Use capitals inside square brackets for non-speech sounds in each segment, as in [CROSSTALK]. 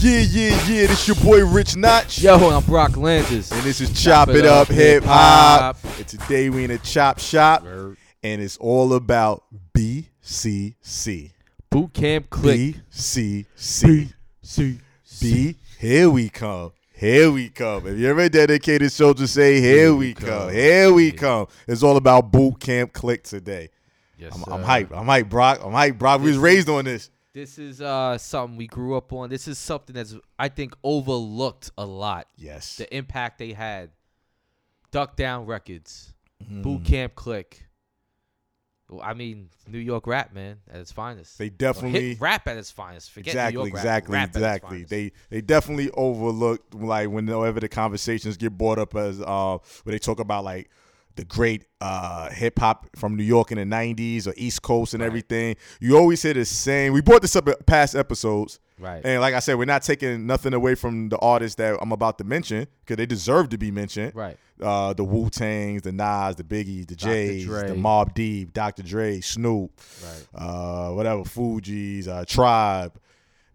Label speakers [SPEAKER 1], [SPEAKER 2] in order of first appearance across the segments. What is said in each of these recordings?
[SPEAKER 1] Yeah, yeah, yeah. This your boy Rich Notch.
[SPEAKER 2] Yo, and I'm Brock Landis.
[SPEAKER 1] And this is Chop, It Up Hip Hop. And today we in a chop shop. And it's all about BCC.
[SPEAKER 2] Boot camp click.
[SPEAKER 1] BCC. B. Here we come. Here we come. If you're a dedicated soldier, say, Here we come. Here we come. It's all about boot camp click today.
[SPEAKER 2] Yes,
[SPEAKER 1] I'm, I'm hyped. I'm hyped, Brock. I'm hyped, Brock. We was raised on this.
[SPEAKER 2] This is uh, something we grew up on. This is something that's I think overlooked a lot.
[SPEAKER 1] Yes.
[SPEAKER 2] The impact they had. Duck Down Records,
[SPEAKER 1] Mm.
[SPEAKER 2] Boot Camp Click. Well, I mean, New York rap, man, at its finest.
[SPEAKER 1] They
[SPEAKER 2] Or hip
[SPEAKER 1] definitely.
[SPEAKER 2] rap at its finest. Forget New
[SPEAKER 1] Exactly,
[SPEAKER 2] York rap,
[SPEAKER 1] exactly,
[SPEAKER 2] rap at its
[SPEAKER 1] exactly.
[SPEAKER 2] finest.
[SPEAKER 1] They they definitely overlooked like whenever the conversations get brought up as uh where they talk about like the great uh hip hop from New York in the nineties or East Coast and everything. You always hear the same. We brought this up in past episodes.
[SPEAKER 2] Right.
[SPEAKER 1] And like I said, we're not taking nothing away from the artists that I'm about to mention because they deserve to be mentioned.
[SPEAKER 2] Right.
[SPEAKER 1] Uh, the Wu Tangs, the Nas, the Biggie, the Jays,
[SPEAKER 2] Dre.
[SPEAKER 1] the Mob Deep, Dr. Dre, Snoop,
[SPEAKER 2] Right.
[SPEAKER 1] uh, whatever, Fuji's, uh, Tribe.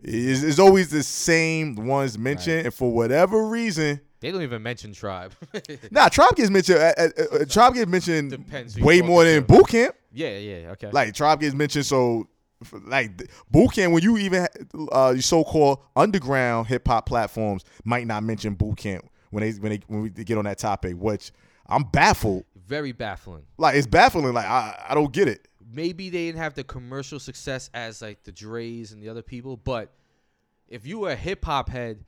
[SPEAKER 1] It's, it's always the same ones mentioned, and for whatever reason,
[SPEAKER 2] They don't even mention Tribe. [LAUGHS]
[SPEAKER 1] nah, Tribe gets mentioned. Uh, uh, uh, Tribe gets mentioned
[SPEAKER 2] Depends who you
[SPEAKER 1] way
[SPEAKER 2] talking
[SPEAKER 1] more than
[SPEAKER 2] to.
[SPEAKER 1] Boot Camp.
[SPEAKER 2] yeah, yeah, okay.
[SPEAKER 1] Like Tribe gets mentioned, so f- like th- Boot Camp. When you even ha- uh, your so-called underground hip hop platforms might not mention Boot Camp when they when they when we get on that topic, which I'm baffled.
[SPEAKER 2] Very baffling.
[SPEAKER 1] Like it's baffling. Like I I don't get it.
[SPEAKER 2] maybe they didn't have the commercial success as like the Dre's and the other people, but if you were a hip hop head,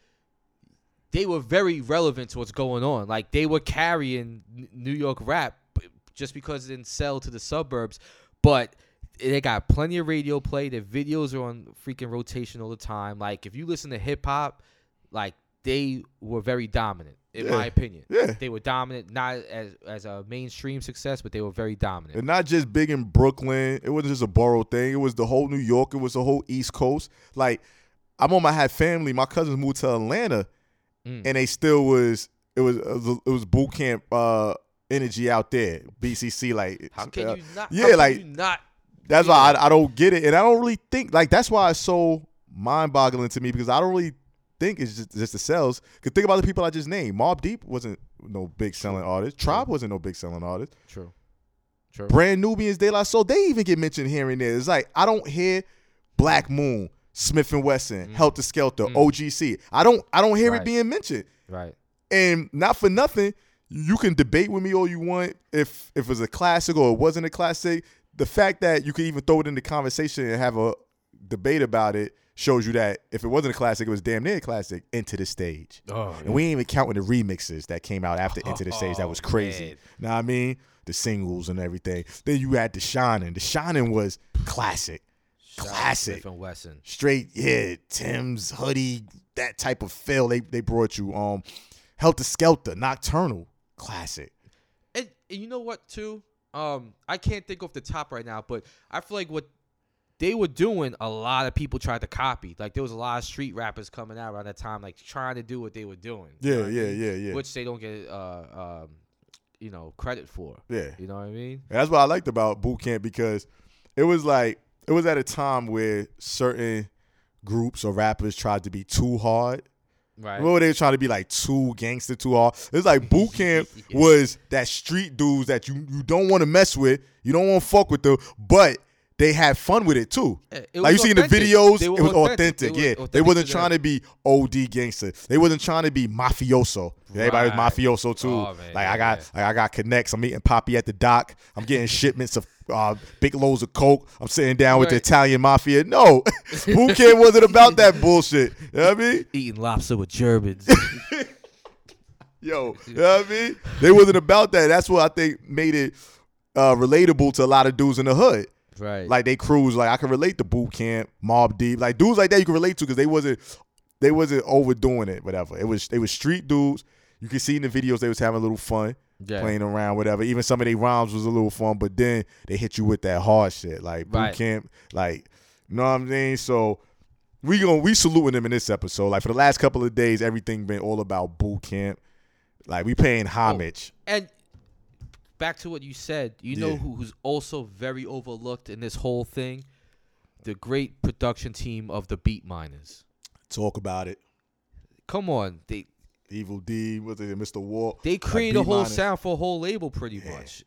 [SPEAKER 2] they were very relevant to what's going on. Like they were carrying N- New York rap b- just because it didn't sell to the suburbs, but they got plenty of radio play. Their videos are on freaking rotation all the time. Like if you listen to hip hop, like they were very dominant. In my opinion,
[SPEAKER 1] Yeah.
[SPEAKER 2] they were dominant, not as as a mainstream success, but they were very dominant.
[SPEAKER 1] And not just big in Brooklyn. It wasn't just a borough thing. It was the whole New York. It was the whole East Coast. Like I'm on my had family. My cousins moved to Atlanta,
[SPEAKER 2] Mm.
[SPEAKER 1] and they still was it was it was boot camp uh, energy out there. BCC like
[SPEAKER 2] How can
[SPEAKER 1] uh,
[SPEAKER 2] you not?
[SPEAKER 1] yeah,
[SPEAKER 2] how can
[SPEAKER 1] like-
[SPEAKER 2] you not.
[SPEAKER 1] That's why I, I don't get it, and I don't really think like that's why it's so mind-boggling to me because I don't really think it's just, just the sales. Cause think about the people I just named. Mob Deep wasn't no big selling artist. Tribe wasn't no big selling artist.
[SPEAKER 2] True. True.
[SPEAKER 1] Brand Nubians, De La Soul, they even get mentioned here and there. It's like I don't hear Black Moon, Smith and Wesson, Helter Skelter, OGC. I don't I don't hear
[SPEAKER 2] Right.
[SPEAKER 1] it being mentioned.
[SPEAKER 2] right.
[SPEAKER 1] And not for nothing, you can debate with me all you want if if it's a classic or it wasn't a classic. The fact that you could even throw it in the conversation and have a debate about it shows you that if it wasn't a classic, it was damn near a classic. Into the stage.
[SPEAKER 2] Oh,
[SPEAKER 1] And we ain't even counting the remixes that came out after Into the Stage. That was crazy.
[SPEAKER 2] man.
[SPEAKER 1] Know what I mean? The singles and everything. Then you had The Shining. The Shining was classic. Classic.
[SPEAKER 2] Smith and Wesson.
[SPEAKER 1] Straight, yeah, Tim's, Hoodie, that type of feel they, they brought you. Um, Helter Skelter, Nocturnal, classic.
[SPEAKER 2] And, and you know what too? Um, I can't think off the top right now, but I feel like what they were doing, a lot of people tried to copy. Like there was a lot of street rappers coming out around that time, like trying to do what they were doing. You know
[SPEAKER 1] Yeah,
[SPEAKER 2] what I
[SPEAKER 1] yeah,
[SPEAKER 2] mean?
[SPEAKER 1] yeah, yeah.
[SPEAKER 2] Which they don't get, uh, um, you know, credit for.
[SPEAKER 1] Yeah.
[SPEAKER 2] You know what I mean?
[SPEAKER 1] And that's what I liked about boot camp because it was like it was at a time where certain groups or rappers tried to be too hard
[SPEAKER 2] Right.
[SPEAKER 1] What were they trying to be like too gangster, too hard? It's like
[SPEAKER 2] [LAUGHS]
[SPEAKER 1] boot camp
[SPEAKER 2] Yeah.
[SPEAKER 1] was that street dudes that you, you don't want to mess with, you don't want to fuck with them, but they had fun with it too.
[SPEAKER 2] Yeah, it
[SPEAKER 1] like you
[SPEAKER 2] was
[SPEAKER 1] see in the
[SPEAKER 2] authentic.
[SPEAKER 1] videos,
[SPEAKER 2] They
[SPEAKER 1] it
[SPEAKER 2] were
[SPEAKER 1] was authentic.
[SPEAKER 2] authentic. They were
[SPEAKER 1] yeah, they
[SPEAKER 2] authentic
[SPEAKER 1] wasn't
[SPEAKER 2] to
[SPEAKER 1] trying to be OD gangster. They wasn't trying to be mafioso. Everybody was
[SPEAKER 2] Right.
[SPEAKER 1] mafioso too.
[SPEAKER 2] Oh, man,
[SPEAKER 1] like
[SPEAKER 2] yeah,
[SPEAKER 1] I got, like I got connects. I'm eating poppy at the dock. I'm
[SPEAKER 2] [LAUGHS]
[SPEAKER 1] getting shipments of. Uh, big loads of coke. I'm sitting down with the
[SPEAKER 2] Right.
[SPEAKER 1] Italian mafia. No, [LAUGHS] boot camp wasn't about that bullshit. You know what I mean?
[SPEAKER 2] Eating lobster
[SPEAKER 1] [LAUGHS]
[SPEAKER 2] with Germans.
[SPEAKER 1] Yo, you know what I mean? They wasn't about that. That's what I think made it uh, relatable to a lot of dudes in the hood.
[SPEAKER 2] right.
[SPEAKER 1] Like they cruise, like I can relate to boot camp, mob deep, like dudes like that you can relate to because they wasn't they wasn't overdoing it, whatever. It was they was street dudes. You can see in the videos they was having a little fun,
[SPEAKER 2] Yeah.
[SPEAKER 1] playing around, whatever. Even some of their rhymes was a little fun, but then they hit you with that hard shit, like boot
[SPEAKER 2] Right.
[SPEAKER 1] camp, like you know what I'm saying? So we going we saluting them in this episode. Like for the last couple of days, everything been all about boot camp. Like we paying homage.
[SPEAKER 2] And back to what you said, you
[SPEAKER 1] Yeah.
[SPEAKER 2] know who, who's also very overlooked in this whole thing? The great production team of the Beat Miners.
[SPEAKER 1] Talk about it.
[SPEAKER 2] Come on, they
[SPEAKER 1] Evil D, what's it, Mr. Walt.
[SPEAKER 2] they created a
[SPEAKER 1] B
[SPEAKER 2] whole
[SPEAKER 1] minus.
[SPEAKER 2] sound for a whole label pretty
[SPEAKER 1] Yeah.
[SPEAKER 2] much,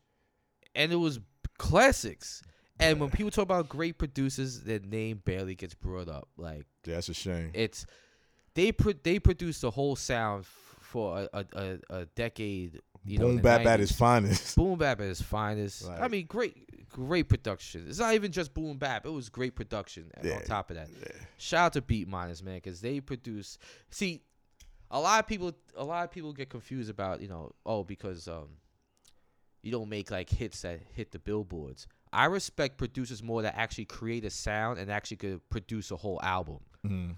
[SPEAKER 2] and it was classics. And when people talk about great producers, their name barely gets brought up. Like
[SPEAKER 1] Yeah, that's a shame.
[SPEAKER 2] it's they pro- they produced a whole sound f- for a a, a, a decade. You know, in
[SPEAKER 1] Boom
[SPEAKER 2] the
[SPEAKER 1] Bap at his
[SPEAKER 2] 90s.
[SPEAKER 1] finest. [LAUGHS]
[SPEAKER 2] Boom Bap at his finest. I
[SPEAKER 1] Right.
[SPEAKER 2] mean, great, great production. It's not even just Boom Bap. It was great production and on
[SPEAKER 1] Yeah,
[SPEAKER 2] top of that.
[SPEAKER 1] yeah.
[SPEAKER 2] Shout out to Beat Miners, man, because they produce. See, a lot of people, a lot of people get confused about you know, oh, because um, you don't make like hits that hit the billboards. I respect producers more that actually create a sound and actually could produce a whole album
[SPEAKER 1] Mm.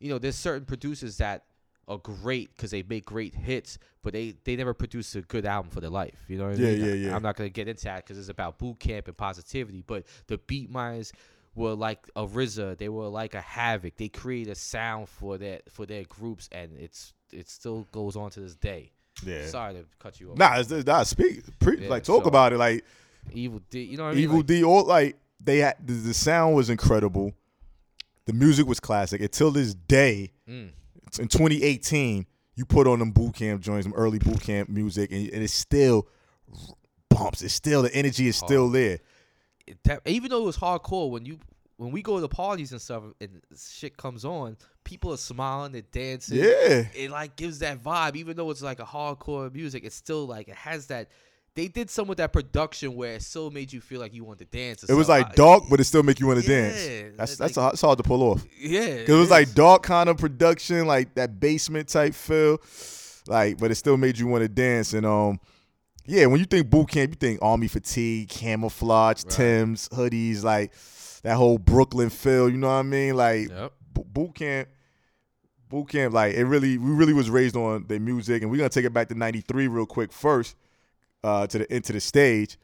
[SPEAKER 2] you know, there's certain producers that are great because they make great hits, but they they never produce a good album for their life. You know what I
[SPEAKER 1] Yeah,
[SPEAKER 2] mean?
[SPEAKER 1] yeah, yeah.
[SPEAKER 2] I'm not gonna get into that because it's about boot camp and positivity. But the Beat Minds were like a RZA, they were like a Havoc. They create a sound for their for their groups, and it's it still goes on to this day.
[SPEAKER 1] Yeah.
[SPEAKER 2] Sorry to cut you off.
[SPEAKER 1] Nah, it's, it's, nah, speak, pre,
[SPEAKER 2] Yeah,
[SPEAKER 1] like talk
[SPEAKER 2] so-
[SPEAKER 1] about it, like
[SPEAKER 2] Evil D, you know what I mean?
[SPEAKER 1] Evil
[SPEAKER 2] Like,
[SPEAKER 1] D, all like they had the, the sound was incredible, the music was classic. Until this day,
[SPEAKER 2] Mm.
[SPEAKER 1] in 2018, you put on them boot camp joints, some early boot camp music, and, and it's still bumps. It's still the energy
[SPEAKER 2] Oh,
[SPEAKER 1] is still there.
[SPEAKER 2] it- that, even though it was hardcore when you when we go to parties and stuff and shit comes on, people are smiling, they're dancing.
[SPEAKER 1] Yeah.
[SPEAKER 2] It like gives that vibe, even though it's like a hardcore music, it's still like it has that they did some with that production where it still made you feel like you want to dance. Or
[SPEAKER 1] It was
[SPEAKER 2] something.
[SPEAKER 1] like
[SPEAKER 2] I-
[SPEAKER 1] dark, but it still make you want to
[SPEAKER 2] Yeah,
[SPEAKER 1] dance. That's that's,
[SPEAKER 2] like-
[SPEAKER 1] hard, it's hard to pull off.
[SPEAKER 2] Yeah. It,
[SPEAKER 1] 'Cause it was
[SPEAKER 2] is.
[SPEAKER 1] like dark kind of production, like that basement type feel, like but it still made you want to dance. And um, yeah, when you think boot camp, you think army fatigue, camouflage, Tim's, hoodies, like that whole Brooklyn feel. You know what I mean? Like
[SPEAKER 2] Yep.
[SPEAKER 1] bo- boot camp boot camp like it really we really was raised on the music and we're gonna take it back to 93 real quick first uh to the into the stage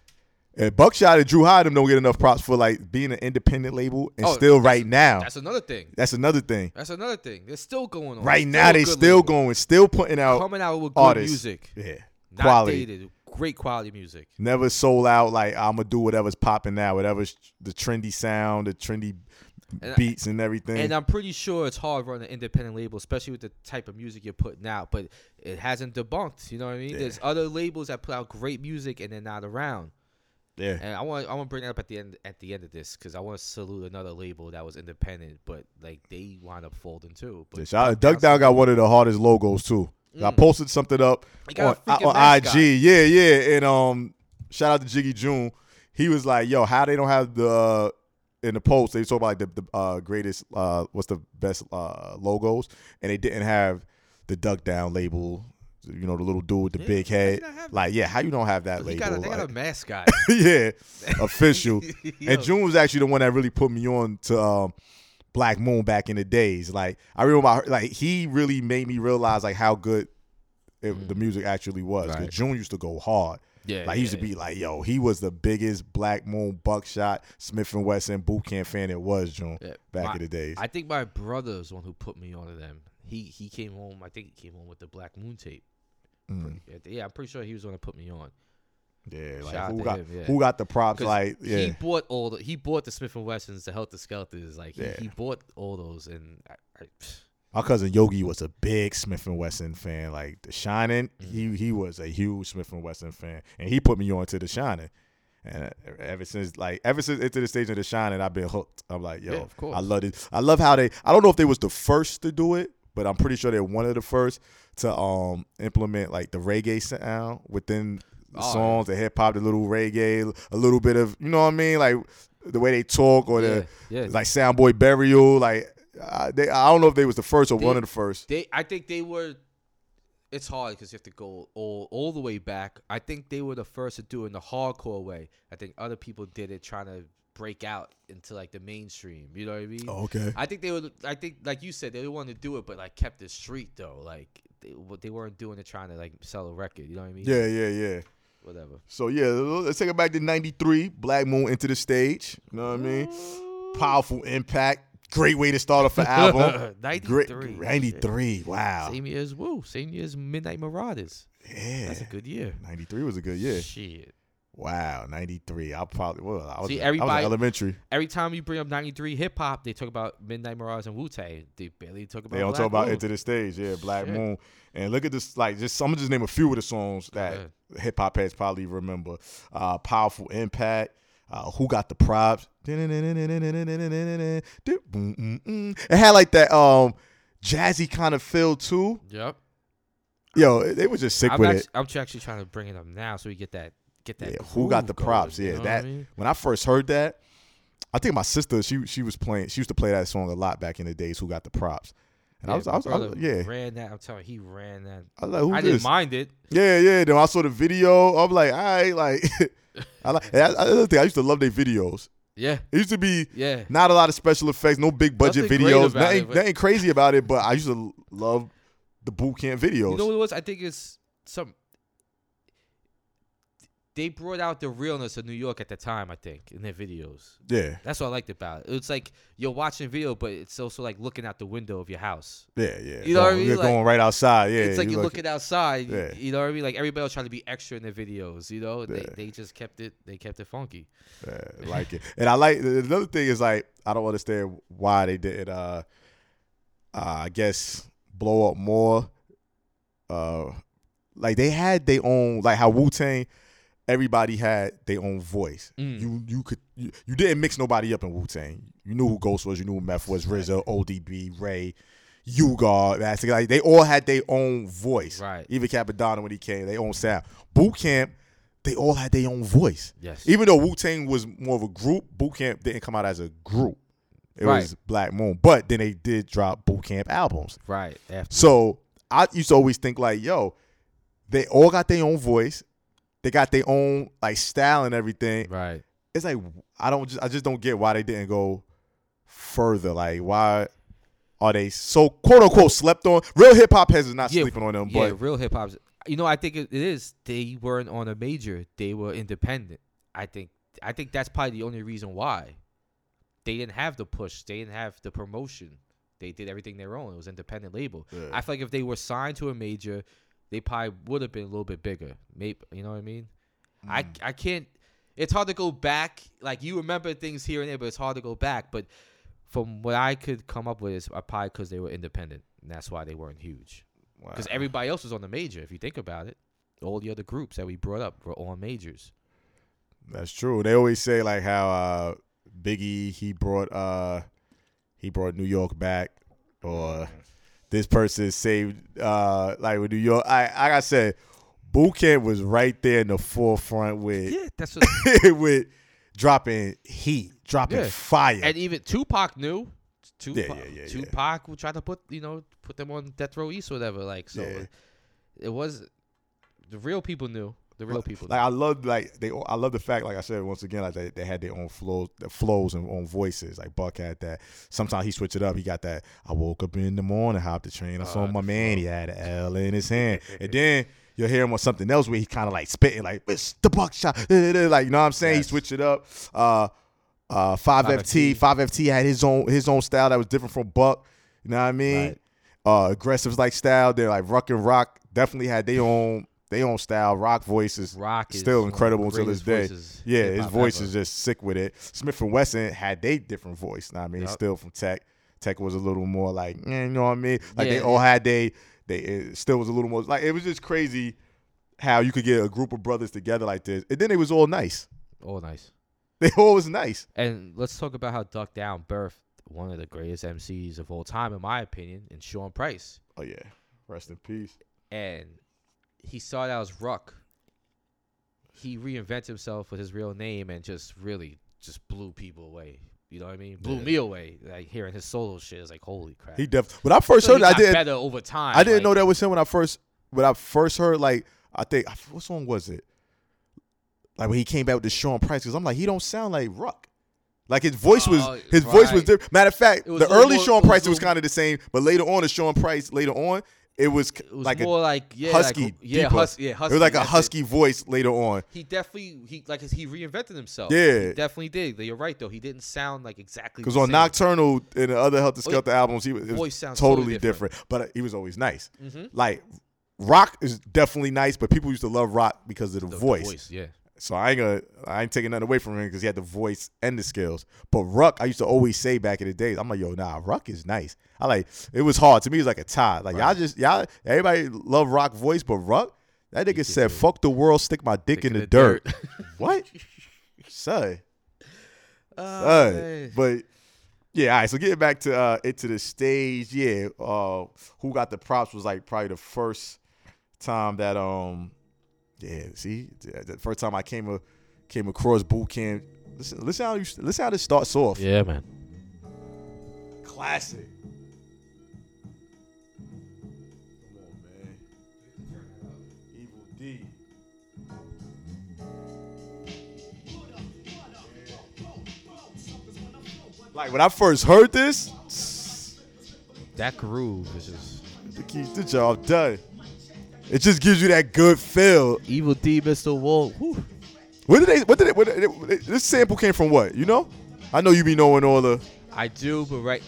[SPEAKER 1] and buckshot and drew Hyden don't get enough props for like being an independent label and
[SPEAKER 2] Oh,
[SPEAKER 1] still right now that's,
[SPEAKER 2] That's another thing.
[SPEAKER 1] another thing
[SPEAKER 2] That's another thing. They're still going on.
[SPEAKER 1] right
[SPEAKER 2] Still
[SPEAKER 1] now
[SPEAKER 2] a
[SPEAKER 1] they
[SPEAKER 2] good
[SPEAKER 1] still
[SPEAKER 2] label.
[SPEAKER 1] going still putting out
[SPEAKER 2] coming out with good
[SPEAKER 1] artists.
[SPEAKER 2] music.
[SPEAKER 1] yeah
[SPEAKER 2] Not
[SPEAKER 1] quality
[SPEAKER 2] dated. Great quality music.
[SPEAKER 1] never sold out like i'm gonna do whatever's popping now whatever's the trendy sound the trendy
[SPEAKER 2] And I-
[SPEAKER 1] beats and everything
[SPEAKER 2] And I'm pretty sure it's hard running an independent label, especially with the type of music you're putting out. But it hasn't debunked. You know what I mean?
[SPEAKER 1] Yeah.
[SPEAKER 2] There's other labels that put out great music and they're not around.
[SPEAKER 1] yeah
[SPEAKER 2] And I want I want to bring that up at the end at the end of this because I want to salute another label that was independent, but like they wind up folding too.
[SPEAKER 1] Yeah,
[SPEAKER 2] But
[SPEAKER 1] shout out- Duck Down got one of the hardest logos too. I posted something up
[SPEAKER 2] Mm. He
[SPEAKER 1] on,
[SPEAKER 2] got a freaking
[SPEAKER 1] on IG.
[SPEAKER 2] mascot.
[SPEAKER 1] Yeah, yeah. And um, shout out to Jiggy June. He was like, "Yo, how they don't have the uh, in the post? They talk about like the, the uh, greatest, uh, what's the best uh, logos, and they didn't have the Duck Down label. You know, the little dude with the
[SPEAKER 2] Yeah,
[SPEAKER 1] big
[SPEAKER 2] how you
[SPEAKER 1] head.
[SPEAKER 2] not have
[SPEAKER 1] Like, yeah, how you don't have that
[SPEAKER 2] he
[SPEAKER 1] label?
[SPEAKER 2] got a, they got
[SPEAKER 1] Like,
[SPEAKER 2] a mascot. [LAUGHS]
[SPEAKER 1] yeah, official.
[SPEAKER 2] Yo.
[SPEAKER 1] And [LAUGHS] June was actually the one that really put me on to um, Black Moon back in the days. Like I remember, I, like he really made me realize like how good it, the music actually was. 'Cause
[SPEAKER 2] Mm. Right.
[SPEAKER 1] June used to go hard.
[SPEAKER 2] yeah,
[SPEAKER 1] Like he used to be like, yo, he was the biggest Black Moon Buckshot Smith and Wesson boot camp fan it was June
[SPEAKER 2] Yeah.
[SPEAKER 1] back
[SPEAKER 2] My-
[SPEAKER 1] in the days.
[SPEAKER 2] I think my brother is the one who put me onto them. He he came home. I think he came home with the Black Moon tape.
[SPEAKER 1] Mm.
[SPEAKER 2] Yeah, I'm pretty sure he was the one to put me on.
[SPEAKER 1] yeah,
[SPEAKER 2] Shout out
[SPEAKER 1] like who
[SPEAKER 2] to
[SPEAKER 1] got
[SPEAKER 2] him, yeah.
[SPEAKER 1] who got the props?
[SPEAKER 2] 'Cause
[SPEAKER 1] Like yeah,
[SPEAKER 2] he bought all the he bought the Smith and Wessons, the Helter Skelters, like he,
[SPEAKER 1] Yeah.
[SPEAKER 2] he bought all those, and I, I, pfft,
[SPEAKER 1] my cousin Yogi was a big Smith and Wesson fan. Like The Shining,
[SPEAKER 2] Mm-hmm.
[SPEAKER 1] he he was a huge Smith and Wesson fan, and he put me on to The Shining. And uh, ever since, like ever since into the stage of The Shining, I've been hooked. I'm like, yo,
[SPEAKER 2] Yeah, of course.
[SPEAKER 1] I love it. I love how they. I don't know if they was the first to do it, but I'm pretty sure they're one of the first to um implement like the reggae sound within the
[SPEAKER 2] Oh, yeah.
[SPEAKER 1] songs, the hip hop, the little reggae, a little bit of you know what I mean, like the way they talk or the
[SPEAKER 2] Yeah, yeah.
[SPEAKER 1] like Soundboy Burial, like. I, they, I don't know if they was the first or
[SPEAKER 2] They-
[SPEAKER 1] one of the first.
[SPEAKER 2] they I think they were. It's hard because you have to go all all the way back. I think they were the first to do it in the hardcore way. I think other people did it trying to break out into like the mainstream. You know what I mean?
[SPEAKER 1] Okay.
[SPEAKER 2] I think they were. I think, like you said, they wanted to do it, but like kept the street though. Like they, what they weren't doing it trying to like sell a record. You know what I mean?
[SPEAKER 1] Yeah, yeah, yeah.
[SPEAKER 2] Whatever.
[SPEAKER 1] So yeah, let's take it back to '93. Black Moon into the stage. You know what I mean?
[SPEAKER 2] [LAUGHS]
[SPEAKER 1] Powerful impact. Great way to start off an album. Great-
[SPEAKER 2] 93, shit.
[SPEAKER 1] '93. Wow.
[SPEAKER 2] Same year as Woo. Same year as Midnight Marauders.
[SPEAKER 1] Yeah.
[SPEAKER 2] That's a good year.
[SPEAKER 1] '93 was a good year.
[SPEAKER 2] Shit.
[SPEAKER 1] Wow, ninety three. I probably well, I was,
[SPEAKER 2] See,
[SPEAKER 1] I was in
[SPEAKER 2] everybody-
[SPEAKER 1] elementary.
[SPEAKER 2] Every time you bring up '93 hip hop, they talk about Midnight Mirage and Wu Tang. They barely talk about.
[SPEAKER 1] They don't
[SPEAKER 2] Black
[SPEAKER 1] talk about
[SPEAKER 2] Moon.
[SPEAKER 1] Into the Stage, yeah, Black
[SPEAKER 2] Shit.
[SPEAKER 1] Moon. And look at this, like just I'm gonna just name a few of the songs that
[SPEAKER 2] ahead.
[SPEAKER 1] hip hop heads probably remember. Uh, Powerful Impact, uh, Who Got the Props. It had like that um jazzy kind of feel too.
[SPEAKER 2] Yep.
[SPEAKER 1] Yo, they was just sick
[SPEAKER 2] I'm
[SPEAKER 1] with
[SPEAKER 2] actually,
[SPEAKER 1] it.
[SPEAKER 2] I'm actually trying to bring it up now so we get that get that.
[SPEAKER 1] Yeah, who got
[SPEAKER 2] groove
[SPEAKER 1] the
[SPEAKER 2] going,
[SPEAKER 1] props?
[SPEAKER 2] you
[SPEAKER 1] Yeah,
[SPEAKER 2] know what I
[SPEAKER 1] that
[SPEAKER 2] mean?
[SPEAKER 1] when I first heard that, I think my sister she she was playing. She used to play that song a lot back in the days. Who got the props? And I
[SPEAKER 2] Yeah,
[SPEAKER 1] was, I
[SPEAKER 2] my
[SPEAKER 1] was, I was-
[SPEAKER 2] brother
[SPEAKER 1] yeah,
[SPEAKER 2] ran that. I'm telling you, he ran that.
[SPEAKER 1] I was like, who
[SPEAKER 2] I
[SPEAKER 1] this?
[SPEAKER 2] didn't mind it.
[SPEAKER 1] Yeah, yeah. Then when I saw the video. I'm like, all right, like, [LAUGHS] I like. and I, another thing, I used to love their videos.
[SPEAKER 2] Yeah,
[SPEAKER 1] It used to be
[SPEAKER 2] yeah.
[SPEAKER 1] not a lot of special effects, no big budget
[SPEAKER 2] Nothing great
[SPEAKER 1] videos,
[SPEAKER 2] about
[SPEAKER 1] nothing,
[SPEAKER 2] it, but-
[SPEAKER 1] nothing crazy about it. But I used to love the boot camp videos.
[SPEAKER 2] You know what it was? I think it's some. They brought out the realness of New York at the time. I think in their videos.
[SPEAKER 1] yeah,
[SPEAKER 2] That's what I liked about it. It's like you're watching a video, but it's also like looking out the window of your house.
[SPEAKER 1] yeah, yeah.
[SPEAKER 2] You know what I
[SPEAKER 1] Going-
[SPEAKER 2] mean?
[SPEAKER 1] you're
[SPEAKER 2] Like-
[SPEAKER 1] going right outside. Yeah,
[SPEAKER 2] it's like
[SPEAKER 1] you
[SPEAKER 2] you're
[SPEAKER 1] look-
[SPEAKER 2] looking outside.
[SPEAKER 1] Yeah.
[SPEAKER 2] You know what I mean? Like everybody else trying to be extra in their videos. You know, they,
[SPEAKER 1] Yeah.
[SPEAKER 2] they just kept it. They kept it funky.
[SPEAKER 1] Yeah, Uh, like it. And I like another thing is like I don't understand why they didn't uh uh I guess blow up more. Uh like they had their own like how Wu Tang everybody had their own voice.
[SPEAKER 2] Mm.
[SPEAKER 1] You you could you, you didn't mix nobody up in Wu Tang. You knew who Ghost was, you knew who Meth was, RZA, ODB, Ray, Ugar, that's like they all had their own voice.
[SPEAKER 2] Right.
[SPEAKER 1] Even Capadonna when he came, they own sound. Boot camp, they all had their own voice.
[SPEAKER 2] Yes.
[SPEAKER 1] Even though Wu Tang was more of a group, Boot Camp didn't come out as a group. It
[SPEAKER 2] Right.
[SPEAKER 1] was Black Moon, but then they did drop Boot Camp albums.
[SPEAKER 2] right. After.
[SPEAKER 1] So I used to always think like, yo, they all got their own voice, they got their own like style and everything.
[SPEAKER 2] Right.
[SPEAKER 1] It's like I don't just I just don't get why they didn't go further. Like why are they so quote unquote slept on? Real hip hop heads is not
[SPEAKER 2] Yeah,
[SPEAKER 1] sleeping on them,
[SPEAKER 2] Yeah.
[SPEAKER 1] but
[SPEAKER 2] Real hip hop. You know, I think it, it is. They weren't on a major. They were independent. I think. I think that's probably the only reason why they didn't have the push. They didn't have the promotion. They did everything their own. It was independent label.
[SPEAKER 1] Yeah.
[SPEAKER 2] I feel like if they were signed to a major, they probably would have been a little bit bigger. Maybe you know what I mean. I
[SPEAKER 1] Mm,
[SPEAKER 2] I can't. It's hard to go back. Like you remember things here and there, but it's hard to go back. But from what I could come up with is uh, probably because they were independent, and that's why they weren't huge. Because
[SPEAKER 1] Wow.
[SPEAKER 2] everybody else was on the major. If you think about it, all the other groups that we brought up were on majors.
[SPEAKER 1] That's true. They always say like how uh, Biggie he brought uh, he brought New York back, or this person saved uh, like with New York. I like I said, Boot Camp was right there in the forefront with
[SPEAKER 2] Yeah, that's what.
[SPEAKER 1] [COUGHS] [LAUGHS] with dropping heat, dropping
[SPEAKER 2] Yeah.
[SPEAKER 1] fire.
[SPEAKER 2] and even Tupac knew. Tupac,
[SPEAKER 1] yeah, yeah, yeah.
[SPEAKER 2] Tupac who tried to put you know put them on death row east or whatever. Like so,
[SPEAKER 1] Yeah.
[SPEAKER 2] it was the real people knew. The real people.
[SPEAKER 1] like I love like they I love the fact like I said once again like they, they had their own flows their flows and own voices like Buck had that sometimes he switched it up he got that I woke up in the morning hopped the train I
[SPEAKER 2] Oh,
[SPEAKER 1] saw my man he had an L in his hand
[SPEAKER 2] [LAUGHS]
[SPEAKER 1] and then you'll hear him on something else where he kind of like spitting like it's the buckshot [LAUGHS] da, da, da," like you know what I'm saying
[SPEAKER 2] Yes.
[SPEAKER 1] he switched it up uh uh 5FT 5FT had his own his own style that was different from Buck you know what I mean
[SPEAKER 2] Right.
[SPEAKER 1] uh aggressive like style they're like Ruck and Rock definitely had their own their own style rock voices
[SPEAKER 2] Rock is
[SPEAKER 1] still
[SPEAKER 2] one of the
[SPEAKER 1] incredible until this
[SPEAKER 2] greatest
[SPEAKER 1] day.
[SPEAKER 2] voices
[SPEAKER 1] yeah,
[SPEAKER 2] hip
[SPEAKER 1] his
[SPEAKER 2] hop
[SPEAKER 1] voice
[SPEAKER 2] ever.
[SPEAKER 1] is just sick with it. Smith and Wesson had they different voice. Know what I mean,
[SPEAKER 2] Yup.
[SPEAKER 1] still from Tech. Tech was a little more like, eh, you know what I mean? Like they
[SPEAKER 2] Yeah.
[SPEAKER 1] all had they they it still was a little more like it was just crazy how you could get a group of brothers together like this. And then it was all nice. [LAUGHS]
[SPEAKER 2] all nice.
[SPEAKER 1] They all was nice.
[SPEAKER 2] And let's talk about how Duck Down birthed one of the greatest MCs of all time, in my opinion, in Sean Price.
[SPEAKER 1] Oh yeah, rest in peace.
[SPEAKER 2] And he started out as Ruck. He reinvented himself with his real name and just really just blew people away. You know what I mean? Blew
[SPEAKER 1] Yeah.
[SPEAKER 2] me away. Like hearing his solo shit is like holy crap.
[SPEAKER 1] He def. When I first
[SPEAKER 2] So
[SPEAKER 1] heard
[SPEAKER 2] he
[SPEAKER 1] it, I
[SPEAKER 2] got
[SPEAKER 1] didn't
[SPEAKER 2] better over time.
[SPEAKER 1] I didn't
[SPEAKER 2] like,
[SPEAKER 1] know that was him when I first when I first heard like I think I- what song was it? Like when he came back with the Sean Price because I'm like he don't sound like Ruck. Like his voice was
[SPEAKER 2] Oh,
[SPEAKER 1] his voice was
[SPEAKER 2] right.
[SPEAKER 1] different. Matter of fact,
[SPEAKER 2] It was
[SPEAKER 1] the
[SPEAKER 2] a little
[SPEAKER 1] early
[SPEAKER 2] more-
[SPEAKER 1] Sean
[SPEAKER 2] it was
[SPEAKER 1] Price it
[SPEAKER 2] a
[SPEAKER 1] was
[SPEAKER 2] little-
[SPEAKER 1] kind of the same, but later on the Sean Price later on it was, c-
[SPEAKER 2] It was
[SPEAKER 1] like a
[SPEAKER 2] more like yeah,
[SPEAKER 1] husky,
[SPEAKER 2] like, yeah,
[SPEAKER 1] deeper.
[SPEAKER 2] hus- yeah, husky.
[SPEAKER 1] it was like a
[SPEAKER 2] that's
[SPEAKER 1] husky voice later on.
[SPEAKER 2] He definitely he like he reinvented himself.
[SPEAKER 1] Yeah.
[SPEAKER 2] Oh, he definitely did. You're right though. He didn't sound like exactly
[SPEAKER 1] Because
[SPEAKER 2] the
[SPEAKER 1] on
[SPEAKER 2] same.
[SPEAKER 1] Nocturnal and the other Helter
[SPEAKER 2] Oh, yeah.
[SPEAKER 1] Skelter albums, he was, it was
[SPEAKER 2] Voice sounds
[SPEAKER 1] totally,
[SPEAKER 2] totally
[SPEAKER 1] different. But uh, he was always nice.
[SPEAKER 2] Mhm.
[SPEAKER 1] Like Rock is definitely nice, but people used to love Rock because of the,
[SPEAKER 2] The- the
[SPEAKER 1] voice.
[SPEAKER 2] yeah.
[SPEAKER 1] So I ain't gonna, I ain't taking nothing away from him because he had the voice and the skills. But Ruck, I used to always say back in the days, I'm like, yo, nah, Ruck is nice. I like, it was hard to me. It was like a tie. Like y'all just, y'all, everybody love Rock voice, but Ruck, that nigga said, "Fuck the world, stick my dick, in the, dirt."
[SPEAKER 2] [LAUGHS]
[SPEAKER 1] [LAUGHS] what, son?
[SPEAKER 2] Oh,
[SPEAKER 1] Uh,
[SPEAKER 2] man.
[SPEAKER 1] but yeah, all right. So getting back to uh, it to the stage, yeah. Uh, who got the props was like probably the first time that um, yeah. See, the the first time I came a, came across boot camp. Listen, listen how you, listen how this starts off.
[SPEAKER 2] yeah, man.
[SPEAKER 1] Classic. Come on, man. Evil D. Like when I first heard this,
[SPEAKER 2] That groove is just
[SPEAKER 1] to keep the job done. It just gives you that good feel.
[SPEAKER 2] Evil D, Mr. Wall. Whew.
[SPEAKER 1] Where did they? What did it? What did it this sample came from? What you know? I know you be knowing all the.
[SPEAKER 2] I do, but right.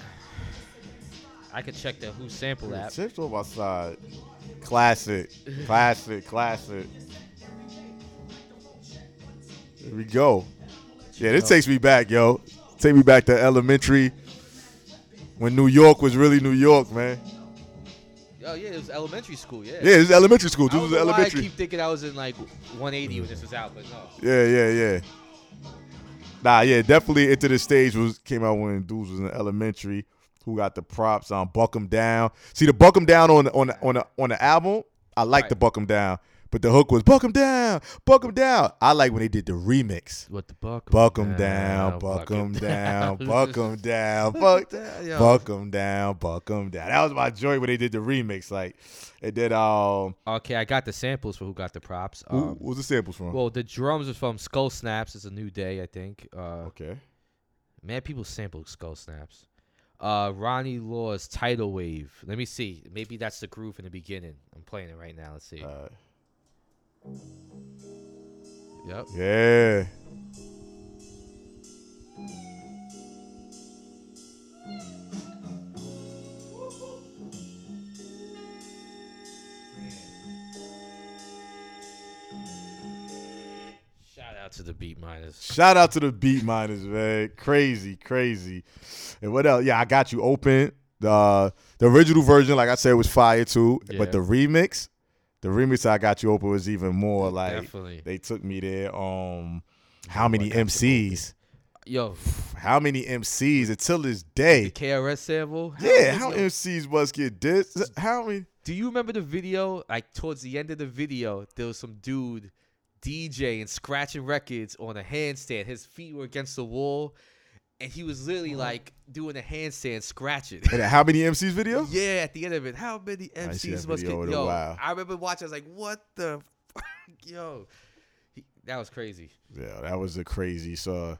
[SPEAKER 2] I could check that who sampled that.
[SPEAKER 1] Chips on my side. Classic, classic, classic. Here we go. Yeah, this takes me back, yo. Take me back to elementary when New York was really New York, man.
[SPEAKER 2] Oh yeah, it was elementary school. Yeah.
[SPEAKER 1] Yeah, this is elementary school.
[SPEAKER 2] I
[SPEAKER 1] This
[SPEAKER 2] don't
[SPEAKER 1] was
[SPEAKER 2] know why
[SPEAKER 1] elementary.
[SPEAKER 2] I keep thinking I was in like 180 when this was out, but no.
[SPEAKER 1] Yeah, yeah, yeah. Nah, yeah, definitely. Into the stage was came out when dudes was in elementary. Who got the props on Buck 'em Down? See the Buck 'em Down on on on the, on the album. I like the
[SPEAKER 2] Right.
[SPEAKER 1] Buck 'em Down, but the hook was Buck 'em Down, Buck 'em Down. I like when they did the remix.
[SPEAKER 2] What the buck?
[SPEAKER 1] Buck 'em down, buck 'em
[SPEAKER 2] [LAUGHS]
[SPEAKER 1] down, buck 'em down, buck
[SPEAKER 2] down, yo.
[SPEAKER 1] buck 'em down, buck 'em down. That was my joy when they did the remix. Like, and then um,
[SPEAKER 2] Okay, I got the samples for who got the props.
[SPEAKER 1] who,
[SPEAKER 2] Um,
[SPEAKER 1] what was the samples from?
[SPEAKER 2] well, the drums was from Skull Snaps. It's a new day, I think. Uh,
[SPEAKER 1] okay,
[SPEAKER 2] man, people sample Skull Snaps. Uh, Ronnie Law's Tidal Wave. Let me see. Maybe that's the groove in the beginning. I'm playing it right now. Let's see.
[SPEAKER 1] uh,
[SPEAKER 2] yep.
[SPEAKER 1] yeah.
[SPEAKER 2] Shout out to the Beat Miners.
[SPEAKER 1] Shout out to the beat miners, man. Crazy, crazy. And what else? Yeah, I got you open. The the original version, like I said, was fire too.
[SPEAKER 2] Yeah.
[SPEAKER 1] But the remix, the remix I got you open was even more like
[SPEAKER 2] Definitely.
[SPEAKER 1] they took me there. Um, how
[SPEAKER 2] I
[SPEAKER 1] many
[SPEAKER 2] got you
[SPEAKER 1] MCs?
[SPEAKER 2] Yo,
[SPEAKER 1] How many MCs? Until this
[SPEAKER 2] the
[SPEAKER 1] day.
[SPEAKER 2] KRS sample.
[SPEAKER 1] Yeah, how
[SPEAKER 2] yo,
[SPEAKER 1] MCs must get this? How many?
[SPEAKER 2] Do you remember the video? Like towards the end of the video, there was some dude DJing, scratching records on a handstand. His feet were against the wall, and he was literally like doing a handstand, scratching. [LAUGHS]
[SPEAKER 1] And how many MCs video?
[SPEAKER 2] yeah, at the end of it, how many
[SPEAKER 1] I see
[SPEAKER 2] MCs
[SPEAKER 1] that
[SPEAKER 2] must
[SPEAKER 1] video
[SPEAKER 2] get?
[SPEAKER 1] in a
[SPEAKER 2] Yo,
[SPEAKER 1] while.
[SPEAKER 2] I remember watching. I was like, "What the, [LAUGHS] fuck? yo." He, that was crazy.
[SPEAKER 1] Yeah, that was a crazy so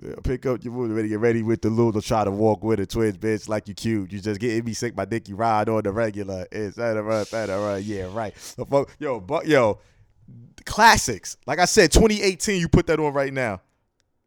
[SPEAKER 1] yeah, pick up your wood, ready, get ready with the little try to walk with a twins, bitch, like you cute. You just getting me sick, my dick you ride on the regular. It's better, better, yeah, right. The fuck, yo, but yo, classics. Like I said, 2018, you put that on right now.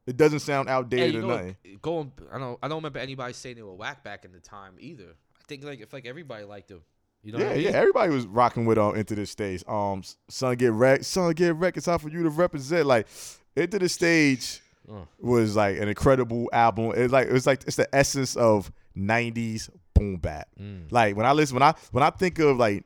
[SPEAKER 1] It doesn't sound
[SPEAKER 2] Hey,
[SPEAKER 1] outdated
[SPEAKER 2] you know,
[SPEAKER 1] or nothing.
[SPEAKER 2] what? going, I don't, I don't remember anybody saying they were whack back in the time either. I think like if like everybody liked them, you know. what
[SPEAKER 1] Yeah,
[SPEAKER 2] I mean?
[SPEAKER 1] yeah. Everybody was rocking with um into this stage. Um, son get wrecked, son get wrecked. It's time for you to represent. Like into the stage
[SPEAKER 2] Uh.
[SPEAKER 1] was like an incredible album. It's like it's like it's the essence of '90s boom bap.
[SPEAKER 2] Mm.
[SPEAKER 1] Like when I listen, when I when I think of like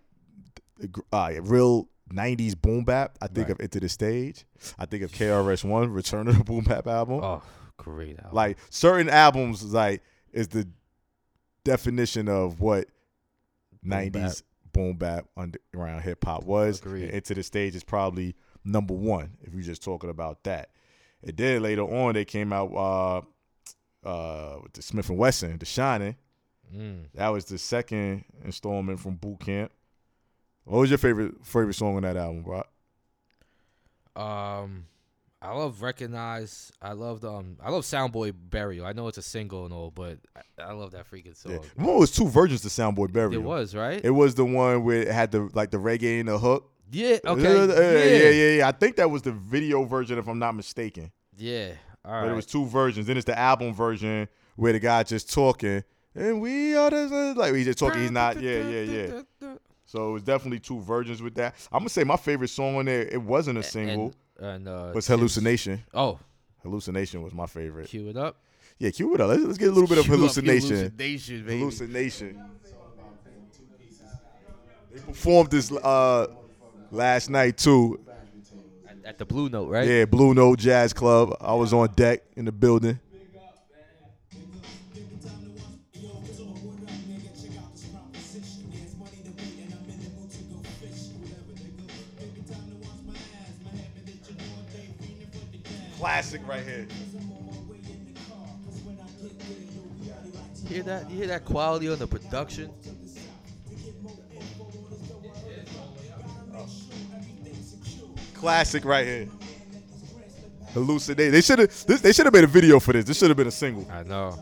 [SPEAKER 1] the gr- uh, real. 90s boom bap. I think of
[SPEAKER 2] Right.
[SPEAKER 1] Into the Stage. I think of KRS One, Return of the Boom Bap album.
[SPEAKER 2] Oh, great album.
[SPEAKER 1] Like certain albums, like is the definition of what
[SPEAKER 2] bap.
[SPEAKER 1] nineties boom bap underground hip hop was.
[SPEAKER 2] Agreed.
[SPEAKER 1] And Into the stage is probably number one if you're just talking about that. And then later on, they came out uh, uh, with the Smith and Wesson, The Shining.
[SPEAKER 2] Mm.
[SPEAKER 1] That was the second installment from Boot Camp. What was your favorite favorite song on that album, bro?
[SPEAKER 2] Um, I love recognize. I loved um. I love Soundboy Burial. I know it's a single and all, but I, I love that freaking song.
[SPEAKER 1] Yeah. Remember, it was two versions of Soundboy Burial.
[SPEAKER 2] It was right.
[SPEAKER 1] It was the one where it had the like the reggae in the hook.
[SPEAKER 2] yeah.
[SPEAKER 1] [LAUGHS] Yeah,
[SPEAKER 2] Okay.
[SPEAKER 1] yeah, yeah, yeah. I think that was the video version, if I'm not mistaken.
[SPEAKER 2] Yeah. All right.
[SPEAKER 1] But it was two versions. Then it's the album version where the guy just talking. And we are the, like he's just talking. He's not. Yeah, yeah, yeah.
[SPEAKER 2] yeah.
[SPEAKER 1] So it was definitely two versions with that. I'm gonna say my favorite song on there. It wasn't a single.
[SPEAKER 2] and uh,
[SPEAKER 1] What's
[SPEAKER 2] Tim's-
[SPEAKER 1] hallucination?
[SPEAKER 2] Oh,
[SPEAKER 1] Hallucination was my favorite.
[SPEAKER 2] cue it up.
[SPEAKER 1] Yeah, cue it up. Let's, let's get a little bit of
[SPEAKER 2] Cue up your
[SPEAKER 1] hallucination.
[SPEAKER 2] Hallucination, baby.
[SPEAKER 1] Hallucination. They performed this uh last night too.
[SPEAKER 2] At- At the blue note, right?
[SPEAKER 1] Yeah, Blue Note Jazz Club. I was on deck in the building. Classic right here.
[SPEAKER 2] You hear that? You hear that quality on the production?
[SPEAKER 1] Classic right here. Hallucinate. They should have. They should have made a video for this. This should have been a single.
[SPEAKER 2] I know.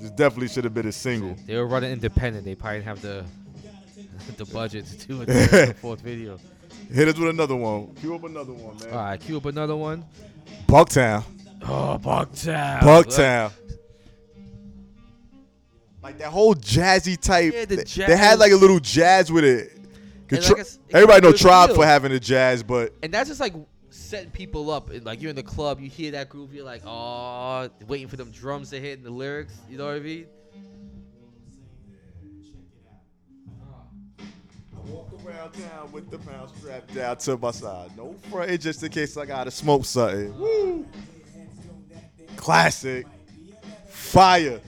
[SPEAKER 1] This definitely should have been a single.
[SPEAKER 2] They were running independent. They probably didn't have the [LAUGHS] the budget
[SPEAKER 1] [LAUGHS]
[SPEAKER 2] to do a third or fourth video.
[SPEAKER 1] Hit us with another one. Cue up another one, man.
[SPEAKER 2] All right, cue up another one.
[SPEAKER 1] Bucktown.
[SPEAKER 2] Oh, Bucktown.
[SPEAKER 1] Bucktown. Like that whole jazzy type.
[SPEAKER 2] Yeah, the
[SPEAKER 1] they-
[SPEAKER 2] jazz.
[SPEAKER 1] They had like a little jazz with it. 'Cause
[SPEAKER 2] And
[SPEAKER 1] Tri-
[SPEAKER 2] like I s- it
[SPEAKER 1] everybody
[SPEAKER 2] kinda
[SPEAKER 1] know
[SPEAKER 2] goes
[SPEAKER 1] Tribe
[SPEAKER 2] real.
[SPEAKER 1] for having the jazz, but
[SPEAKER 2] And that's just like setting people up. And like you're in the club, you hear that groove, you're like, oh, waiting for them drums to hit and the lyrics. You know what I mean?
[SPEAKER 1] walk around town with the pound strapped down to my side. No front, just in case I gotta smoke something. Woo! Classic. Fire.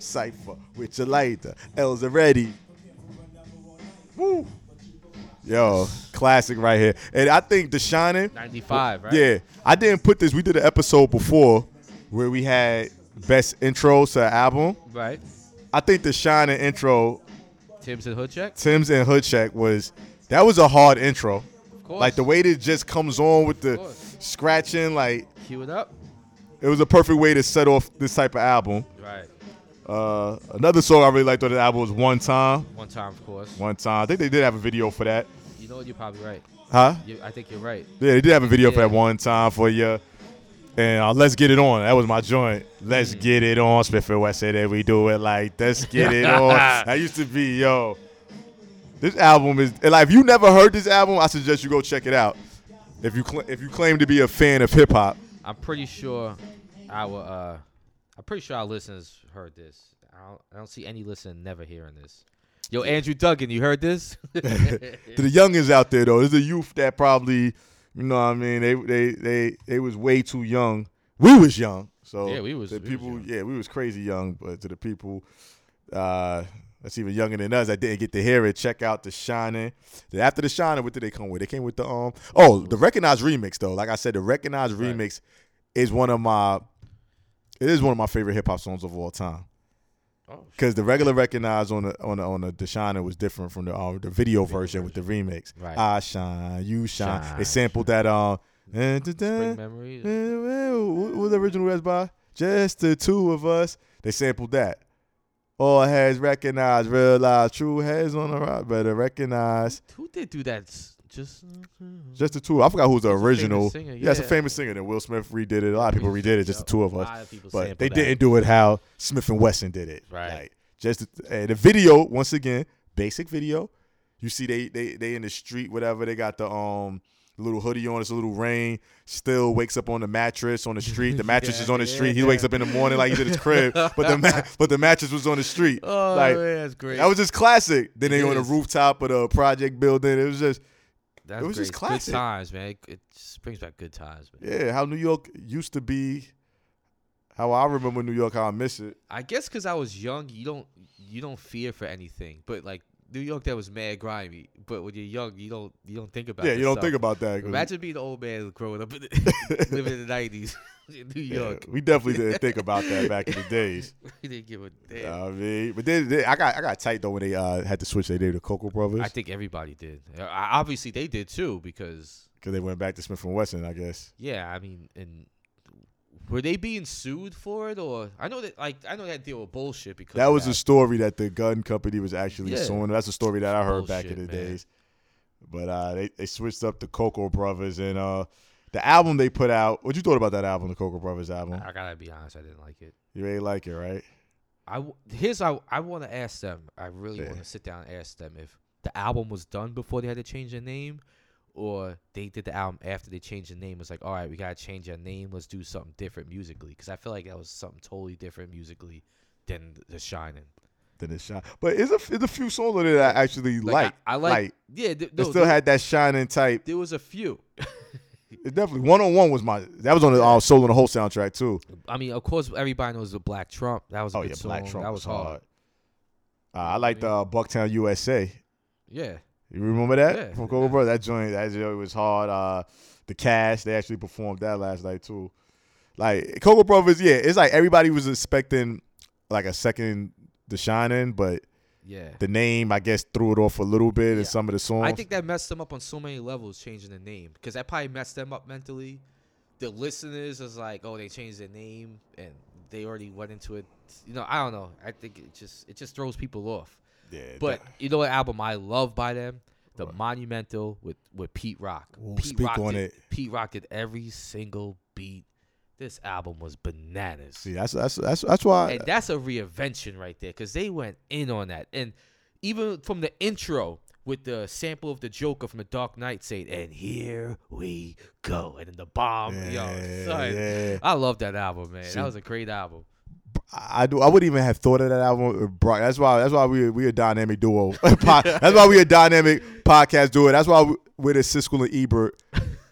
[SPEAKER 1] Cypher with your lighter. L's are ready. Woo! Yo, classic right here. And I think The Shining.
[SPEAKER 2] 95, right?
[SPEAKER 1] Yeah, I didn't put this. We did an episode before where we had best intros to an album.
[SPEAKER 2] Right.
[SPEAKER 1] I think the shining intro,
[SPEAKER 2] Tim's and Hood check.
[SPEAKER 1] Tim's and Hoodcheck was that was a hard intro.
[SPEAKER 2] Of course.
[SPEAKER 1] Like the way that it just comes on with the
[SPEAKER 2] course.
[SPEAKER 1] scratching, like
[SPEAKER 2] Cue it up.
[SPEAKER 1] it was a perfect way to set off this type of album.
[SPEAKER 2] Right.
[SPEAKER 1] Uh, another song I really liked on the album was One Time.
[SPEAKER 2] One time, of course.
[SPEAKER 1] One Time. I think they did have a video for that.
[SPEAKER 2] You know what? You're probably right.
[SPEAKER 1] Huh?
[SPEAKER 2] You, I think you're right.
[SPEAKER 1] Yeah, they did have a video for
[SPEAKER 2] Yeah.
[SPEAKER 1] that one time for you. And uh, let's get it on. That was my joint. Let's get it on. Smithfield West said that we do it like let's get it on. That used to be yo. This album is and like if you never heard this album, I suggest you go check it out. If you cl- if you claim to be a fan of hip hop,
[SPEAKER 2] I'm pretty sure our uh, I'm pretty sure our listeners heard this. I don't, I don't see any listener never hearing this. Yo, Andrew Duggan, you
[SPEAKER 1] [LAUGHS]
[SPEAKER 2] heard this?
[SPEAKER 1] Oh, to the youngins out there though, there's a youth that probably you know what I mean they they they they was way too young. We was young, so
[SPEAKER 2] Yeah, we was-
[SPEAKER 1] the
[SPEAKER 2] we was
[SPEAKER 1] people.
[SPEAKER 2] young.
[SPEAKER 1] yeah, we was crazy young, but to the people uh, that's even younger than us that didn't get to hear it, check out the Shining. Then after the Shining, what did they come with? They came with the um oh the Recognized remix though. Like I said, the Recognized
[SPEAKER 2] Right.
[SPEAKER 1] remix is one of my it is one of my favorite hip hop songs of all time.
[SPEAKER 2] [LAUGHS] oh, sh-
[SPEAKER 1] Because the regular recognize on the on the on the Deshana was different from the uh, the video version with the remix.
[SPEAKER 2] Right.
[SPEAKER 1] I shine, you shine.
[SPEAKER 2] Shine,
[SPEAKER 1] They sampled that um. eh, da, da,
[SPEAKER 2] spring memories.
[SPEAKER 1] [LAUGHS] eh, well, What was the original was by? Just the two of us. They sampled that. All heads recognize, realize, true heads on the rock better recognize.
[SPEAKER 2] Who did do that? S- Just
[SPEAKER 1] Just the two. I forgot who was the
[SPEAKER 2] He's a famous
[SPEAKER 1] original.
[SPEAKER 2] singer,
[SPEAKER 1] yeah, it's a
[SPEAKER 2] yeah.
[SPEAKER 1] famous singer. Then Will Smith redid it. A lot of people redid it. Just the two of
[SPEAKER 2] A
[SPEAKER 1] us
[SPEAKER 2] lot of people sample
[SPEAKER 1] but they
[SPEAKER 2] that.
[SPEAKER 1] didn't do it how Smith and Wesson did it.
[SPEAKER 2] Right.
[SPEAKER 1] Like, just and the video once again, basic video. You see they they they in the street whatever they got the um little hoodie on it's a little rain still wakes up on the mattress on the street
[SPEAKER 2] [LAUGHS]
[SPEAKER 1] the mattress
[SPEAKER 2] Yeah,
[SPEAKER 1] is on the
[SPEAKER 2] yeah,
[SPEAKER 1] street he
[SPEAKER 2] yeah.
[SPEAKER 1] wakes up in the morning like he's at his
[SPEAKER 2] [LAUGHS]
[SPEAKER 1] crib but the ma- but the mattress was on the street
[SPEAKER 2] Oh,
[SPEAKER 1] like
[SPEAKER 2] man, that's great.
[SPEAKER 1] that was just classic then they
[SPEAKER 2] It
[SPEAKER 1] on the
[SPEAKER 2] is.
[SPEAKER 1] rooftop of the project building it was just
[SPEAKER 2] That's
[SPEAKER 1] it was just
[SPEAKER 2] great.
[SPEAKER 1] classic.
[SPEAKER 2] Good times, man. It, it just brings back good times, man.
[SPEAKER 1] yeah how New York used to be how I remember New York how I miss it
[SPEAKER 2] I guess because I was young, you don't you don't fear for anything. But like New York, that was mad grimy. But when you're young, you don't you don't think about.
[SPEAKER 1] yeah
[SPEAKER 2] this
[SPEAKER 1] you don't
[SPEAKER 2] stuff.
[SPEAKER 1] think about that 'cause-
[SPEAKER 2] Imagine being an old man growing up
[SPEAKER 1] [LAUGHS]
[SPEAKER 2] in the, living in the nineties [LAUGHS] in New
[SPEAKER 1] Yeah,
[SPEAKER 2] York.
[SPEAKER 1] we definitely didn't
[SPEAKER 2] [LAUGHS]
[SPEAKER 1] think about that back in the days.
[SPEAKER 2] we didn't give a damn.
[SPEAKER 1] You know what I mean, but then, then I got I got tight though when they uh, had to switch their name to Coco Brothers
[SPEAKER 2] I
[SPEAKER 1] because
[SPEAKER 2] think everybody did. Uh, I- Obviously, they did too because
[SPEAKER 1] they went back to Smith and Wesson, I guess.
[SPEAKER 2] yeah, I mean, and were they being sued for it or I know that like I know that deal was bullshit because
[SPEAKER 1] That
[SPEAKER 2] of
[SPEAKER 1] was a story that the gun company was actually
[SPEAKER 2] Yeah.
[SPEAKER 1] suing. That's a story that I heard back in
[SPEAKER 2] Bullshit,
[SPEAKER 1] the
[SPEAKER 2] man.
[SPEAKER 1] days. But uh, they they switched up the Coco Brothers and uh, the album they put out. What you thought about that album, the Coco Brothers album?
[SPEAKER 2] I gotta be honest, I didn't like it.
[SPEAKER 1] You ain't like it, right?
[SPEAKER 2] I w- here's I I want to ask them. I really
[SPEAKER 1] Yeah.
[SPEAKER 2] want to sit down and ask them if the album was done before they had to change their name, or they did the album after they changed the name. It's like, all right, we gotta change our name. Let's do something different musically, because I feel like that was something totally different musically than The Shining.
[SPEAKER 1] Then it's shine, but it's a it's a few songs on it that I actually like.
[SPEAKER 2] I, I like, yeah. Th-
[SPEAKER 1] It
[SPEAKER 2] no,
[SPEAKER 1] still
[SPEAKER 2] there,
[SPEAKER 1] had that shining type.
[SPEAKER 2] there was a few.
[SPEAKER 1] It definitely one on one was my that was on the uh, solo and the whole soundtrack too.
[SPEAKER 2] I mean, of course, everybody knows the Black Trump. That was a
[SPEAKER 1] Oh
[SPEAKER 2] good
[SPEAKER 1] yeah,
[SPEAKER 2] song.
[SPEAKER 1] Black Trump
[SPEAKER 2] that
[SPEAKER 1] was
[SPEAKER 2] was hard.
[SPEAKER 1] hard. Uh, I like the uh, Bucktown USA.
[SPEAKER 2] Yeah,
[SPEAKER 1] You remember that
[SPEAKER 2] Yeah.
[SPEAKER 1] from Coco Brothers? That joint, that joint was hard. Uh, the Cash, they actually performed that last night too. Like Coco Brothers, yeah, it's like everybody was expecting like a second The Shining, but
[SPEAKER 2] yeah.
[SPEAKER 1] the name I guess threw it off a little bit in
[SPEAKER 2] Yeah.
[SPEAKER 1] some of the songs.
[SPEAKER 2] I think that messed them up on so many levels, changing the name, because that probably messed them up mentally. The listeners is like, oh, they changed their name, and they already went into it. You know, I don't know. I think it just it just throws people off.
[SPEAKER 1] yeah,
[SPEAKER 2] But you know what album I love by them? The
[SPEAKER 1] What?
[SPEAKER 2] Monumental with with Pete Rock.
[SPEAKER 1] Ooh,
[SPEAKER 2] Pete
[SPEAKER 1] speak
[SPEAKER 2] Rock
[SPEAKER 1] on
[SPEAKER 2] did,
[SPEAKER 1] it.
[SPEAKER 2] Pete Rock did every single beat. This album was bananas.
[SPEAKER 1] see, that's that's that's that's why.
[SPEAKER 2] And that's a reinvention right there because they went in on that. And even from the intro with the sample of the Joker from the Dark Knight saying, and here we go. And then the bomb.
[SPEAKER 1] Yeah,
[SPEAKER 2] yo, son.
[SPEAKER 1] yeah.
[SPEAKER 2] I love that album, man.
[SPEAKER 1] See-
[SPEAKER 2] that was a great album.
[SPEAKER 1] I I do. I wouldn't even have thought of that album. or brought- That's why. That's why we we a dynamic duo. [LAUGHS]
[SPEAKER 2] [LAUGHS]
[SPEAKER 1] Po- that's why we a dynamic podcast duo. That's why we- we're the Siskel and
[SPEAKER 2] [LAUGHS]
[SPEAKER 1] Ebert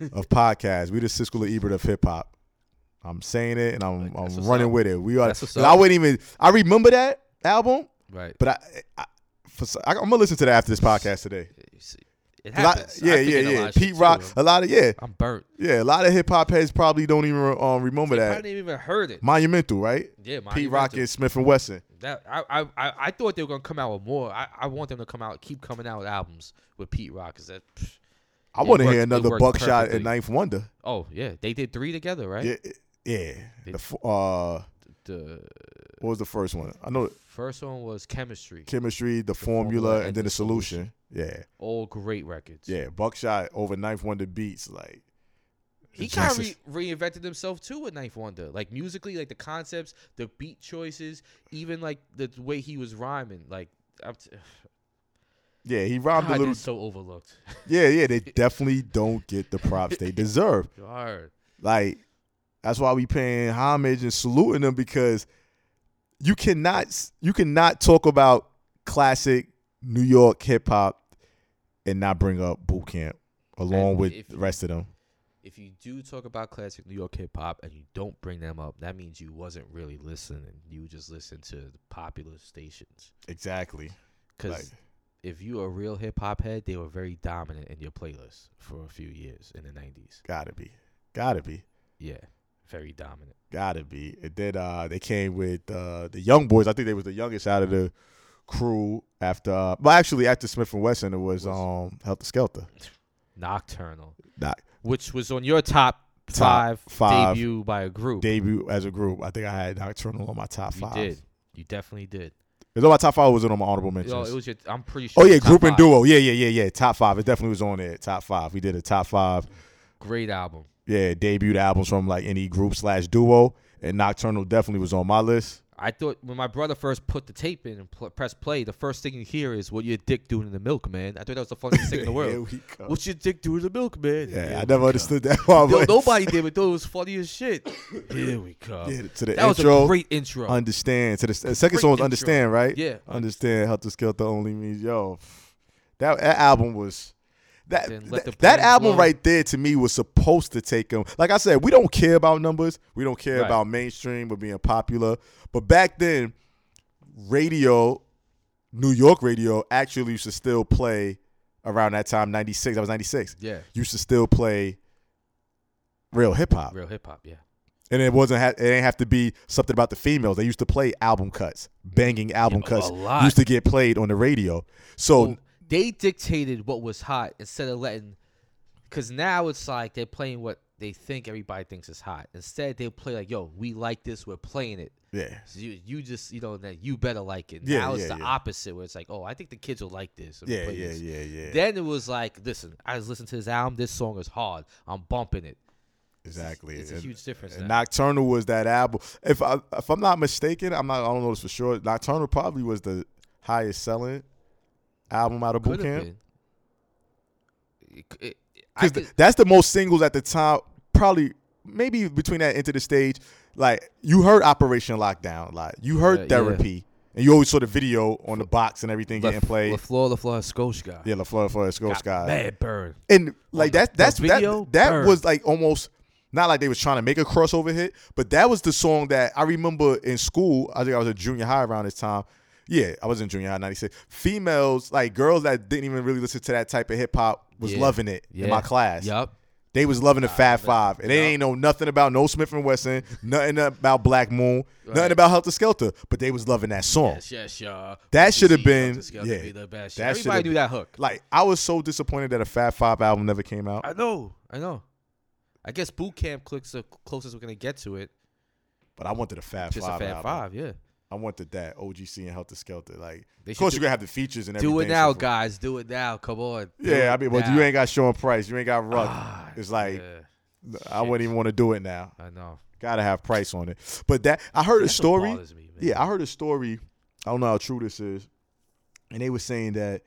[SPEAKER 1] of podcasts. We the Siskel and Ebert of hip hop. I'm saying it, and I'm,
[SPEAKER 2] Like, that's
[SPEAKER 1] I'm
[SPEAKER 2] what's
[SPEAKER 1] running
[SPEAKER 2] up.
[SPEAKER 1] with it. We are.
[SPEAKER 2] That's what's
[SPEAKER 1] but I
[SPEAKER 2] up.
[SPEAKER 1] wouldn't even. I remember that album,
[SPEAKER 2] Right.
[SPEAKER 1] but I. I for, s- I, I'm gonna listen to that after this podcast today.
[SPEAKER 2] You see, It
[SPEAKER 1] 'Cause I-
[SPEAKER 2] happens. I
[SPEAKER 1] yeah,
[SPEAKER 2] think
[SPEAKER 1] yeah,
[SPEAKER 2] in a lot
[SPEAKER 1] yeah.
[SPEAKER 2] of shit,
[SPEAKER 1] Pete Rock,
[SPEAKER 2] too.
[SPEAKER 1] a lot of yeah,
[SPEAKER 2] I'm burnt.
[SPEAKER 1] yeah, a lot of hip hop heads probably don't even um, remember
[SPEAKER 2] I
[SPEAKER 1] that.
[SPEAKER 2] didn't even heard it.
[SPEAKER 1] Monumental, right?
[SPEAKER 2] Yeah,
[SPEAKER 1] Pete Rock
[SPEAKER 2] Monumental.
[SPEAKER 1] and Smith and Wesson.
[SPEAKER 2] That I, I I I thought they were gonna come out with more. I, I want them to come out, keep coming out with albums with Pete Rock. Cause that, pfft.
[SPEAKER 1] I
[SPEAKER 2] It
[SPEAKER 1] want to
[SPEAKER 2] worked-
[SPEAKER 1] hear
[SPEAKER 2] it
[SPEAKER 1] another
[SPEAKER 2] worked
[SPEAKER 1] buckshot
[SPEAKER 2] perfectly.
[SPEAKER 1] and Ninth Wonder.
[SPEAKER 2] oh yeah, they did three together, right?
[SPEAKER 1] Yeah, yeah.
[SPEAKER 2] They-
[SPEAKER 1] The, f- uh,
[SPEAKER 2] The
[SPEAKER 1] what was the first one? I know
[SPEAKER 2] first one was Chemistry.
[SPEAKER 1] chemistry, the, formula, and, then the solution.
[SPEAKER 2] All great records.
[SPEAKER 1] Yeah, yeah. Buckshot over Ninth Wonder beats like
[SPEAKER 2] He
[SPEAKER 1] it's
[SPEAKER 2] kind of
[SPEAKER 1] just-
[SPEAKER 2] re- reinvented himself too with Knife Wonder, like musically, like the concepts, the beat choices, even like the way he was rhyming. Like, I'm t- [SIGHS]
[SPEAKER 1] yeah. He robbed
[SPEAKER 2] God,
[SPEAKER 1] a little.
[SPEAKER 2] they're so overlooked. [LAUGHS]
[SPEAKER 1] Yeah, yeah. They definitely don't get the props they deserve.
[SPEAKER 2] God.
[SPEAKER 1] Like that's why we paying homage and saluting them because you cannot you cannot talk about classic New York hip hop and not bring up Boot Camp along
[SPEAKER 2] And
[SPEAKER 1] with
[SPEAKER 2] if-
[SPEAKER 1] the rest of them.
[SPEAKER 2] If you do talk about classic New York hip hop and you don't bring them up, that means you wasn't really listening. You just listened to the popular stations.
[SPEAKER 1] Exactly.
[SPEAKER 2] Because if you a real hip hop head, they were very dominant in your playlist for a few years in the '90s.
[SPEAKER 1] gotta be, gotta be,
[SPEAKER 2] Yeah, very dominant.
[SPEAKER 1] gotta be. And then uh, they came with uh, the young boys. I think they was the youngest out of the crew after. Uh, well, actually, after Smith and Wesson, it was um, Helter Skelter.
[SPEAKER 2] Nocturnal,
[SPEAKER 1] Not
[SPEAKER 2] which was on your top,
[SPEAKER 1] Top
[SPEAKER 2] five,
[SPEAKER 1] five.
[SPEAKER 2] debut by a group.
[SPEAKER 1] debut as a group. I think I had Nocturnal on my top
[SPEAKER 2] you
[SPEAKER 1] five.
[SPEAKER 2] did. You definitely did.
[SPEAKER 1] It was on my top five. or Was it on my honorable
[SPEAKER 2] No,
[SPEAKER 1] mentions?
[SPEAKER 2] it was your. I'm pretty sure.
[SPEAKER 1] oh yeah,
[SPEAKER 2] top
[SPEAKER 1] group and
[SPEAKER 2] five.
[SPEAKER 1] duo. Yeah, yeah, yeah, yeah. Top five. It definitely was on there. Top five. We did a top five.
[SPEAKER 2] Great album.
[SPEAKER 1] Yeah, debuted albums from like any group slash duo. And Nocturnal definitely was on my list.
[SPEAKER 2] I thought when my brother first put the tape in and pl- press play, the first thing you hear is "What your dick doing in the milk, man." I thought that was the funniest thing in the
[SPEAKER 1] [LAUGHS] Here
[SPEAKER 2] world.
[SPEAKER 1] we go.
[SPEAKER 2] What's your dick doing in the milk, man?
[SPEAKER 1] Yeah,
[SPEAKER 2] Here
[SPEAKER 1] I
[SPEAKER 2] we
[SPEAKER 1] never
[SPEAKER 2] go.
[SPEAKER 1] understood that. [LAUGHS] one,
[SPEAKER 2] [LAUGHS] Yo,
[SPEAKER 1] but-
[SPEAKER 2] nobody did, but though it was funny
[SPEAKER 1] [COUGHS]
[SPEAKER 2] as shit. Here we come.
[SPEAKER 1] Yeah, to the
[SPEAKER 2] that
[SPEAKER 1] intro.
[SPEAKER 2] was a great intro.
[SPEAKER 1] understand. To the the second
[SPEAKER 2] Great
[SPEAKER 1] song was
[SPEAKER 2] intro.
[SPEAKER 1] understand, right?
[SPEAKER 2] Yeah.
[SPEAKER 1] Understand. Helter Skelter only means yo. That, that album was. That,
[SPEAKER 2] Then
[SPEAKER 1] that,
[SPEAKER 2] let the
[SPEAKER 1] that
[SPEAKER 2] brain
[SPEAKER 1] album
[SPEAKER 2] flow.
[SPEAKER 1] right there to me was supposed to take them. Like I said, we don't care about numbers. We don't care
[SPEAKER 2] Right.
[SPEAKER 1] about mainstream or being popular. But back then, radio, New York radio, actually used to still play around that time, 96. I was 96.
[SPEAKER 2] yeah,
[SPEAKER 1] Used to still play real hip hop.
[SPEAKER 2] real hip hop. Yeah,
[SPEAKER 1] And it wasn't. Ha- it didn't have to be something about the females. They used to play album cuts, banging album
[SPEAKER 2] Yeah, a
[SPEAKER 1] cuts.
[SPEAKER 2] lot.
[SPEAKER 1] Used to get played on the radio. So
[SPEAKER 2] Well, they dictated what was hot instead of letting. Because now it's like they're playing what they think everybody thinks is hot. Instead, they play like, "Yo, we like this. We're playing it."
[SPEAKER 1] yeah,
[SPEAKER 2] So you, you just you know that you better like it.
[SPEAKER 1] Yeah,
[SPEAKER 2] now
[SPEAKER 1] yeah,
[SPEAKER 2] it's the
[SPEAKER 1] yeah.
[SPEAKER 2] opposite where it's like, "Oh, I think the kids will like this." I'm
[SPEAKER 1] yeah,
[SPEAKER 2] playing
[SPEAKER 1] yeah,
[SPEAKER 2] this."
[SPEAKER 1] yeah, yeah.
[SPEAKER 2] Then it was like, "Listen, I just listened to this album. This song is hard. I'm bumping it."
[SPEAKER 1] exactly.
[SPEAKER 2] It's a
[SPEAKER 1] And-
[SPEAKER 2] huge difference.
[SPEAKER 1] and
[SPEAKER 2] now.
[SPEAKER 1] Nocturnal was that album. If I if I'm not mistaken, I'm not. I don't know this for sure. Nocturnal probably was the highest selling album out of Boot
[SPEAKER 2] Could've
[SPEAKER 1] Camp.
[SPEAKER 2] been. It- it- I
[SPEAKER 1] Because
[SPEAKER 2] could-
[SPEAKER 1] that's the most singles at the time, probably maybe between that into the stage. Like you heard Operation Lockdown, like you heard
[SPEAKER 2] Yeah, yeah.
[SPEAKER 1] Therapy, and you always saw the video on the box and everything
[SPEAKER 2] La-
[SPEAKER 1] getting played.
[SPEAKER 2] LaFleur, LaFleur, Scotia guy.
[SPEAKER 1] yeah, LaFleur for Skull Sky,
[SPEAKER 2] Bad burn.
[SPEAKER 1] and like
[SPEAKER 2] the-
[SPEAKER 1] that, that's
[SPEAKER 2] the
[SPEAKER 1] that
[SPEAKER 2] video
[SPEAKER 1] that
[SPEAKER 2] burned.
[SPEAKER 1] was like almost not like they was trying to make a crossover hit, but that was the song that I remember in school. I think I was in junior high around this time. Yeah, I was in junior high '96. Females, like girls that didn't even really listen to that type of hip hop, was
[SPEAKER 2] Yeah.
[SPEAKER 1] loving it
[SPEAKER 2] Yeah.
[SPEAKER 1] in my class.
[SPEAKER 2] Yup.
[SPEAKER 1] They was loving the Fab Five, and they
[SPEAKER 2] yeah.
[SPEAKER 1] ain't know nothing about no Smith and Wesson, nothing about Black Moon,
[SPEAKER 2] Right.
[SPEAKER 1] nothing about Helter Skelter. But they was loving that song.
[SPEAKER 2] Yes, yes, y'all.
[SPEAKER 1] That
[SPEAKER 2] We
[SPEAKER 1] should have
[SPEAKER 2] see
[SPEAKER 1] been-
[SPEAKER 2] Dr. Skelton
[SPEAKER 1] yeah.
[SPEAKER 2] be the best.
[SPEAKER 1] That should
[SPEAKER 2] Everybody
[SPEAKER 1] have
[SPEAKER 2] knew that hook.
[SPEAKER 1] Like I was so disappointed that a Fab Five album never came out.
[SPEAKER 2] I know. I know. I guess boot camp clicks the closest we're gonna get to it.
[SPEAKER 1] But I wanted a Fab
[SPEAKER 2] Just
[SPEAKER 1] Five
[SPEAKER 2] a
[SPEAKER 1] album.
[SPEAKER 2] Fab Five, yeah.
[SPEAKER 1] I wanted that OGC and Helter Skelter. Like,
[SPEAKER 2] They
[SPEAKER 1] of
[SPEAKER 2] should
[SPEAKER 1] course
[SPEAKER 2] do-
[SPEAKER 1] you're gonna have the features and everything.
[SPEAKER 2] Do it now,
[SPEAKER 1] so-
[SPEAKER 2] guys. Do it now. Come on. Do
[SPEAKER 1] Yeah,
[SPEAKER 2] it
[SPEAKER 1] I mean, well,
[SPEAKER 2] now.
[SPEAKER 1] you ain't got Sean Price, you ain't got Ruck.
[SPEAKER 2] Ah,
[SPEAKER 1] it's like
[SPEAKER 2] yeah,
[SPEAKER 1] I wouldn't even want to do it now.
[SPEAKER 2] I know.
[SPEAKER 1] Gotta have Price on it. But that I heard a
[SPEAKER 2] That's what
[SPEAKER 1] story.
[SPEAKER 2] bothers me, man.
[SPEAKER 1] Yeah, I heard a story. I don't know how true this is, and they were saying that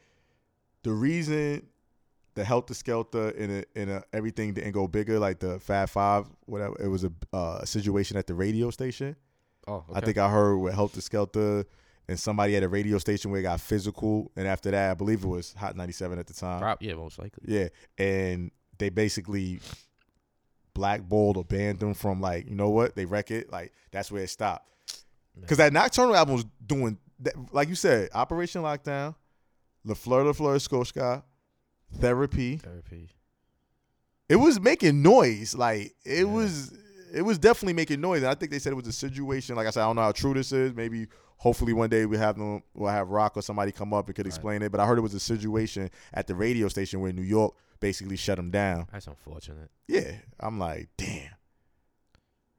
[SPEAKER 1] the reason the Helter Skelter and a, and a, everything didn't go bigger, like the Fab Five, whatever, it was a uh, situation at the radio station.
[SPEAKER 2] Oh, okay.
[SPEAKER 1] I think I heard with Helter Skelter and somebody at a radio station where it got physical, and after that, I believe it was Hot ninety seven at the time.
[SPEAKER 2] Prob- yeah, most likely.
[SPEAKER 1] Yeah, and they basically blackballed or banned them from like you know what they wreck it like that's where it stopped because that Nocturnal album was doing that, like you said Operation Lockdown, La Fleur La Fleur Scotia, Therapy.
[SPEAKER 2] Therapy.
[SPEAKER 1] It was making noise like it was it was definitely making noise and I think they said it was a situation like I said I don't know how true this is maybe hopefully one day we have them we'll have Rock or somebody come up and could explain it but I heard it was a situation at the radio station where New York basically shut them down.
[SPEAKER 2] That's unfortunate.
[SPEAKER 1] Yeah, I'm like, damn,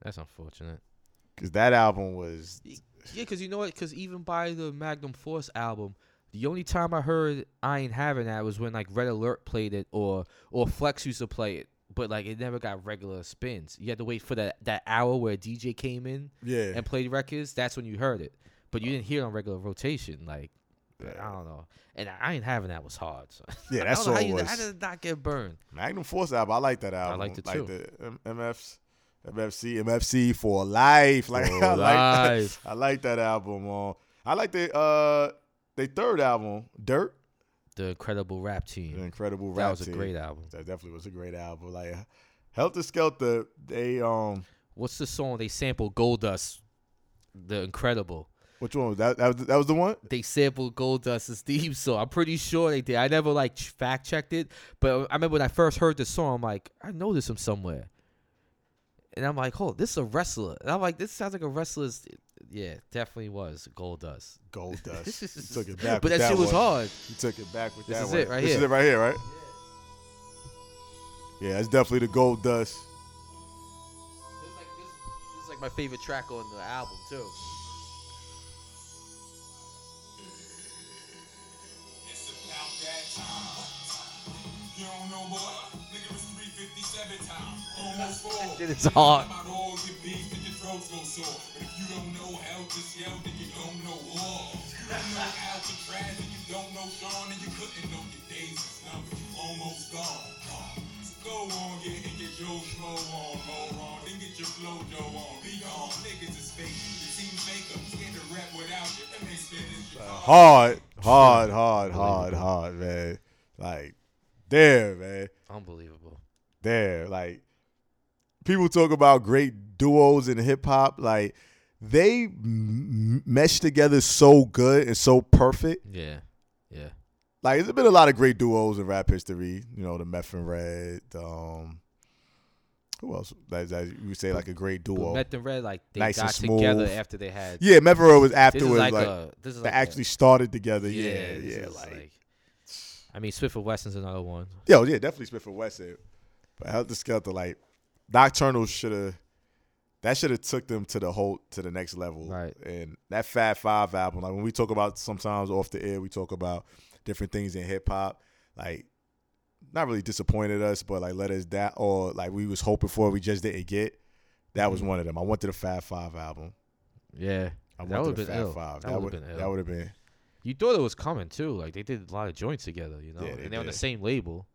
[SPEAKER 2] That's unfortunate.
[SPEAKER 1] because that album was
[SPEAKER 2] Yeah, because you know what? Because even by the Magnum Force album, the only time I heard I ain't having that was when like Red Alert played it or or Flex used to play it, but like it never got regular spins. You had to wait for that that hour where a DJ came in
[SPEAKER 1] yeah.
[SPEAKER 2] and played records. That's when you heard it, but you didn't hear it on regular rotation. Like I don't know, and I ain't having that was hard. So.
[SPEAKER 1] Yeah,
[SPEAKER 2] I
[SPEAKER 1] that's
[SPEAKER 2] don't know
[SPEAKER 1] all
[SPEAKER 2] how
[SPEAKER 1] it
[SPEAKER 2] you, How
[SPEAKER 1] was.
[SPEAKER 2] did it not get burned?
[SPEAKER 1] Magnum Force album, I like that album.
[SPEAKER 2] liked it
[SPEAKER 1] like
[SPEAKER 2] too.
[SPEAKER 1] the M- MFs, MFC, MFC for life. [LAUGHS] Like
[SPEAKER 2] For
[SPEAKER 1] I like
[SPEAKER 2] life.
[SPEAKER 1] I like that album. Uh, I like the uh their third album, Dirt.
[SPEAKER 2] The Incredible Rap
[SPEAKER 1] An
[SPEAKER 2] Team.
[SPEAKER 1] incredible
[SPEAKER 2] That
[SPEAKER 1] rap
[SPEAKER 2] was a
[SPEAKER 1] team.
[SPEAKER 2] great album.
[SPEAKER 1] That definitely was a great album. Like Helter Skelter, they um,
[SPEAKER 2] What's the song they sampled Goldust? The Incredible.
[SPEAKER 1] which one was that? That was, that was the one.
[SPEAKER 2] they sampled Goldust's theme song. I'm pretty sure they did. I never like ch- fact checked it, but I remember when I first heard the song, I'm like, I know this from somewhere. And I'm like, hold, this is a wrestler. And I'm like, this sounds like a wrestler's. Yeah, definitely was Goldust. [LAUGHS]
[SPEAKER 1] Gold Dust. You took it back.
[SPEAKER 2] but
[SPEAKER 1] with
[SPEAKER 2] that,
[SPEAKER 1] that
[SPEAKER 2] shit was
[SPEAKER 1] one.
[SPEAKER 2] hard.
[SPEAKER 1] You took it back with
[SPEAKER 2] This
[SPEAKER 1] that
[SPEAKER 2] is
[SPEAKER 1] one.
[SPEAKER 2] it right
[SPEAKER 1] this
[SPEAKER 2] here.
[SPEAKER 1] is it right here, right? Yeah, that's definitely the gold dust.
[SPEAKER 2] This is, like, this, this is like my favorite track on the album too.
[SPEAKER 3] It's about that time. You don't know what? Nigga, it's 357 time. Almost four.
[SPEAKER 2] Shit, it's hard.
[SPEAKER 3] About all your beef that your throats go sore. But if you don't know how to yell, then you don't know war. If you don't know Alcatraz, and you don't know Sean, and you couldn't know your days is numbered. You almost gone. So go on, yeah, and get your schmo on, moron. Then get your flow dough on. Be gone. Niggas is fake. You seem faker. Can't rap without you. Them ain't spinning.
[SPEAKER 1] Hard, hard, hard, hard, hard, man. Like, damn, man.
[SPEAKER 2] Unbelievable.
[SPEAKER 1] Damn. Like, people talk about great duos in hip hop. Like, they m- m- mesh together so good and so perfect.
[SPEAKER 2] Yeah, yeah.
[SPEAKER 1] Like, there's been a lot of great duos in rap history. You know, the Meth and Red. Um, who else? That, that you would say like a great duo.
[SPEAKER 2] But Meth and Red, like they
[SPEAKER 1] Nice and
[SPEAKER 2] got together
[SPEAKER 1] smooth.
[SPEAKER 2] after they had.
[SPEAKER 1] Yeah, Mevro was
[SPEAKER 2] This is
[SPEAKER 1] afterwards,
[SPEAKER 2] like,
[SPEAKER 1] like,
[SPEAKER 2] a. This is
[SPEAKER 1] they
[SPEAKER 2] like a-
[SPEAKER 1] actually started together. Yeah,
[SPEAKER 2] this
[SPEAKER 1] yeah,
[SPEAKER 2] is
[SPEAKER 1] like,
[SPEAKER 2] I mean, Swift and Wesson's another one.
[SPEAKER 1] yo, yeah, definitely Smith and Wesson. But Helter Skelter, like, Nocturnal should have, that should have took them to the whole to the next level.
[SPEAKER 2] Right.
[SPEAKER 1] And that Fat Five album, like when we talk about sometimes off the air, we talk about different things in hip hop, like. Not really disappointed us, but like let us that or like we was hoping for, we just didn't get. That
[SPEAKER 2] Mm-hmm.
[SPEAKER 1] was one of them. I wanted a Fat Five album.
[SPEAKER 2] Yeah,
[SPEAKER 1] I
[SPEAKER 2] that
[SPEAKER 1] wanted
[SPEAKER 2] would have
[SPEAKER 1] a
[SPEAKER 2] been
[SPEAKER 1] Fat
[SPEAKER 2] ill.
[SPEAKER 1] Five.
[SPEAKER 2] That would
[SPEAKER 1] would
[SPEAKER 2] have been
[SPEAKER 1] that
[SPEAKER 2] ill.
[SPEAKER 1] would have been
[SPEAKER 2] You thought it was coming too. Like they did a lot of joints together, you know,
[SPEAKER 1] Yeah, they
[SPEAKER 2] and they're on the
[SPEAKER 1] did.
[SPEAKER 2] same label.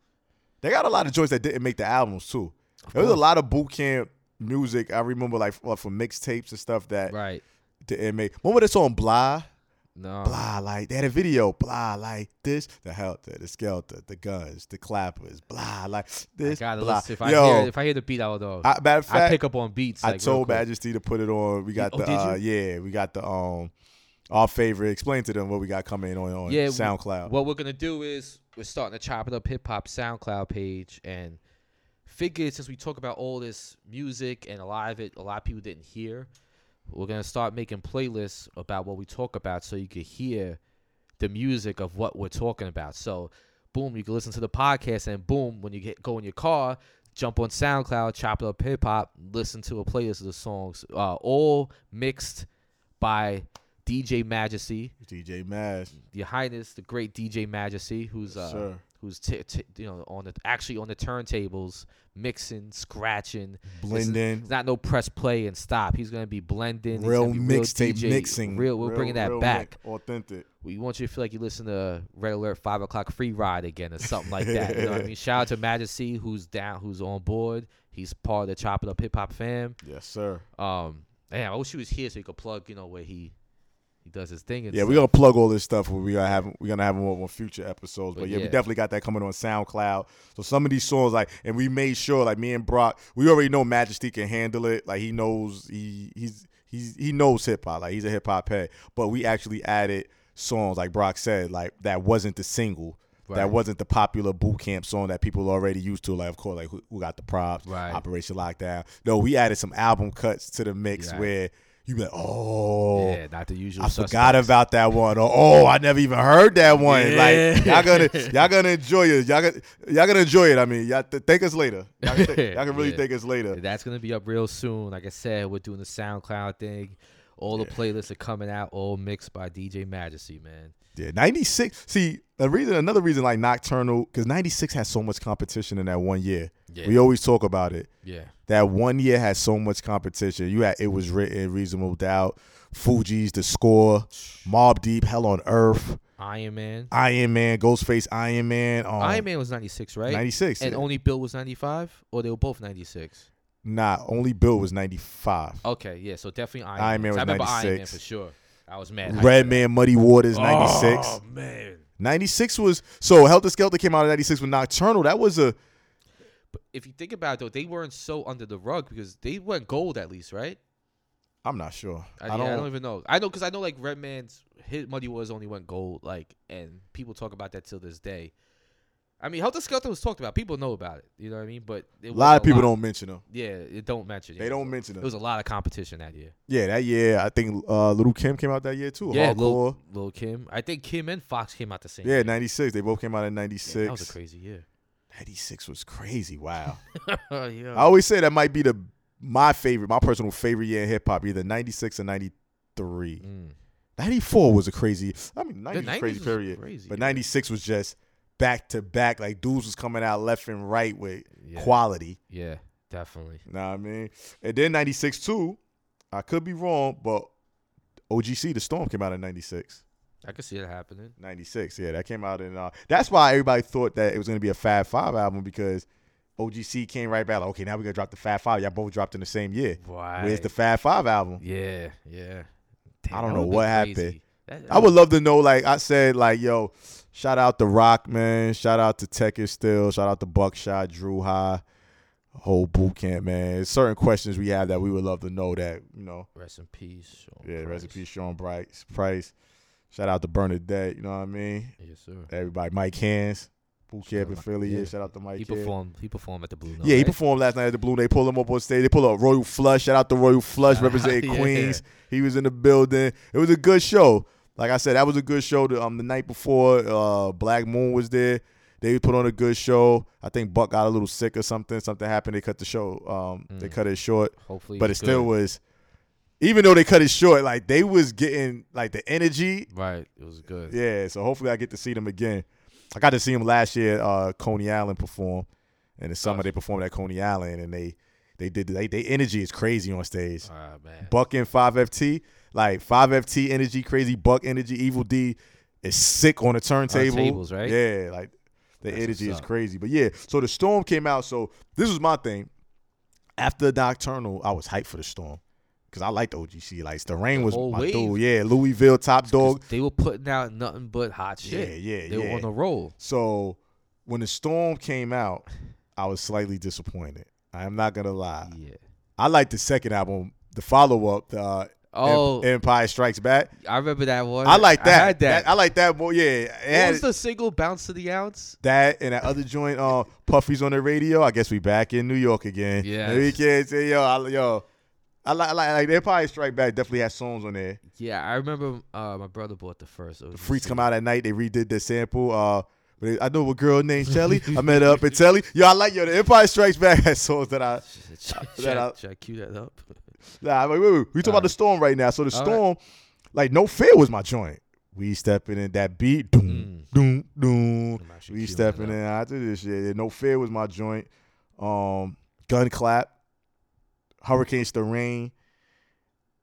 [SPEAKER 1] They got a lot of joints that didn't make the albums too. There was a
[SPEAKER 2] course.
[SPEAKER 1] lot of boot camp music. I remember like f- like from mixtapes and stuff that
[SPEAKER 2] Right.
[SPEAKER 1] didn't make. Remember this on Blah?
[SPEAKER 2] No.
[SPEAKER 1] Blah like they had a video. Blah like this. The helter, the skelter, the guns, the clappers. Blah like
[SPEAKER 2] I
[SPEAKER 1] this.
[SPEAKER 2] gotta
[SPEAKER 1] blah.
[SPEAKER 2] listen. If I
[SPEAKER 1] Yo,
[SPEAKER 2] hear if I hear the beat, I will know. I,
[SPEAKER 1] I, matter of fact,
[SPEAKER 2] pick up on beats.
[SPEAKER 1] I
[SPEAKER 2] like, real
[SPEAKER 1] told
[SPEAKER 2] quick.
[SPEAKER 1] Majesty to put it on. We got
[SPEAKER 2] oh,
[SPEAKER 1] the
[SPEAKER 2] did
[SPEAKER 1] uh, yeah, we got the um our favorite. Explain to them what we got coming on on
[SPEAKER 2] Yeah, we-
[SPEAKER 1] SoundCloud.
[SPEAKER 2] What we're gonna do is we're starting to chop it up hip hop SoundCloud page and figured since we talk about all this music and a lot of it a lot of people didn't hear, we're gonna start making playlists about what we talk about so you could hear the music of what we're talking about. So boom, you can listen to the podcast and boom, when you get go in your car, jump on SoundCloud, chop it up hip hop, listen to a playlist of the songs, uh, all mixed by DJ Majesty
[SPEAKER 1] DJ Mash.
[SPEAKER 2] your highness, the great DJ Majesty, who's uh,
[SPEAKER 1] Sure.
[SPEAKER 2] who's t- t- you know on the actually on the turntables, mixing, scratching, This is-
[SPEAKER 1] Blending.
[SPEAKER 2] It's not no press play and stop. He's gonna be blending. he's
[SPEAKER 1] real
[SPEAKER 2] gonna be
[SPEAKER 1] mixtape
[SPEAKER 2] DJ,
[SPEAKER 1] mixing.
[SPEAKER 2] Real, we're
[SPEAKER 1] Real-
[SPEAKER 2] bringing that
[SPEAKER 1] real
[SPEAKER 2] back.
[SPEAKER 1] mix, authentic.
[SPEAKER 2] We want you to feel like you listen to Red Alert Five O'clock Free Ride again or something like that. You know
[SPEAKER 1] [LAUGHS]
[SPEAKER 2] what I mean? Shout out to Majesty, who's down, who's on board. He's part of the Chop It Up Hip Hop fam.
[SPEAKER 1] Yes, sir.
[SPEAKER 2] Um, damn, I wish he was here so he could plug, you know, where he he does his thing. And
[SPEAKER 1] Yeah,
[SPEAKER 2] stuff.
[SPEAKER 1] we're gonna plug all this stuff. We gonna have we're gonna have more, more future episodes. But,
[SPEAKER 2] But
[SPEAKER 1] yeah, we
[SPEAKER 2] yeah.
[SPEAKER 1] definitely got that coming on SoundCloud. So some of these songs, like, and we made sure, like me and Brock, we already know Majesty can handle it. Like he knows he he's he's he knows hip hop. Like he's a hip hop head. But we actually added songs, like Brock said, like that wasn't the single. That
[SPEAKER 2] Right.
[SPEAKER 1] wasn't the popular boot camp song that people already used to. Like, of course, like who, who got the props,
[SPEAKER 2] Right.
[SPEAKER 1] Operation Lockdown. No, we added some album cuts to the mix
[SPEAKER 2] Right.
[SPEAKER 1] where you be like, oh,
[SPEAKER 2] yeah, not the usual.
[SPEAKER 1] I
[SPEAKER 2] suspects.
[SPEAKER 1] forgot about that one. Or, oh, I never even heard that one.
[SPEAKER 2] Yeah.
[SPEAKER 1] Like y'all gonna
[SPEAKER 2] [LAUGHS]
[SPEAKER 1] y'all gonna enjoy it. Y'all gonna y'all gonna enjoy it. I mean, y'all th- thank us later.
[SPEAKER 2] [LAUGHS]
[SPEAKER 1] Y'all can, th- y'all can really
[SPEAKER 2] Yeah.
[SPEAKER 1] thank us later.
[SPEAKER 2] That's gonna be up real soon. Like I said, we're doing the SoundCloud thing. All the playlists are coming out, all mixed by DJ Majesty, man.
[SPEAKER 1] Yeah, ninety six. See, the reason another reason like Nocturnal because ninety six has so much competition in that one year.
[SPEAKER 2] Yeah.
[SPEAKER 1] We always talk about it.
[SPEAKER 2] Yeah.
[SPEAKER 1] That one year has so much competition. You had it was written, reasonable doubt, Fuji's, the score, Mob Deep, Hell on Earth,
[SPEAKER 2] Iron Man.
[SPEAKER 1] Iron Man, Ghostface, Iron Man, um,
[SPEAKER 2] Iron Man was ninety six, right?
[SPEAKER 1] ninety six.
[SPEAKER 2] And only Bill was ninety five, or they were both ninety six.
[SPEAKER 1] Nah, only Bill was 95.
[SPEAKER 2] Okay, yeah. So definitely Iron,
[SPEAKER 1] Iron Man
[SPEAKER 2] Man. 'cause
[SPEAKER 1] was
[SPEAKER 2] I remember Iron Man
[SPEAKER 1] 96.
[SPEAKER 2] for sure. I was mad. hyped
[SPEAKER 1] Red
[SPEAKER 2] for
[SPEAKER 1] Man, Muddy Waters,
[SPEAKER 2] that.
[SPEAKER 1] 96.
[SPEAKER 2] Oh man.
[SPEAKER 1] 96 was so Helter Skelter came out in 96 with Nocturnal. That was a
[SPEAKER 2] But if you think about it though, they weren't so under the rug because they went gold at least, right?
[SPEAKER 1] I'm not sure.
[SPEAKER 2] I, Uh, yeah, I don't, even know. I know because I know like Redman's hit Muddy Waters only went gold, like, and people talk about that till this day. I mean, Helter Skelter was talked about. People know about it. You know what I mean? But it
[SPEAKER 1] a
[SPEAKER 2] was
[SPEAKER 1] lot of people don't mention him.
[SPEAKER 2] Yeah, it don't mention. it.
[SPEAKER 1] They don't mention
[SPEAKER 2] It
[SPEAKER 1] him.
[SPEAKER 2] was a lot of competition that year.
[SPEAKER 1] Yeah, that year I think uh Little Kim came out that year too.
[SPEAKER 2] yeah,
[SPEAKER 1] Hardcore.
[SPEAKER 2] Lil, Lil Kim. I think Kim and Fox came out the same.
[SPEAKER 1] yeah,
[SPEAKER 2] year.
[SPEAKER 1] 96. They both came out in
[SPEAKER 2] Yeah,
[SPEAKER 1] 96.
[SPEAKER 2] that was a crazy year.
[SPEAKER 1] 96 was crazy.
[SPEAKER 2] [LAUGHS]
[SPEAKER 1] Wow.
[SPEAKER 2] yeah.
[SPEAKER 1] I always say that might be the my favorite, my personal favorite year in hip hop, either 96 or 93.
[SPEAKER 2] Mm.
[SPEAKER 1] 94 was a crazy. I mean, 90
[SPEAKER 2] The
[SPEAKER 1] was a
[SPEAKER 2] 90s
[SPEAKER 1] crazy
[SPEAKER 2] was
[SPEAKER 1] period.
[SPEAKER 2] crazy,
[SPEAKER 1] but
[SPEAKER 2] yeah.
[SPEAKER 1] 96 was just back to back. Like dudes was coming out left and right with
[SPEAKER 2] Yeah.
[SPEAKER 1] quality.
[SPEAKER 2] yeah, definitely.
[SPEAKER 1] You know what I mean? And then 96 too. I could be wrong, but OGC the Storm came out in 96.
[SPEAKER 2] I could see that happening.
[SPEAKER 1] 96. Yeah, that came out in uh that's why everybody thought that it was going to be a Fab 5 album because OGC came right back like, okay, now we're going to drop the Fab 5. Y'all both dropped in the same year.
[SPEAKER 2] Why?
[SPEAKER 1] Where's the Fab 5 album?
[SPEAKER 2] yeah, yeah.
[SPEAKER 1] I don't
[SPEAKER 2] that
[SPEAKER 1] know
[SPEAKER 2] would've been
[SPEAKER 1] what happened.
[SPEAKER 2] crazy. That-
[SPEAKER 1] I would love to know, like I said, like, yo, shout out to Rock, man. Shout out to Tech is Still. Shout out to Buckshot, Drew High, whole boot camp, man. There's certain questions we have that we would love to know that, you know.
[SPEAKER 2] Rest in peace. um, Sean
[SPEAKER 1] Yeah,
[SPEAKER 2] Price.
[SPEAKER 1] recipe Sean Price. Price. Shout out to Bernadette, you know what I mean?
[SPEAKER 2] Yes, sir.
[SPEAKER 1] Everybody, Mike Hands, boot
[SPEAKER 2] Shout
[SPEAKER 1] camp
[SPEAKER 2] out
[SPEAKER 1] in
[SPEAKER 2] Mike-
[SPEAKER 1] Philly. Yeah.
[SPEAKER 2] yeah.
[SPEAKER 1] shout out to Mike.
[SPEAKER 2] He
[SPEAKER 1] Hands.
[SPEAKER 2] performed. He performed at the Blue Note.
[SPEAKER 1] Yeah, he
[SPEAKER 2] right?
[SPEAKER 1] performed last night at the Blue. They pulled him up on stage. They pulled up Royal Flush. Shout out to Royal
[SPEAKER 2] [LAUGHS]
[SPEAKER 1] Flush, representing
[SPEAKER 2] Yeah.
[SPEAKER 1] Queens. He was in the building. It was a good show. Like I said, that was a good show. The, um, the night before, uh, Black Moon was there. They put on a good show. I think Buck got a little sick or something. Something happened. They cut the show. Um, they cut it short.
[SPEAKER 2] Hopefully,
[SPEAKER 1] but it
[SPEAKER 2] he's
[SPEAKER 1] still
[SPEAKER 2] Mm. good.
[SPEAKER 1] was. Even though they cut it short, like they was getting like the energy.
[SPEAKER 2] right. It was good.
[SPEAKER 1] Yeah. So hopefully I get to see them again. I got to see them last year. Uh, Coney Island perform. In the summer,
[SPEAKER 2] Nice.
[SPEAKER 1] they performed at Coney Island, and they they did they they energy is crazy on stage.
[SPEAKER 2] Ah, man.
[SPEAKER 1] Buck and Five FT, like Five FT energy, crazy Buck energy, Evil D is sick on the turntable.
[SPEAKER 2] tables, right?
[SPEAKER 1] Yeah, like The
[SPEAKER 2] That's
[SPEAKER 1] energy is
[SPEAKER 2] what's up.
[SPEAKER 1] crazy. But yeah, so the storm came out. So this was my thing. After Nocturnal, I was hyped for the storm because I liked OGC. Like the rain was
[SPEAKER 2] whole
[SPEAKER 1] my
[SPEAKER 2] wave.
[SPEAKER 1] dude. Yeah, Louisville top
[SPEAKER 2] 'Cause
[SPEAKER 1] dog.
[SPEAKER 2] They were putting out nothing but hot shit.
[SPEAKER 1] Yeah, yeah,
[SPEAKER 2] They
[SPEAKER 1] yeah.
[SPEAKER 2] were on a roll.
[SPEAKER 1] So when the storm came out, I was slightly disappointed. I am not gonna lie.
[SPEAKER 2] Yeah.
[SPEAKER 1] I liked the second album, the follow up, the uh, Emp-
[SPEAKER 2] Oh,
[SPEAKER 1] Empire Strikes Back.
[SPEAKER 2] I remember that one.
[SPEAKER 1] I like that.
[SPEAKER 2] I had that.
[SPEAKER 1] I like that more. Yeah, it
[SPEAKER 2] what
[SPEAKER 1] had
[SPEAKER 2] was the single "Bounce to the Ounce"?
[SPEAKER 1] that and that other joint. Uh, Puffy's on the radio. I guess we back in New York again.
[SPEAKER 2] Yes.
[SPEAKER 1] And we can say yo, I, yo. I like, I like, like Empire Strike Back definitely has songs on there.
[SPEAKER 2] Yeah, I remember. Uh, my brother bought the first.
[SPEAKER 1] The Freaks come out at night. They redid their sample. Uh, but it- I know a girl named Shelly. I met her up at Telly. Yo, I like yo. The Empire Strikes Back has songs that I
[SPEAKER 2] [LAUGHS] Should,
[SPEAKER 1] that
[SPEAKER 2] I,
[SPEAKER 1] out.
[SPEAKER 2] should I cue that up?
[SPEAKER 1] Nah, wait, wait, wait. We talking about the
[SPEAKER 2] Alright.
[SPEAKER 1] storm right now. So the
[SPEAKER 2] Alright.
[SPEAKER 1] storm, like no fear was my joint. We stepping in that beat,
[SPEAKER 2] Hmm.
[SPEAKER 1] doom, doom, doom.
[SPEAKER 2] I'm actually
[SPEAKER 1] We
[SPEAKER 2] queuing that
[SPEAKER 1] Hmm. stepping
[SPEAKER 2] Mm. up.
[SPEAKER 1] in after this shit. No fear was my joint. Um, gun clap, hurricanes, the rain,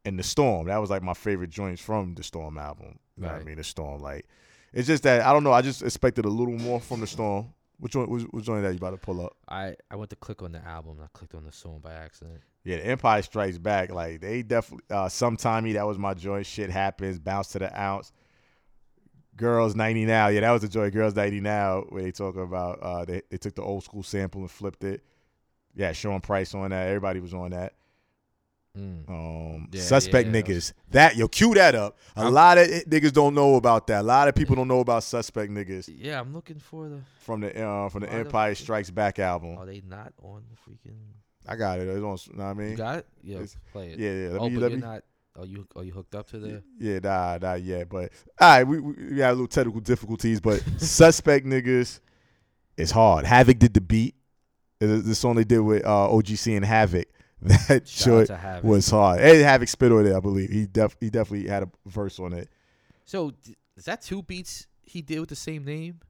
[SPEAKER 1] and the storm. That was like my favorite joints from the storm album. You know what I
[SPEAKER 2] Right.
[SPEAKER 1] mean? The storm, like it's just that I don't know. I just expected a little more from the storm. Which one? Which, which joint that you about to pull up?
[SPEAKER 2] I I went to click on the album. and I clicked on the song by accident.
[SPEAKER 1] Yeah, the Empire Strikes Back. Like they definitely uh sometimey, that was my joint. Shit happens, bounce to the ounce. Girls 90 now. Yeah, that was the joint. Girls 90 now, where they talk about uh they, they took the old school sample and flipped it. Yeah, Sean Price on that. Everybody was on that.
[SPEAKER 2] Mm.
[SPEAKER 1] Um
[SPEAKER 2] Yeah,
[SPEAKER 1] Suspect
[SPEAKER 2] yeah, yeah, that
[SPEAKER 1] niggas. That yo, cue that up. A
[SPEAKER 2] I'm-
[SPEAKER 1] lot of niggas don't know about that. A lot of people don't know about Suspect niggas
[SPEAKER 2] Yeah, I'm looking for the.
[SPEAKER 1] from the uh, from the
[SPEAKER 2] Why the
[SPEAKER 1] Empire
[SPEAKER 2] fuck-
[SPEAKER 1] Strikes Back album.
[SPEAKER 2] Are they not on the freaking?
[SPEAKER 1] I got it. It's on, you know what I mean?
[SPEAKER 2] You got it? Yeah,
[SPEAKER 1] It's-
[SPEAKER 2] play it.
[SPEAKER 1] yeah, yeah. Let
[SPEAKER 2] oh,
[SPEAKER 1] me
[SPEAKER 2] but
[SPEAKER 1] let
[SPEAKER 2] you're
[SPEAKER 1] me
[SPEAKER 2] not. Are you are you hooked up to
[SPEAKER 1] E. Yeah,
[SPEAKER 2] the?
[SPEAKER 1] Yeah, nah, nah, yeah. But all right, we, we we had a little technical difficulties,
[SPEAKER 2] [LAUGHS]
[SPEAKER 1] but suspect niggas is hard. Havoc did the beat. This the song they did with uh, OGC and Havoc. [LAUGHS] That
[SPEAKER 2] Shout out
[SPEAKER 1] joint
[SPEAKER 2] to Havoc.
[SPEAKER 1] was hard. And Havoc spit on it, I believe. He def he definitely had a verse on it.
[SPEAKER 2] So d- is that two beats he did with the same name?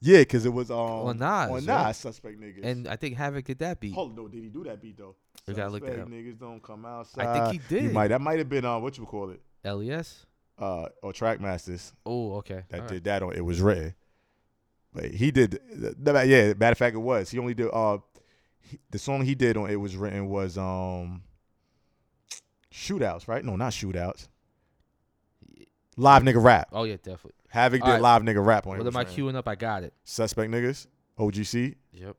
[SPEAKER 1] Yeah, because it was um,
[SPEAKER 2] On Nas,
[SPEAKER 1] on Nas,
[SPEAKER 2] right?
[SPEAKER 1] suspect niggas.
[SPEAKER 2] And I think Havoc did that beat.
[SPEAKER 1] hold on, no, did he do that beat though?
[SPEAKER 2] We gotta look that
[SPEAKER 1] Suspect
[SPEAKER 2] up.
[SPEAKER 1] niggas don't come outside.
[SPEAKER 2] I think he
[SPEAKER 1] You
[SPEAKER 2] did.
[SPEAKER 1] might that might have been uh, what you would call it
[SPEAKER 2] LES.
[SPEAKER 1] uh or Trackmasters.
[SPEAKER 2] Oh, okay.
[SPEAKER 1] that
[SPEAKER 2] All right.
[SPEAKER 1] did that on it was written. But he did, no, ma- yeah. Matter of fact, it was he only did uh he- the song he did on it was written was um shootouts, right? No, not shootouts. Live nigga rap.
[SPEAKER 2] Oh yeah, definitely.
[SPEAKER 1] Havoc did
[SPEAKER 2] Alright.
[SPEAKER 1] live nigga rap on it.
[SPEAKER 2] What
[SPEAKER 1] was
[SPEAKER 2] am I
[SPEAKER 1] written.
[SPEAKER 2] queuing up? I got it.
[SPEAKER 1] Suspect niggas, OGC,
[SPEAKER 2] Yep.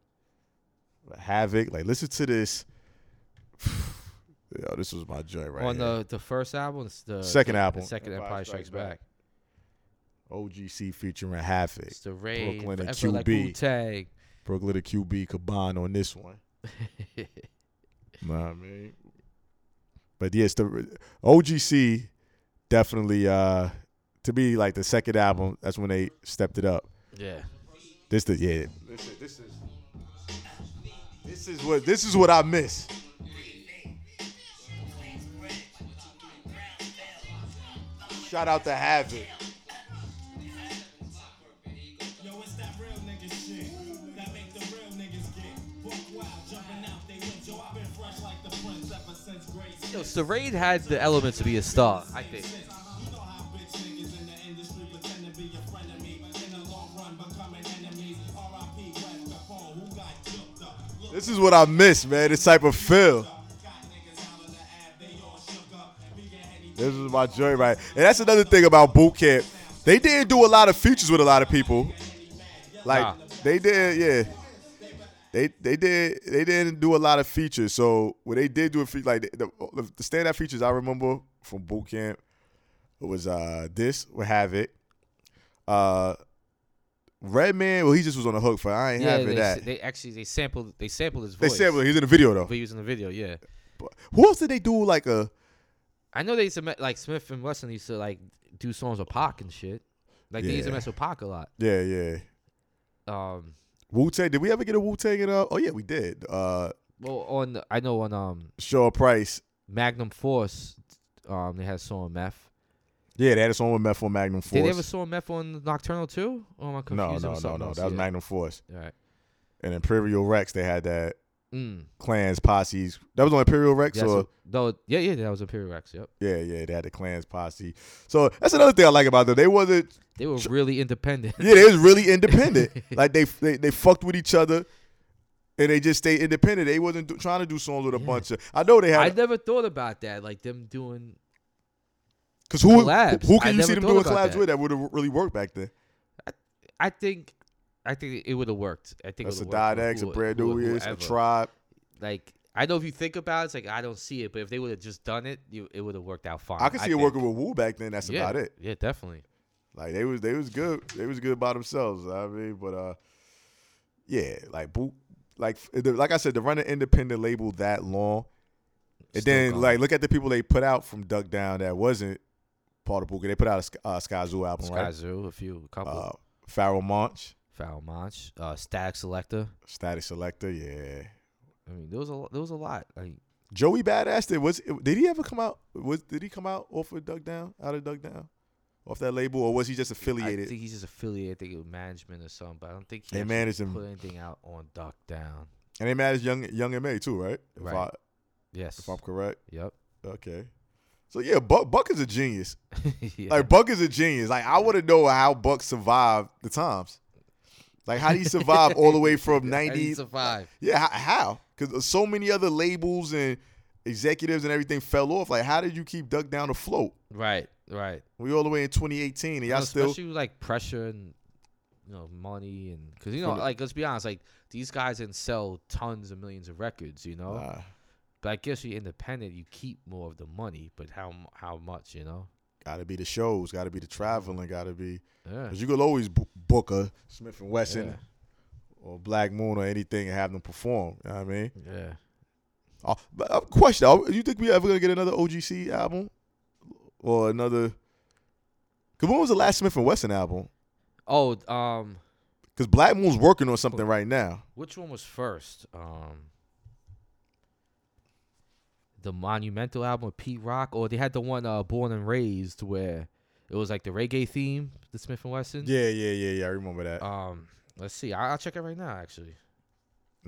[SPEAKER 1] Havoc. Like listen to this. [SIGHS] Yo, this was my joint right
[SPEAKER 2] On uh,
[SPEAKER 1] here.
[SPEAKER 2] the the first album, it's the
[SPEAKER 1] Second
[SPEAKER 2] the,
[SPEAKER 1] album.
[SPEAKER 2] the second Empire, Strikes Back.
[SPEAKER 1] OGC featuring Havoc,
[SPEAKER 2] It's the rain,
[SPEAKER 1] Brooklyn and
[SPEAKER 2] forever like
[SPEAKER 1] QB.
[SPEAKER 2] Wu Tang. [LAUGHS]
[SPEAKER 1] Brooklyn to QB Caban on this one. Nah, I mean, but yes, the OGC definitely uh to be like the second album. That's when they stepped it up.
[SPEAKER 2] yeah.
[SPEAKER 1] This the yeah. Listen, this is this is what this is what I miss. Shout out to Havoc.
[SPEAKER 3] Yo, it's that real nigga shit that make the real niggas get buck wild, jumping out they window. I've been fresh like the prince ever since grade six.
[SPEAKER 2] Yo, Serade had the element to be a star, I think.
[SPEAKER 3] You know how bitch niggas in the industry pretend to be your friend of me, but in the long run becoming enemies. R.I.P. West Capone, who got jumped up. Look
[SPEAKER 1] This is what I miss, man. This type of feel.
[SPEAKER 3] up, got niggas out of the ad, they all shook up. Vegan Henny
[SPEAKER 1] This is my joy, right? And that's another thing about boot camp. They didn't do a lot of features with a lot of people. Like
[SPEAKER 2] Nah.
[SPEAKER 1] they did, yeah. They they did they didn't do a lot of features. So when they did do a feature, like the, the, the standout features I remember from boot camp was uh this with Havoc, uh, Redman. Well, he just was on the hook for I ain't
[SPEAKER 2] Yeah,
[SPEAKER 1] having
[SPEAKER 2] they,
[SPEAKER 1] that.
[SPEAKER 2] s- they actually they sampled they sampled his
[SPEAKER 1] they
[SPEAKER 2] voice.
[SPEAKER 1] said well, he's in the video though.
[SPEAKER 2] But he was in the video, yeah.
[SPEAKER 1] Who else did they do like a?
[SPEAKER 2] I know they used to me- like Smith and Wesson used to like do songs with Pac and shit. Like they used to
[SPEAKER 1] Yeah.
[SPEAKER 2] mess with Pac a lot.
[SPEAKER 1] Yeah, yeah.
[SPEAKER 2] Um,
[SPEAKER 1] Wu Tang. Did we ever get a Wu Tang? In, uh, oh yeah, we did. Uh,
[SPEAKER 2] well, on the- I know on um
[SPEAKER 1] Shaw Price.
[SPEAKER 2] Magnum Force, um, they had a song with Meth.
[SPEAKER 1] Yeah, they had a song with Meth on Magnum Force.
[SPEAKER 2] Did they ever song Meth on Nocturnal too? Or am I
[SPEAKER 1] no,
[SPEAKER 2] confused?
[SPEAKER 1] no,
[SPEAKER 2] It
[SPEAKER 1] no,
[SPEAKER 2] something
[SPEAKER 1] no.
[SPEAKER 2] else,
[SPEAKER 1] That was
[SPEAKER 2] yeah.
[SPEAKER 1] Magnum Force.
[SPEAKER 2] All right.
[SPEAKER 1] And Imperial Rex, they had that
[SPEAKER 2] Mm.
[SPEAKER 1] clans, posses. That was on Imperial Rex,
[SPEAKER 2] That's
[SPEAKER 1] or
[SPEAKER 2] a- no, yeah, yeah, that was Imperial Rex. Yep,
[SPEAKER 1] yeah, yeah, they had the clans posse. So that's another thing I like about them. They wasn't,
[SPEAKER 2] they were really independent.
[SPEAKER 1] yeah, they was really
[SPEAKER 2] [LAUGHS]
[SPEAKER 1] independent. like they, they they fucked with each other, and they just stayed independent. They wasn't do, trying to do songs with a
[SPEAKER 2] Yeah.
[SPEAKER 1] bunch of. I know they
[SPEAKER 2] I
[SPEAKER 1] had
[SPEAKER 2] never thought about that, like them doing.
[SPEAKER 1] because who
[SPEAKER 2] collabs.
[SPEAKER 1] who
[SPEAKER 2] I
[SPEAKER 1] can you see
[SPEAKER 2] never
[SPEAKER 1] them
[SPEAKER 2] thought
[SPEAKER 1] doing
[SPEAKER 2] about
[SPEAKER 1] collabs
[SPEAKER 2] that.
[SPEAKER 1] with that would have really worked back then?
[SPEAKER 2] I think, I think it would have worked. I think it
[SPEAKER 1] That's a
[SPEAKER 2] would've worked with
[SPEAKER 1] Didex, a
[SPEAKER 2] who-
[SPEAKER 1] Brand
[SPEAKER 2] who-
[SPEAKER 1] New Years, a
[SPEAKER 2] whoever.
[SPEAKER 1] Tribe.
[SPEAKER 2] Like I know if you think about it, it's like I don't see it, but if they would have just done it, you, it would have worked out fine.
[SPEAKER 1] I could see it
[SPEAKER 2] think.
[SPEAKER 1] working with Wu back then. That's
[SPEAKER 2] yeah,
[SPEAKER 1] about it.
[SPEAKER 2] Yeah, definitely.
[SPEAKER 1] Like they was they was good. They was good by themselves. I mean, but uh, yeah, like boot, like the, like I said, to run an independent label that long, and
[SPEAKER 2] Still
[SPEAKER 1] then
[SPEAKER 2] going.
[SPEAKER 1] like look at the people they put out from Duck Down that wasn't part of Booker. They put out a Sk- uh, Sky Zoo album,
[SPEAKER 2] Sky
[SPEAKER 1] right?
[SPEAKER 2] Zoo, a few, a couple,
[SPEAKER 1] Uh, Farrell Monch,
[SPEAKER 2] Foul Monch, uh, Static Selector.
[SPEAKER 1] Static Selector, yeah.
[SPEAKER 2] I mean, there was a lo- there was a lot. Like
[SPEAKER 1] Joey Badass did was did he ever come out? Was did he come out off of Duck Down? Out of Duck Down, off that label, or was he just
[SPEAKER 2] I
[SPEAKER 1] affiliated?
[SPEAKER 2] think he's just affiliated. I think it was management or something, but I don't think he
[SPEAKER 1] They
[SPEAKER 2] actually
[SPEAKER 1] managed him.
[SPEAKER 2] put anything out on Duck Down.
[SPEAKER 1] And they managed Young Young and May too, right? If
[SPEAKER 2] Right.
[SPEAKER 1] I
[SPEAKER 2] Yes.
[SPEAKER 1] if I'm correct.
[SPEAKER 2] Yep. [LAUGHS]
[SPEAKER 1] Okay. So yeah, Buck Buck is a genius.
[SPEAKER 2] yeah.
[SPEAKER 1] Like Buck is a genius. Like I want to know how Buck survived the times. Like how do you survive all the way
[SPEAKER 2] [LAUGHS]
[SPEAKER 1] from ninety?
[SPEAKER 2] five.
[SPEAKER 1] Yeah, h- how? Because so many other labels and executives and everything fell off. Like how did you keep Duck down afloat?
[SPEAKER 2] Right. Right.
[SPEAKER 1] We all the way in 2018, and y'all
[SPEAKER 2] know,
[SPEAKER 1] still
[SPEAKER 2] especially with, like pressure and you know money and because you know
[SPEAKER 1] From the-
[SPEAKER 2] like let's be honest like these guys didn't sell tons of millions of records you know
[SPEAKER 1] Nah.
[SPEAKER 2] but I guess you're independent you keep more of the money but how mu- how much you know
[SPEAKER 1] gotta be the shows, gotta be the traveling, gotta be.
[SPEAKER 2] yeah
[SPEAKER 1] 'cause you could always bo- book a Smith and Wesson
[SPEAKER 2] Yeah.
[SPEAKER 1] or Black Moon or anything and have them perform. You know what I mean?
[SPEAKER 2] yeah
[SPEAKER 1] Oh, but uh, question: uh, You think we ever gonna get another OGC album or another? Cause when was the last Smith and Wesson album?
[SPEAKER 2] oh um
[SPEAKER 1] Cause Black Moon's working on something right now.
[SPEAKER 2] which one was first um the monumental album with Pete Rock or they had the one uh Born and Raised where it was like the reggae theme the Smith and Wesson
[SPEAKER 1] Yeah, yeah, yeah, yeah. I remember that.
[SPEAKER 2] um let's see I- I'll check it right now actually.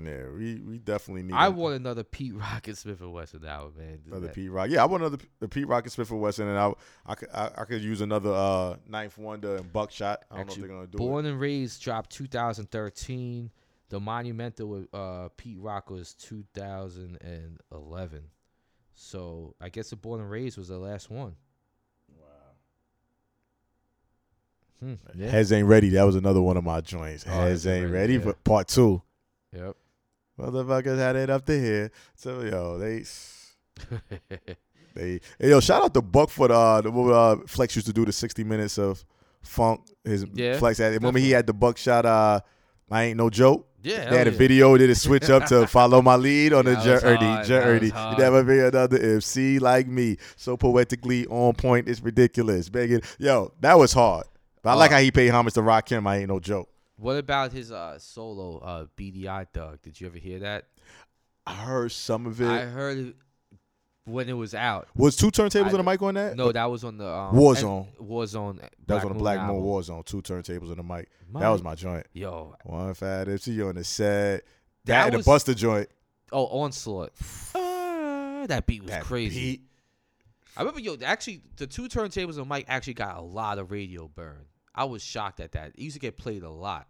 [SPEAKER 1] yeah, we we definitely need.
[SPEAKER 2] I
[SPEAKER 1] an-
[SPEAKER 2] want another Pete [LAUGHS] Rock and Smith and Wesson album, man.
[SPEAKER 1] another
[SPEAKER 2] That-
[SPEAKER 1] Pete Rock. Yeah, I want another P- the Pete Rock and Smith and Wesson, and I I could I, I could use another uh Ninth Wonder and Buckshot. I don't
[SPEAKER 2] Actually,
[SPEAKER 1] know if they're gonna do
[SPEAKER 2] Born and Raised dropped 2013. The Monumental with uh, Pete Rock was 2011. So I guess the Born and Raised was the last one. Hmm.
[SPEAKER 1] it.
[SPEAKER 2] Yeah.
[SPEAKER 1] Heads ain't ready. That was another one of my joints.
[SPEAKER 2] Oh,
[SPEAKER 1] Heads ain't ready, for part two.
[SPEAKER 2] Yep. [LAUGHS]
[SPEAKER 1] Motherfuckers had it up to here. So yo, they. They hey, yo, shout out to Buck for the, uh, the what, uh, Flex used to do the sixty minutes of funk. His
[SPEAKER 2] Yeah,
[SPEAKER 1] Flex had remember he
[SPEAKER 2] definitely.
[SPEAKER 1] had the Buckshot. Uh, I ain't no joke.
[SPEAKER 2] yeah.
[SPEAKER 1] they had a video. Did it switch up
[SPEAKER 2] [LAUGHS]
[SPEAKER 1] to follow my lead on
[SPEAKER 2] Yeah,
[SPEAKER 1] the
[SPEAKER 2] that was
[SPEAKER 1] journey?
[SPEAKER 2] hard, that
[SPEAKER 1] Journey.
[SPEAKER 2] was
[SPEAKER 1] You
[SPEAKER 2] hard.
[SPEAKER 1] never be another MC like me. So poetically on point. It's ridiculous. Begging. Yo, that was hard. But I like
[SPEAKER 2] Uh,
[SPEAKER 1] how he paid homage to Rock Him. I ain't no joke.
[SPEAKER 2] What about his uh, solo uh, BDI Doug? Did you ever hear that?
[SPEAKER 1] I heard some of it.
[SPEAKER 2] I heard it when it was out.
[SPEAKER 1] was two turntables
[SPEAKER 2] I-
[SPEAKER 1] and a mic on that?
[SPEAKER 2] No, that was on the um,
[SPEAKER 1] Warzone.
[SPEAKER 2] and- Warzone.
[SPEAKER 1] that was on the Black Moon
[SPEAKER 2] album.
[SPEAKER 1] Warzone. Two turntables and a mic. That was
[SPEAKER 2] Mike.
[SPEAKER 1] my joint.
[SPEAKER 2] Yo,
[SPEAKER 1] One fat MC on the set. That,
[SPEAKER 2] That
[SPEAKER 1] and
[SPEAKER 2] was-
[SPEAKER 1] the Buster joint.
[SPEAKER 2] oh onslaught. Ah, that beat was
[SPEAKER 1] That
[SPEAKER 2] crazy.
[SPEAKER 1] beat.
[SPEAKER 2] I remember, yo, actually, the two turntables and Mike actually got a lot of radio burn. I was shocked at that. It used to get played a lot.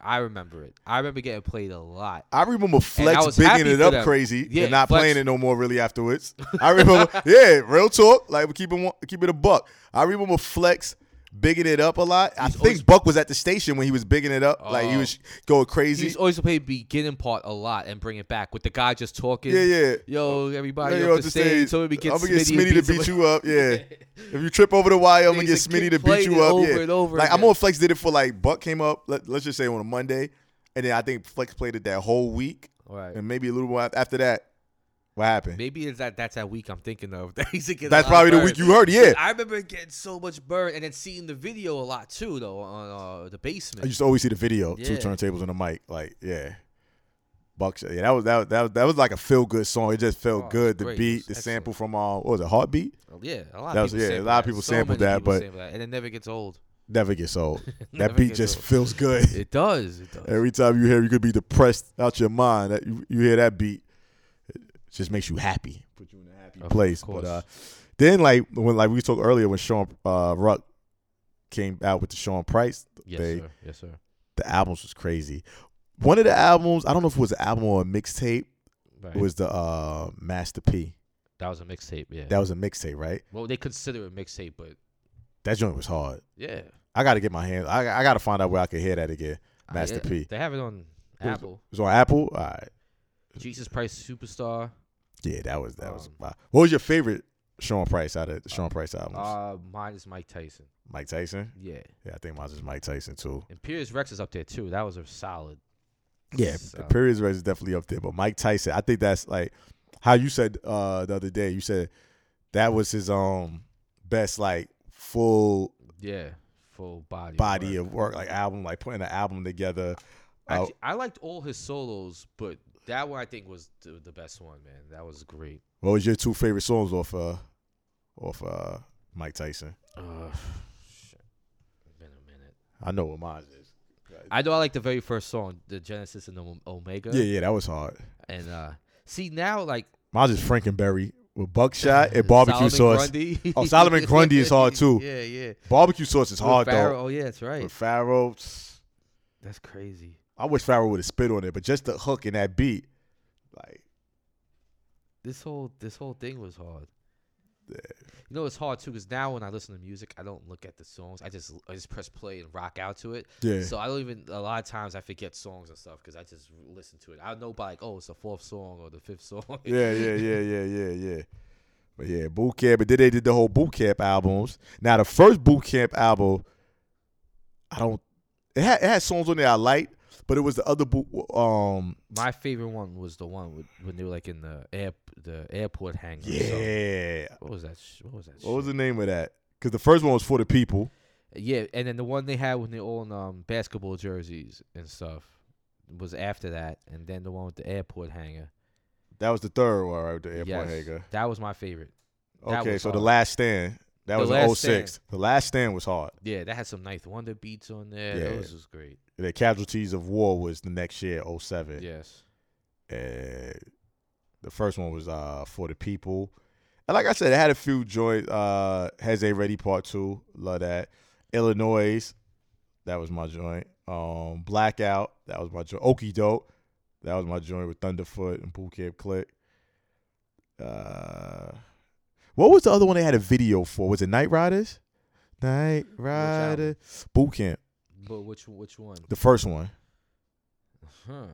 [SPEAKER 2] I remember it. I remember getting played a lot.
[SPEAKER 1] I remember Flex
[SPEAKER 2] was
[SPEAKER 1] bigging
[SPEAKER 2] happy
[SPEAKER 1] it
[SPEAKER 2] for
[SPEAKER 1] up
[SPEAKER 2] them.
[SPEAKER 1] crazy
[SPEAKER 2] Yeah,
[SPEAKER 1] and not
[SPEAKER 2] Flex-
[SPEAKER 1] playing it no more really
[SPEAKER 2] [LAUGHS]
[SPEAKER 1] afterwards. I remember, yeah, real talk. Like we keep it one- keep it a buck. I remember Flex bigging it up a lot. I
[SPEAKER 2] He's
[SPEAKER 1] think
[SPEAKER 2] always-
[SPEAKER 1] Buck was at the station when he was bigging it up. Like he
[SPEAKER 2] Oh.
[SPEAKER 1] was going
[SPEAKER 2] He
[SPEAKER 1] crazy.
[SPEAKER 2] used to always play beginning part a lot and bring it back with the guy just talking.
[SPEAKER 1] Yeah, yeah.
[SPEAKER 2] Yo, everybody
[SPEAKER 1] Yeah,
[SPEAKER 2] up
[SPEAKER 1] yo,
[SPEAKER 2] the
[SPEAKER 1] just
[SPEAKER 2] stage.
[SPEAKER 1] say,
[SPEAKER 2] So we get
[SPEAKER 1] I'ma
[SPEAKER 2] Smitty, and
[SPEAKER 1] Smitty to beat you up.
[SPEAKER 2] [LAUGHS]
[SPEAKER 1] Yeah. If you trip over the wire, I'm gonna
[SPEAKER 2] They
[SPEAKER 1] get
[SPEAKER 2] used to
[SPEAKER 1] Smitty
[SPEAKER 2] keep
[SPEAKER 1] to beat
[SPEAKER 2] playing
[SPEAKER 1] you
[SPEAKER 2] it
[SPEAKER 1] up.
[SPEAKER 2] over
[SPEAKER 1] yeah.
[SPEAKER 2] and over
[SPEAKER 1] like I'm
[SPEAKER 2] again.
[SPEAKER 1] on Flex did it for like Buck came up. Let, let's just say on a Monday, and then I think Flex played it that whole week,
[SPEAKER 2] All right.
[SPEAKER 1] and maybe a little while after that. What happened?
[SPEAKER 2] Maybe it's that that's that week I'm thinking of. [LAUGHS] That he's getting a
[SPEAKER 1] That's
[SPEAKER 2] lot
[SPEAKER 1] probably
[SPEAKER 2] of
[SPEAKER 1] the
[SPEAKER 2] burn.
[SPEAKER 1] week you heard. Yeah.
[SPEAKER 2] I remember getting so much burn and then seeing the video a lot too, though, on uh, the
[SPEAKER 1] I
[SPEAKER 2] basement.
[SPEAKER 1] used to always see the video, two
[SPEAKER 2] Yeah.
[SPEAKER 1] turntables and a mic. Like, yeah. Bucks. Yeah, that was that was, that was, that was like a feel good song. It just felt
[SPEAKER 2] Oh, it's
[SPEAKER 1] good. The
[SPEAKER 2] great.
[SPEAKER 1] beat,
[SPEAKER 2] It's
[SPEAKER 1] the
[SPEAKER 2] excellent.
[SPEAKER 1] sample from uh, what was it, Heartbeat?
[SPEAKER 2] Oh, yeah, a lot
[SPEAKER 1] That
[SPEAKER 2] of
[SPEAKER 1] was-
[SPEAKER 2] people
[SPEAKER 1] yeah, a
[SPEAKER 2] sample
[SPEAKER 1] lot of
[SPEAKER 2] that.
[SPEAKER 1] people
[SPEAKER 2] so
[SPEAKER 1] sampled
[SPEAKER 2] many
[SPEAKER 1] that,
[SPEAKER 2] people
[SPEAKER 1] but-
[SPEAKER 2] sample that, and it never gets old. [LAUGHS]
[SPEAKER 1] Never gets old.
[SPEAKER 2] Never
[SPEAKER 1] that beat
[SPEAKER 2] gets
[SPEAKER 1] just
[SPEAKER 2] old.
[SPEAKER 1] feels good.
[SPEAKER 2] It does. It does.
[SPEAKER 1] Every time you hear, it, you could be depressed out your mind. That you, you hear that beat, it just makes you happy, put you in a happy
[SPEAKER 2] Of
[SPEAKER 1] place.
[SPEAKER 2] course.
[SPEAKER 1] But uh, then, like when like we talked earlier, when Sean uh, Ruck came out with the Sean Price,
[SPEAKER 2] yes,
[SPEAKER 1] they-
[SPEAKER 2] sir. Yes, sir.
[SPEAKER 1] the albums was crazy. One of the albums, I don't know if it was an album or a mixtape,
[SPEAKER 2] Right.
[SPEAKER 1] was the uh, Master P.
[SPEAKER 2] that was a mixtape. Yeah.
[SPEAKER 1] That was a mixtape, right?
[SPEAKER 2] well, they consider it a mixtape, but
[SPEAKER 1] That joint was hard.
[SPEAKER 2] yeah.
[SPEAKER 1] I got to get my hands. I, I got to find out where I can hear that again.
[SPEAKER 2] I-
[SPEAKER 1] Master
[SPEAKER 2] yeah,
[SPEAKER 1] P.
[SPEAKER 2] They have it on
[SPEAKER 1] was-
[SPEAKER 2] Apple.
[SPEAKER 1] It was on Apple. All right.
[SPEAKER 2] Jesus Price Superstar.
[SPEAKER 1] Yeah, that was that was.
[SPEAKER 2] Um,
[SPEAKER 1] Wow. What was your favorite Sean Price out of the Sean Price albums?
[SPEAKER 2] Uh, mine is Mike Tyson.
[SPEAKER 1] Mike Tyson.
[SPEAKER 2] Yeah.
[SPEAKER 1] Yeah, I think mine is Mike Tyson too.
[SPEAKER 2] And Pierce Rex is up there too. That was a solid.
[SPEAKER 1] Yeah,
[SPEAKER 2] So-
[SPEAKER 1] Periods Red is definitely up there, but Mike Tyson. I think that's like how you said uh, the other day. You said that was his um best like full
[SPEAKER 2] Yeah. Full body. of
[SPEAKER 1] body
[SPEAKER 2] work.
[SPEAKER 1] of work, like album, like putting an album together. Uh,
[SPEAKER 2] Actually, I liked all his solos, but that one I think was the, the best one, man. That was great.
[SPEAKER 1] what was your two favorite songs off uh off uh Mike Tyson?
[SPEAKER 2] Uh, shit. Been a minute.
[SPEAKER 1] I know what mine is.
[SPEAKER 2] I know I like the very first song, the Genesis and the Om- Omega.
[SPEAKER 1] Yeah, yeah, that was hard.
[SPEAKER 2] And uh, see now, like
[SPEAKER 1] Mine is Frankenberry with [LAUGHS] buckshot
[SPEAKER 2] [LAUGHS]
[SPEAKER 1] and barbecue sauce.
[SPEAKER 2] Grundy.
[SPEAKER 1] Oh, Solomon Grundy is hard, too.
[SPEAKER 2] [LAUGHS] Yeah, yeah.
[SPEAKER 1] Barbecue sauce is
[SPEAKER 2] With
[SPEAKER 1] hard
[SPEAKER 2] Farrell-
[SPEAKER 1] though.
[SPEAKER 2] Oh yeah, that's right.
[SPEAKER 1] But Pharaoh,
[SPEAKER 2] That's crazy.
[SPEAKER 1] I wish Pharaoh would have spit on it, but just the hook and that beat, like
[SPEAKER 2] This whole this whole thing was hard. You know it's hard too, cause now when I listen to music, I don't look at the songs. I just I just press play and rock out to it.
[SPEAKER 1] yeah.
[SPEAKER 2] So I don't even a lot of times I forget songs and stuff because I just listen to it. I know by like oh it's the fourth song or the fifth song.
[SPEAKER 1] [LAUGHS] yeah,
[SPEAKER 2] [LAUGHS]
[SPEAKER 1] yeah, yeah, yeah, yeah, yeah. But yeah, boot camp. But then they did the whole boot camp albums. Now the first boot camp album, I don't. It had, it had songs on there I liked, but it was the other boot. Um,
[SPEAKER 2] My favorite one was the one with, when they were like in the air the airport hangar. or something.
[SPEAKER 1] yeah.
[SPEAKER 2] What was that? Sh- what was that?
[SPEAKER 1] What was
[SPEAKER 2] shit?
[SPEAKER 1] the name of that? Because the first one was for the people.
[SPEAKER 2] Yeah, and then the one they had when they all in um, basketball jerseys and stuff was after that, and then the one with the airport hanger.
[SPEAKER 1] That was the third one, right? The airport
[SPEAKER 2] Yes,
[SPEAKER 1] hanger.
[SPEAKER 2] that was my favorite. That
[SPEAKER 1] Okay,
[SPEAKER 2] was
[SPEAKER 1] so the
[SPEAKER 2] hard.
[SPEAKER 1] last stand. That
[SPEAKER 2] The
[SPEAKER 1] was
[SPEAKER 2] Last
[SPEAKER 1] in 06. The last stand was hard.
[SPEAKER 2] Yeah, that had some nice Wonder beats on there.
[SPEAKER 1] Yeah.
[SPEAKER 2] Those was great.
[SPEAKER 1] The casualties of war was the next year, 07.
[SPEAKER 2] Yes.
[SPEAKER 1] and the first one was uh for the people. And like I said, it had a few joints. Uh, Has a ready part two, love that. Illinois, that was my joint. Um, Blackout, that was my joint. Okey doke, that was my joint with Thunderfoot and Boot Camp Click. Uh, what was the other one they had a video for? Was it Night Riders? Night Rider, Boot Camp,
[SPEAKER 2] But which which one?
[SPEAKER 1] the first one.
[SPEAKER 2] Huh.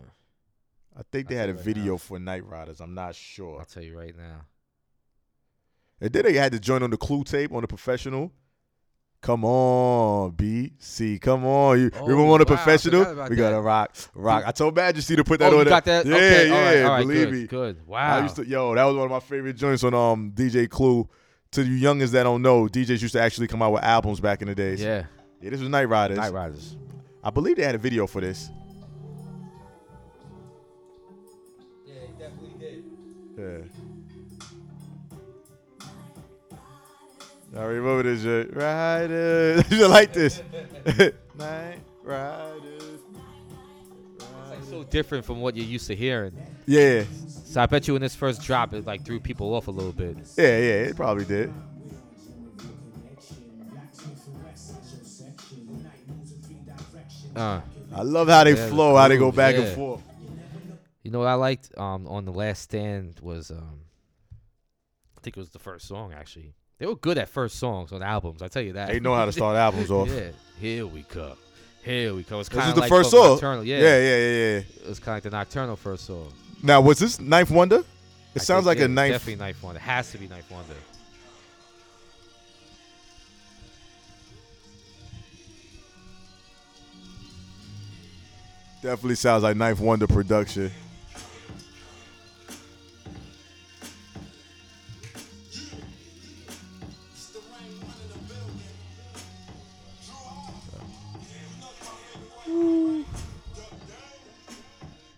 [SPEAKER 1] I think they
[SPEAKER 2] I
[SPEAKER 1] had a
[SPEAKER 2] think right now.
[SPEAKER 1] video for Night Riders. I'm not sure.
[SPEAKER 2] I'll tell you right now.
[SPEAKER 1] And then they had to join on the clue tape on the professional. Come on, BC. Come on. You
[SPEAKER 2] Oh,
[SPEAKER 1] remember on the
[SPEAKER 2] wow, I
[SPEAKER 1] professional?
[SPEAKER 2] forgot about
[SPEAKER 1] We got
[SPEAKER 2] that.
[SPEAKER 1] to rock. Rock. I told Majesty to put that
[SPEAKER 2] oh,
[SPEAKER 1] on
[SPEAKER 2] you
[SPEAKER 1] there.
[SPEAKER 2] got that?
[SPEAKER 1] Yeah,
[SPEAKER 2] okay,
[SPEAKER 1] yeah.
[SPEAKER 2] all right, all right,
[SPEAKER 1] believe
[SPEAKER 2] good,
[SPEAKER 1] me.
[SPEAKER 2] Good. Wow.
[SPEAKER 1] I used to yo, that was one of my favorite joints on um DJ Clue. To you youngins that don't know, DJs used to actually come out with albums back in the days.
[SPEAKER 2] yeah.
[SPEAKER 1] Yeah, this was Night Riders.
[SPEAKER 2] Night Riders.
[SPEAKER 1] I believe they had a video for this.
[SPEAKER 2] Yeah, he definitely did.
[SPEAKER 1] Yeah. I remember this shit. Riders. [LAUGHS] you like
[SPEAKER 2] [LAUGHS]
[SPEAKER 1] this. Night Riders.
[SPEAKER 2] It's so different from what you're used to hearing.
[SPEAKER 1] Yeah.
[SPEAKER 2] So I bet you when this first drop, it like threw people off a little bit.
[SPEAKER 1] Yeah, yeah, it probably did.
[SPEAKER 2] Uh,
[SPEAKER 1] I love how they
[SPEAKER 2] Yeah, the
[SPEAKER 1] flow, how they go
[SPEAKER 2] grooves,
[SPEAKER 1] back
[SPEAKER 2] yeah.
[SPEAKER 1] and forth.
[SPEAKER 2] you know what I liked um, on the Last Stand was um, I think it was the first song actually. They were good at first songs on albums. I tell you that.
[SPEAKER 1] They know how to
[SPEAKER 2] [LAUGHS]
[SPEAKER 1] start albums off.
[SPEAKER 2] yeah. Here we come. Here we come. It's
[SPEAKER 1] This
[SPEAKER 2] kind
[SPEAKER 1] is
[SPEAKER 2] of
[SPEAKER 1] the
[SPEAKER 2] like
[SPEAKER 1] first
[SPEAKER 2] from
[SPEAKER 1] song.
[SPEAKER 2] Nocturnal. Yeah.
[SPEAKER 1] yeah, yeah, yeah, yeah.
[SPEAKER 2] It was kind of like the Nocturnal first song.
[SPEAKER 1] Now, was this Ninth Wonder? It
[SPEAKER 2] I
[SPEAKER 1] sounds
[SPEAKER 2] think,
[SPEAKER 1] like
[SPEAKER 2] yeah,
[SPEAKER 1] a
[SPEAKER 2] it was
[SPEAKER 1] ninth.
[SPEAKER 2] Definitely Knife Wonder. It has to be Knife Wonder.
[SPEAKER 1] Definitely sounds like Ninth Wonder production.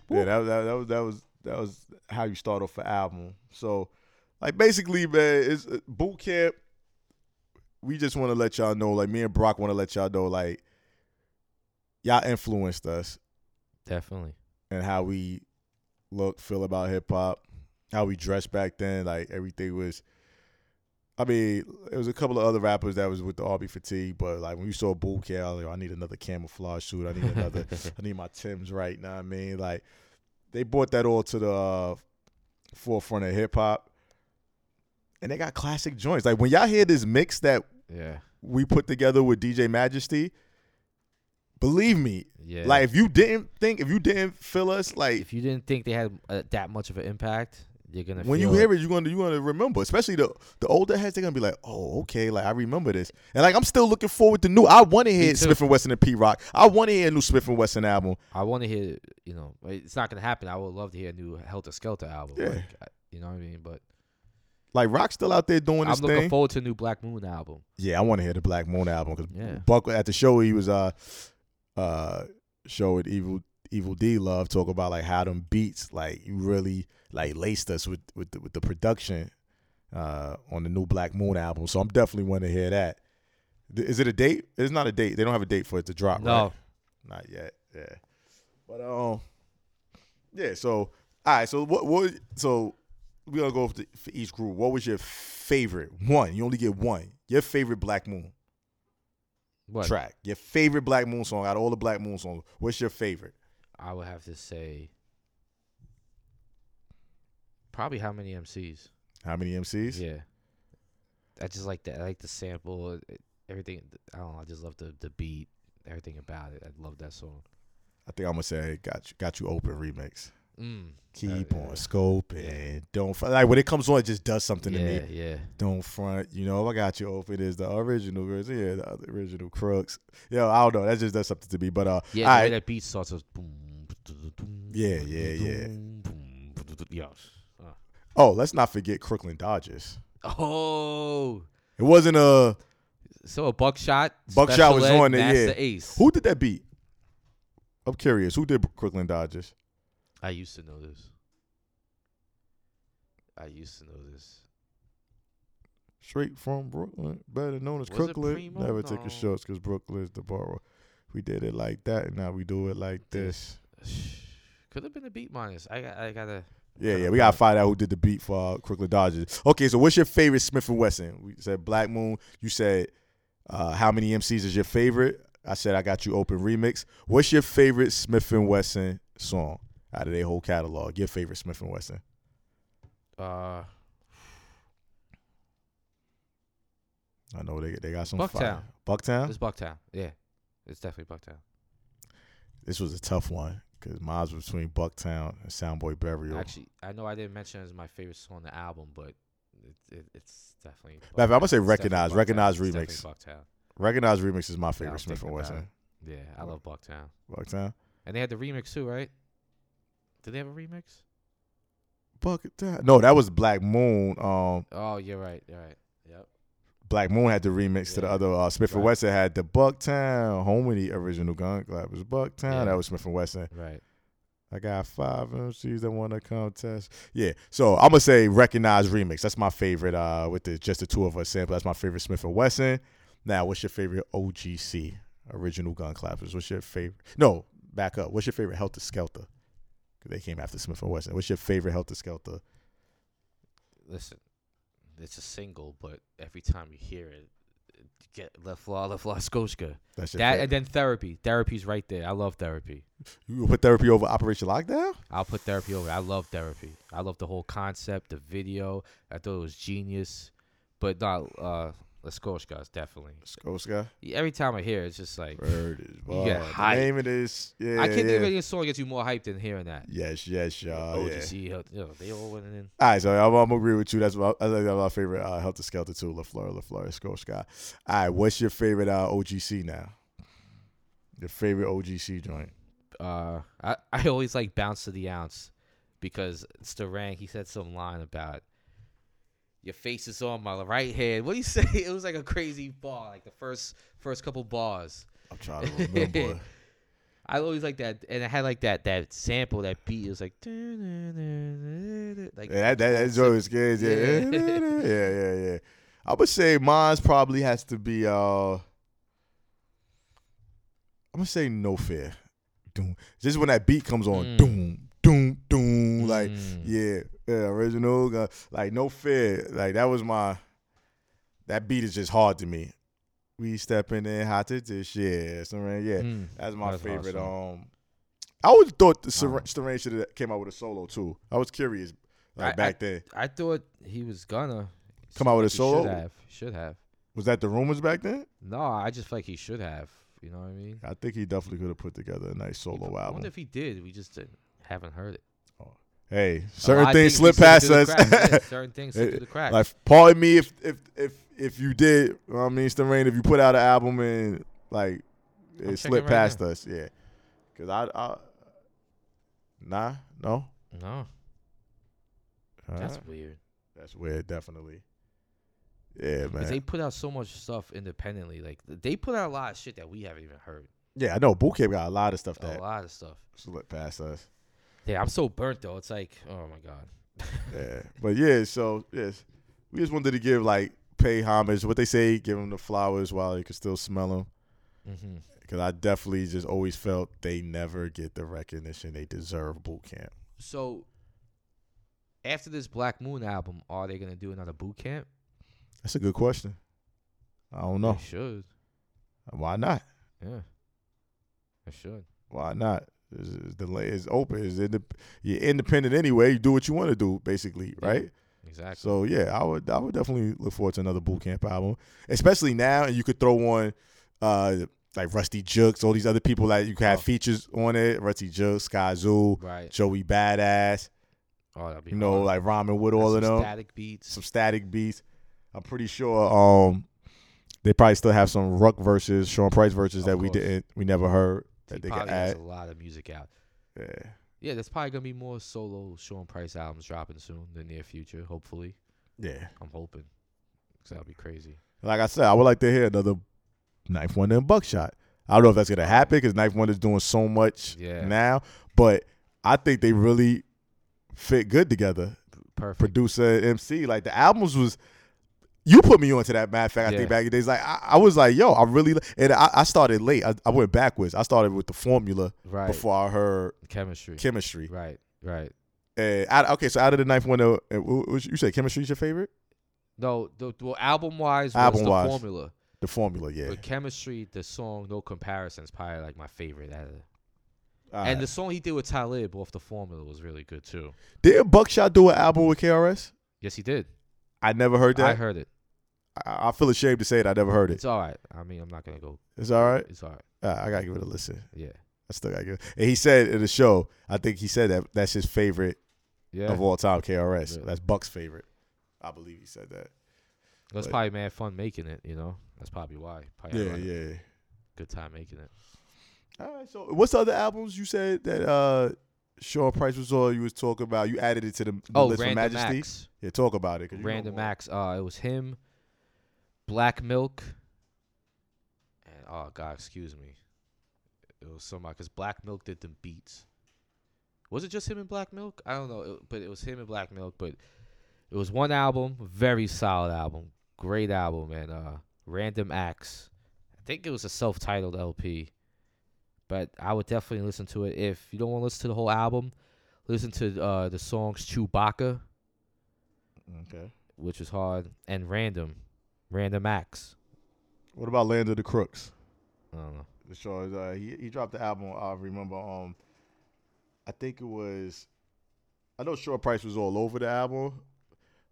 [SPEAKER 1] Yeah, that, that, that was that was that was how you start off an album. So, like basically, man, it's uh, boot camp. we just want to let y'all know, like me and Brock want to let y'all know, like y'all influenced us
[SPEAKER 2] Definitely.
[SPEAKER 1] and how we look, feel about hip hop, how we dressed back then. Like everything was. I mean, there was a couple of other rappers that was with the RB fatigue, but like when you saw Boo Cat, I was like, oh, I need another camouflage suit. I need another.
[SPEAKER 2] [LAUGHS]
[SPEAKER 1] I need my Tim's right now. I mean, like they brought that all to the uh, forefront of hip hop, and they got classic joints. Like when y'all hear this mix that
[SPEAKER 2] yeah.
[SPEAKER 1] we put together with DJ Majesty, believe me,
[SPEAKER 2] Yeah.
[SPEAKER 1] like if you didn't think, if you didn't feel us, like
[SPEAKER 2] if you didn't think they had uh, that much of an impact, you're gonna
[SPEAKER 1] when you
[SPEAKER 2] feel
[SPEAKER 1] hear it, you're gonna you're gonna remember. Especially the the older heads, they're gonna be like, oh, okay, like I remember this, and like I'm still looking forward to new. I want to hear
[SPEAKER 2] too.
[SPEAKER 1] Smith and Wesson and P Rock. I want to hear a new Smith and Wesson album.
[SPEAKER 2] I want to hear, you know, like, it's not gonna happen. I would love to hear a new Helter Skelter album.
[SPEAKER 1] Yeah.
[SPEAKER 2] Like, I- you know what I mean? But
[SPEAKER 1] Like Rock's still out there doing
[SPEAKER 2] I'm
[SPEAKER 1] this
[SPEAKER 2] looking
[SPEAKER 1] thing.
[SPEAKER 2] forward to a new Black Moon album.
[SPEAKER 1] yeah, I want to hear the Black Moon album because
[SPEAKER 2] Yeah.
[SPEAKER 1] Buck at the show he was uh uh show with Evil Evil D Love talk about like how them beats like you really like laced us with with the, with the production uh on the new Black Moon album. So I'm definitely want to hear that. Th- Is it a date? It's not a date. They don't have a date for it to drop.
[SPEAKER 2] no,
[SPEAKER 1] right? not yet. Yeah, but um, yeah. So all right. So what? What? So we gonna go for, the, for each group. What was your favorite one? You only get one. Your favorite Black Moon
[SPEAKER 2] what?
[SPEAKER 1] track. Your favorite Black Moon song out of all the Black Moon songs. What's your favorite?
[SPEAKER 2] I would have to say probably how many MCs?
[SPEAKER 1] How many MCs?
[SPEAKER 2] Yeah, I just like that. I like the sample, it- everything. I don't know. I just love the the beat, everything about it. I love that song.
[SPEAKER 1] I think I'm gonna say got you, got you open remix.
[SPEAKER 2] Mm.
[SPEAKER 1] Keep
[SPEAKER 2] yeah.
[SPEAKER 1] on scoping. Don't front. like when it comes on, it just does something to me.
[SPEAKER 2] Mm. Yeah, yeah.
[SPEAKER 1] Don't front. You know, "Oh, I got you open is the original version. Yeah, the original crooks. Yo, I don't know. That just does something to me. But uh,
[SPEAKER 2] Yeah,
[SPEAKER 1] all
[SPEAKER 2] the
[SPEAKER 1] right.
[SPEAKER 2] way that beat starts with boom. ba-da-da-doom,
[SPEAKER 1] Yeah, yeah, yeah.
[SPEAKER 2] ba-da-doom, boom, ba-da-da-doom. Yes. Uh.
[SPEAKER 1] Oh, let's not forget Crooklyn Dodgers.
[SPEAKER 2] Oh,
[SPEAKER 1] It wasn't a
[SPEAKER 2] so a buckshot.
[SPEAKER 1] Buckshot
[SPEAKER 2] special
[SPEAKER 1] was
[SPEAKER 2] ed,
[SPEAKER 1] on it,
[SPEAKER 2] That's
[SPEAKER 1] yeah.
[SPEAKER 2] the ace.
[SPEAKER 1] who did that beat? I'm curious. Who did Crooklyn Dodgers?
[SPEAKER 2] I used to know this. I used to know this. [SIGHS]
[SPEAKER 1] Straight from Brooklyn, better known as
[SPEAKER 2] Was it
[SPEAKER 1] Crooklyn.
[SPEAKER 2] Primo?
[SPEAKER 1] Never took
[SPEAKER 2] No.
[SPEAKER 1] a shots because Brooklyn's the borough. We did it like that, and now we do it like this.
[SPEAKER 2] Could have been a beat minus. I got. I gotta.
[SPEAKER 1] Yeah, yeah, we gotta find out who did the beat for uh, Crooklyn Dodgers. Okay, so what's your favorite Smith and Wesson? We said Black Moon. You said uh, how many MCs is your favorite? I said I got you open remix. What's your favorite Smith and Wesson song out of their whole catalog? Your favorite Smith and Wesson?
[SPEAKER 2] Uh,
[SPEAKER 1] I know they they got some
[SPEAKER 2] Bucktown.
[SPEAKER 1] fire. Bucktown.
[SPEAKER 2] it's Bucktown. Yeah, it's definitely Bucktown.
[SPEAKER 1] This was a tough one because mine's was between Bucktown and Soundboy Burial.
[SPEAKER 2] Actually, I know I didn't mention it as my favorite song on the album, but it, it, it's definitely.
[SPEAKER 1] Matter of fact, I'm
[SPEAKER 2] Bucktown.
[SPEAKER 1] gonna say
[SPEAKER 2] It's definitely
[SPEAKER 1] Recognize.
[SPEAKER 2] Bucktown.
[SPEAKER 1] Recognize
[SPEAKER 2] It's
[SPEAKER 1] remix.
[SPEAKER 2] definitely Bucktown.
[SPEAKER 1] Recognize remix is my favorite
[SPEAKER 2] I'm
[SPEAKER 1] Smith and
[SPEAKER 2] thinking about
[SPEAKER 1] Wesson.
[SPEAKER 2] Yeah, I love Bucktown.
[SPEAKER 1] Bucktown.
[SPEAKER 2] And they had the remix too, right? Did they have a remix?
[SPEAKER 1] Bucktown. No, that was Black Moon. Um,
[SPEAKER 2] Oh, you're right. You're right. Yep.
[SPEAKER 1] Black Moon had the remix to the
[SPEAKER 2] Yeah.
[SPEAKER 1] other. Uh, Smith and
[SPEAKER 2] Right.
[SPEAKER 1] Wesson had the Bucktown. Home of the original gun clap was Bucktown.
[SPEAKER 2] Yeah.
[SPEAKER 1] That was Smith and Wesson.
[SPEAKER 2] Right.
[SPEAKER 1] I got five MCs that want to contest. Yeah, so I'm gonna say recognize remix. That's my favorite. Uh, with the just the two of us sample. That's my favorite Smith and Wesson. Now, what's your favorite OGC original gun clappers? What's your favorite? No, back up. What's your favorite Helter Skelter? 'Cause they came after Smith and Wesson. What's your favorite Helter Skelter?
[SPEAKER 2] Listen, it's a single, but every time you hear it, you get Left La Left La Skoshka.
[SPEAKER 1] That's your
[SPEAKER 2] That
[SPEAKER 1] that,
[SPEAKER 2] and then therapy. Therapy's right there. I love therapy.
[SPEAKER 1] you would put therapy over Operation Lockdown.
[SPEAKER 2] I'll put therapy over. it. I love therapy. I love the whole concept, the video. I thought it was genius. But not uh Laskoshka's definitely.
[SPEAKER 1] Skoska.
[SPEAKER 2] Every time I hear it, it's just like
[SPEAKER 1] Bird is wild.
[SPEAKER 2] get
[SPEAKER 1] The
[SPEAKER 2] hype.
[SPEAKER 1] name of this. Yeah,
[SPEAKER 2] I can't
[SPEAKER 1] yeah.
[SPEAKER 2] think
[SPEAKER 1] [LAUGHS]
[SPEAKER 2] of any song that gets you more hyped than hearing that.
[SPEAKER 1] Yes, yes, y'all. yeah.
[SPEAKER 2] OGC, uh, you know, they all went in.
[SPEAKER 1] All right, so I'm, I'm agree with you. That's my, I think that's my favorite uh, Helter Skelter too. LaFleur, LaFleur, Skull Sky. All right, what's your favorite uh, OGC now? Your favorite OGC joint?
[SPEAKER 2] uh, I, I always like bounce to the ounce because Starang he said some line about your face is on my right hand. What do you [LAUGHS] say? It was like a crazy bar, like the first first couple bars.
[SPEAKER 1] I'm trying to [LAUGHS] remember.
[SPEAKER 2] I always like that, and it had like that that sample, that beat. It was like, like
[SPEAKER 1] yeah, that, that, that joint was good. Yeah, yeah,
[SPEAKER 2] Yeah.
[SPEAKER 1] yeah, yeah. I would say mine's probably has to be. uh I'm gonna say no fear. Doom. Just when that beat comes on,
[SPEAKER 2] Mm.
[SPEAKER 1] doom, doom, doom. Like
[SPEAKER 2] Mm.
[SPEAKER 1] yeah, yeah, original. uh, Like no fear. Like that was my. That beat is just hard to me. We stepping in hot to this yeah, something yeah.
[SPEAKER 2] Mm.
[SPEAKER 1] That's my
[SPEAKER 2] That's
[SPEAKER 1] favorite.
[SPEAKER 2] awesome.
[SPEAKER 1] Um, I always thought the
[SPEAKER 2] Wow.
[SPEAKER 1] Seren- Seren should have came out with a solo too. I was curious, like
[SPEAKER 2] I- I-
[SPEAKER 1] back then.
[SPEAKER 2] I thought he was gonna
[SPEAKER 1] Come out with a
[SPEAKER 2] He
[SPEAKER 1] solo?
[SPEAKER 2] Should have. Should have.
[SPEAKER 1] Was that the rumors back then?
[SPEAKER 2] No, I just feel like he should have. You know what I mean?
[SPEAKER 1] I think he definitely could have put together a nice solo
[SPEAKER 2] I
[SPEAKER 1] album.
[SPEAKER 2] wonder if he did. We just didn't, haven't heard it.
[SPEAKER 1] hey,
[SPEAKER 2] A
[SPEAKER 1] certain
[SPEAKER 2] lot of
[SPEAKER 1] things
[SPEAKER 2] just
[SPEAKER 1] slip
[SPEAKER 2] slip
[SPEAKER 1] past
[SPEAKER 2] through
[SPEAKER 1] us.
[SPEAKER 2] the cracks.
[SPEAKER 1] [LAUGHS]
[SPEAKER 2] Yeah, certain things slip
[SPEAKER 1] It-
[SPEAKER 2] through the cracks.
[SPEAKER 1] like, pardon me if if if if you did. you know what I mean, Seren, if you put out an album and like
[SPEAKER 2] I'm
[SPEAKER 1] it
[SPEAKER 2] checking
[SPEAKER 1] slipped
[SPEAKER 2] right
[SPEAKER 1] past
[SPEAKER 2] now.
[SPEAKER 1] us, yeah. Cause I, I nah, no,
[SPEAKER 2] no, that's
[SPEAKER 1] Huh?
[SPEAKER 2] weird.
[SPEAKER 1] that's weird, definitely. Yeah, man.
[SPEAKER 2] Because they put out so much stuff independently. Like th- they put out a lot of shit that we haven't even heard.
[SPEAKER 1] yeah, I know. Boot Camp got a lot of stuff
[SPEAKER 2] A
[SPEAKER 1] that
[SPEAKER 2] lot of stuff.
[SPEAKER 1] slipped past us.
[SPEAKER 2] Yeah, I'm so burnt though. It's like, oh my god.
[SPEAKER 1] Yeah, but yeah, so yes, we just wanted to give like pay homage. What they say, give them the flowers while you can still smell them.
[SPEAKER 2] hmm
[SPEAKER 1] Because I definitely just always felt they never get the recognition they deserve. Boot camp.
[SPEAKER 2] So after this Black Moon album, are they gonna do another boot camp?
[SPEAKER 1] That's a good question. I don't know.
[SPEAKER 2] They should.
[SPEAKER 1] Why not?
[SPEAKER 2] Yeah. They should.
[SPEAKER 1] Why not? It's, it's the la- it's open. It's in you're independent anyway. You do what you want to do, basically, right?
[SPEAKER 2] Exactly.
[SPEAKER 1] So yeah, I would I would definitely look forward to another boot camp album, especially now. And you could throw on uh, like Rusty Jukes, all these other people that you could have
[SPEAKER 2] Oh.
[SPEAKER 1] features on it. Rusty Jukes, Sky Zoo,
[SPEAKER 2] right.
[SPEAKER 1] Joey Badass,
[SPEAKER 2] Oh, that'd be
[SPEAKER 1] you know,
[SPEAKER 2] hard.
[SPEAKER 1] like Ramen with
[SPEAKER 2] Got
[SPEAKER 1] all
[SPEAKER 2] some
[SPEAKER 1] of them,
[SPEAKER 2] static beats.
[SPEAKER 1] some static beats. I'm pretty sure um they probably still have some Ruck verses, Sean Price verses
[SPEAKER 2] Of
[SPEAKER 1] that we
[SPEAKER 2] course.
[SPEAKER 1] didn't, we never heard
[SPEAKER 2] he
[SPEAKER 1] that they could
[SPEAKER 2] probably has
[SPEAKER 1] add.
[SPEAKER 2] a lot of music out.
[SPEAKER 1] Yeah.
[SPEAKER 2] Yeah, there's probably gonna be more solo Sean Price albums dropping soon, in the near future. Hopefully,
[SPEAKER 1] Yeah.
[SPEAKER 2] I'm hoping. Cause that'd be crazy.
[SPEAKER 1] Like I said, I would like to hear another Knife One and Buckshot. I don't know if that's gonna happen because Knife One is doing so much
[SPEAKER 2] Yeah.
[SPEAKER 1] now, but I think they really fit good together.
[SPEAKER 2] Perfect.
[SPEAKER 1] Producer, MC, like the albums was. You put me onto that. Matter of fact, I
[SPEAKER 2] Yeah.
[SPEAKER 1] think back in the days, like I, I was like, "Yo, I really," li- and I, I started late. I, I went backwards. I started with the formula
[SPEAKER 2] right.
[SPEAKER 1] before I heard
[SPEAKER 2] Chemistry.
[SPEAKER 1] chemistry.
[SPEAKER 2] right. Right.
[SPEAKER 1] And out, okay, so out of the knife one, uh, uh, wh- wh- you said chemistry's your favorite.
[SPEAKER 2] No, the, well, album wise was
[SPEAKER 1] Album-wise.
[SPEAKER 2] the formula,
[SPEAKER 1] The formula, yeah.
[SPEAKER 2] but chemistry, the song, no comparison is probably like my favorite. Out of it.
[SPEAKER 1] All
[SPEAKER 2] And
[SPEAKER 1] right.
[SPEAKER 2] the song he did with Talib off the formula was really good too.
[SPEAKER 1] Did Buckshot do an album with KRS?
[SPEAKER 2] Yes, he did.
[SPEAKER 1] I never heard that.
[SPEAKER 2] I heard it.
[SPEAKER 1] I, I feel ashamed to say it. I never heard it.
[SPEAKER 2] It's all right. I mean, I'm not gonna go.
[SPEAKER 1] It's all right.
[SPEAKER 2] It's all right.
[SPEAKER 1] Uh, I gotta give it a listen.
[SPEAKER 2] Yeah.
[SPEAKER 1] I still gotta give. It. And he said in the show, I think he said that that's his favorite
[SPEAKER 2] Yeah.
[SPEAKER 1] of all time. KRS.
[SPEAKER 2] Yeah.
[SPEAKER 1] That's Buck's favorite. I believe he said that.
[SPEAKER 2] That's
[SPEAKER 1] But-
[SPEAKER 2] probably mad fun making it, you know. That's probably why. Probably had a
[SPEAKER 1] yeah,
[SPEAKER 2] lot of
[SPEAKER 1] yeah.
[SPEAKER 2] Good time making it.
[SPEAKER 1] All right. So, what's the other albums you said that uh Sean Price was on? You was talking about. You added it to the, the
[SPEAKER 2] Oh,
[SPEAKER 1] list for
[SPEAKER 2] Random
[SPEAKER 1] Majesty.
[SPEAKER 2] Acts.
[SPEAKER 1] Yeah, talk about it. 'cause you know
[SPEAKER 2] Random
[SPEAKER 1] more.
[SPEAKER 2] Acts. Uh, it was him, Black Milk, and oh god, excuse me, it was somebody because Black Milk did the beats. Was it just him and Black Milk? I don't know, it- but it was him and Black Milk. But it was one album, very solid album, great album, and uh, Random Acts. I think it was a self-titled LP, but I would definitely listen to it if you don't want to listen to the whole album. Listen to uh, the songs Chewbacca
[SPEAKER 1] Okay.
[SPEAKER 2] which is hard, and random, random acts.
[SPEAKER 1] What about Land of the Crooks?
[SPEAKER 2] I don't know.
[SPEAKER 1] the show. is, Uh, he he dropped the album. I remember. Um, I think it was. I know Short Price was all over the album,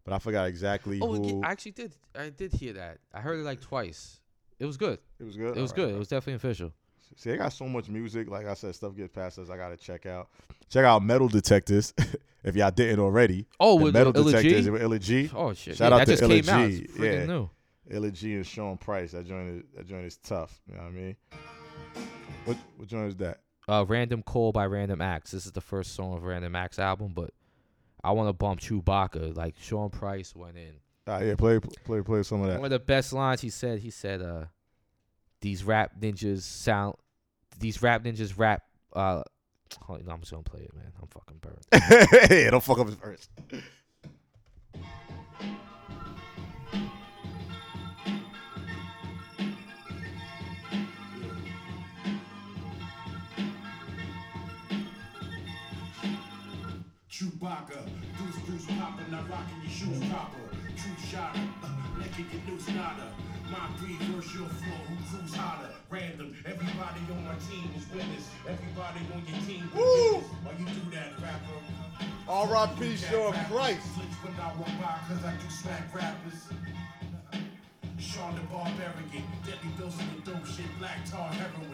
[SPEAKER 1] but I forgot exactly
[SPEAKER 2] Oh,
[SPEAKER 1] who.
[SPEAKER 2] yeah, I actually did. I did hear that. I heard it like twice. It was good.
[SPEAKER 1] it was good.
[SPEAKER 2] It was
[SPEAKER 1] All right.
[SPEAKER 2] good. It was definitely official.
[SPEAKER 1] See, I got so much music. Like I said, stuff gets past us. I gotta check out. Check out Metal Detectors [LAUGHS] if y'all didn't already.
[SPEAKER 2] Oh,
[SPEAKER 1] The
[SPEAKER 2] with
[SPEAKER 1] Metal
[SPEAKER 2] Metal Illa
[SPEAKER 1] Detectors
[SPEAKER 2] G?
[SPEAKER 1] with Illa G,
[SPEAKER 2] Oh shit!
[SPEAKER 1] Shout
[SPEAKER 2] yeah,
[SPEAKER 1] out
[SPEAKER 2] that
[SPEAKER 1] to
[SPEAKER 2] just
[SPEAKER 1] Illa
[SPEAKER 2] came out. It's
[SPEAKER 1] G,
[SPEAKER 2] freaking
[SPEAKER 1] yeah.
[SPEAKER 2] new.
[SPEAKER 1] Illa G and Sean Price. That joint is that joint is tough. You know what I mean? What what joint is that?
[SPEAKER 2] Uh, random call by Random Acts. This is the first song of Random Acts album, but I want to bump Chewbacca. Like Sean Price went in.
[SPEAKER 1] Ah, yeah, play play play some of that.
[SPEAKER 2] One of the best lines he said, he said, uh, these rap ninjas sound, these rap ninjas rap, uh, hold on, I'm just gonna play it, man. I'm fucking
[SPEAKER 1] [LAUGHS]
[SPEAKER 2] burned.
[SPEAKER 1] yeah, don't fuck up his verse.
[SPEAKER 4] Chewbacca, Bruce Bruce Papa, not rocking your shoes proper. True shotter, uh, naked your noose nada. My breed versus your flow, who crews hotter? Random, everybody on my team is winners. Everybody on your team is winners. Why you do that, rapper?
[SPEAKER 1] R.I.P. Shawn
[SPEAKER 4] That rapper
[SPEAKER 1] Christ.
[SPEAKER 4] Slips when I walk by, cause I do smack rappers. Sean the Barbarian, deadly dose of the dope shit, black tar heroin.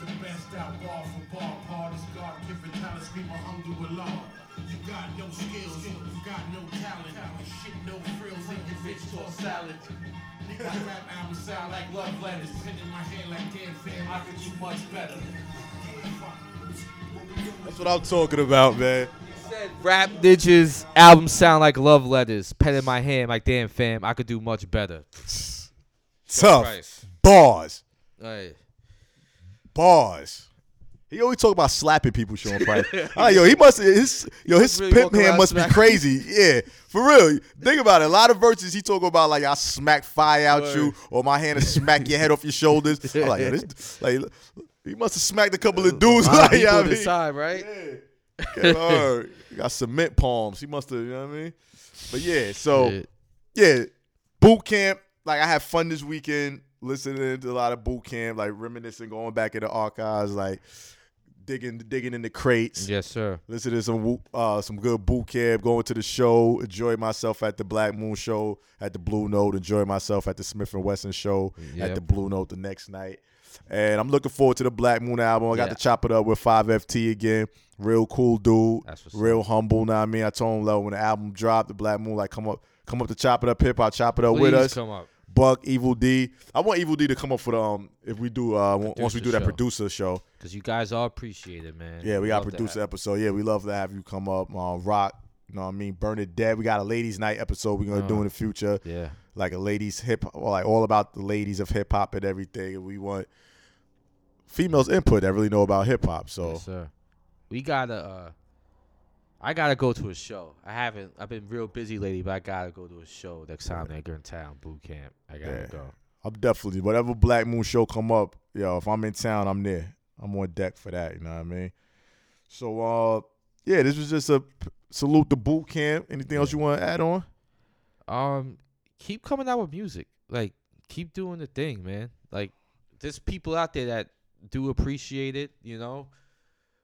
[SPEAKER 4] The best out bar for bar, part is God given talent, scream a hunger with law. You got no skills, you got no talent. You shit no frills in your bitch toss salad. Nigga, I rap albums sound like love letters. Pen in my hand like Dan Fan, I could do much better.
[SPEAKER 1] That's what I'm talking about, man.
[SPEAKER 2] said Rap Ninja's album sound like love letters. Pen in my hand, like damn fam, I could do much better.
[SPEAKER 1] Tough
[SPEAKER 2] Christ.
[SPEAKER 1] bars,
[SPEAKER 2] [LAUGHS] Like,
[SPEAKER 1] bars. He always talk about slapping people, Sean
[SPEAKER 2] [LAUGHS]
[SPEAKER 1] Price. Ah, yo, he must his yo his
[SPEAKER 2] Really
[SPEAKER 1] pimp
[SPEAKER 2] walking
[SPEAKER 1] hand
[SPEAKER 2] around
[SPEAKER 1] must be
[SPEAKER 2] smacking.
[SPEAKER 1] crazy. Yeah, for real. Think about it. A lot of verses he talk about like I smack fire out you,
[SPEAKER 2] Word.
[SPEAKER 1] or my hand will smack your head off your shoulders.
[SPEAKER 2] [LAUGHS]
[SPEAKER 1] I'm like, yo, this like he must have smacked a couple of dudes. [LAUGHS]
[SPEAKER 2] lot of
[SPEAKER 1] like, you know
[SPEAKER 2] people
[SPEAKER 1] what I mean?
[SPEAKER 2] this time, right?
[SPEAKER 1] Yeah, hard. He got cement palms. He must have, you know what I mean? But yeah, so
[SPEAKER 2] Shit.
[SPEAKER 1] yeah, boot camp. Like I had fun this weekend listening to a lot of boot camp, like reminiscing, going back in the archives, like digging, digging in the crates.
[SPEAKER 2] Yes, sir.
[SPEAKER 1] Listen to some woo- uh, some good boot camp. Going to the show, enjoy myself at the Black Moon show, at the Blue Note. Enjoy myself at the Smith and Wesson show, at
[SPEAKER 2] Yep.
[SPEAKER 1] the Blue Note the next night. And I'm looking forward to the Black Moon album. I got
[SPEAKER 2] Yeah.
[SPEAKER 1] to chop it up with Five FT again. Real cool dude.
[SPEAKER 2] That's what's
[SPEAKER 1] real humble. Know what I mean, I told him like, when the album dropped, the Black Moon like come up, come up to chop it up hip hop, chop it up
[SPEAKER 2] Please
[SPEAKER 1] with us.
[SPEAKER 2] come up.
[SPEAKER 1] Buck, Evil D. I want Evil D to come up for the um if we do uh w- once we
[SPEAKER 2] Producer
[SPEAKER 1] do that
[SPEAKER 2] show.
[SPEAKER 1] producer show.
[SPEAKER 2] Because you guys are appreciated, man.
[SPEAKER 1] Yeah, we got
[SPEAKER 2] Love to
[SPEAKER 1] producer
[SPEAKER 2] have-
[SPEAKER 1] episode. Yeah, we love to have you come up. Uh, rock, you know what I mean? Burn it dead. We got a ladies' night episode we're gonna
[SPEAKER 2] Uh-huh.
[SPEAKER 1] do in the future.
[SPEAKER 2] Yeah.
[SPEAKER 1] Like a ladies hip well, like all about the ladies of hip hop and everything. And we want females input that really know about hip hop. So
[SPEAKER 2] Yes, sir. We gotta. Uh, I gotta go to a show. I haven't. I've been real busy lately, but I gotta go to a show next time they're in town. Boot camp. I gotta
[SPEAKER 1] Yeah.
[SPEAKER 2] go.
[SPEAKER 1] I'm definitely whatever Black Moon show come up, yo, if I'm in town, I'm there. I'm on deck for that, you know what I mean? So uh yeah, this was just a p- salute to boot camp. Anything else you wanna add on?
[SPEAKER 2] Um, keep coming out with music. Like, keep doing the thing, man. Like, there's people out there that do appreciate it. You know,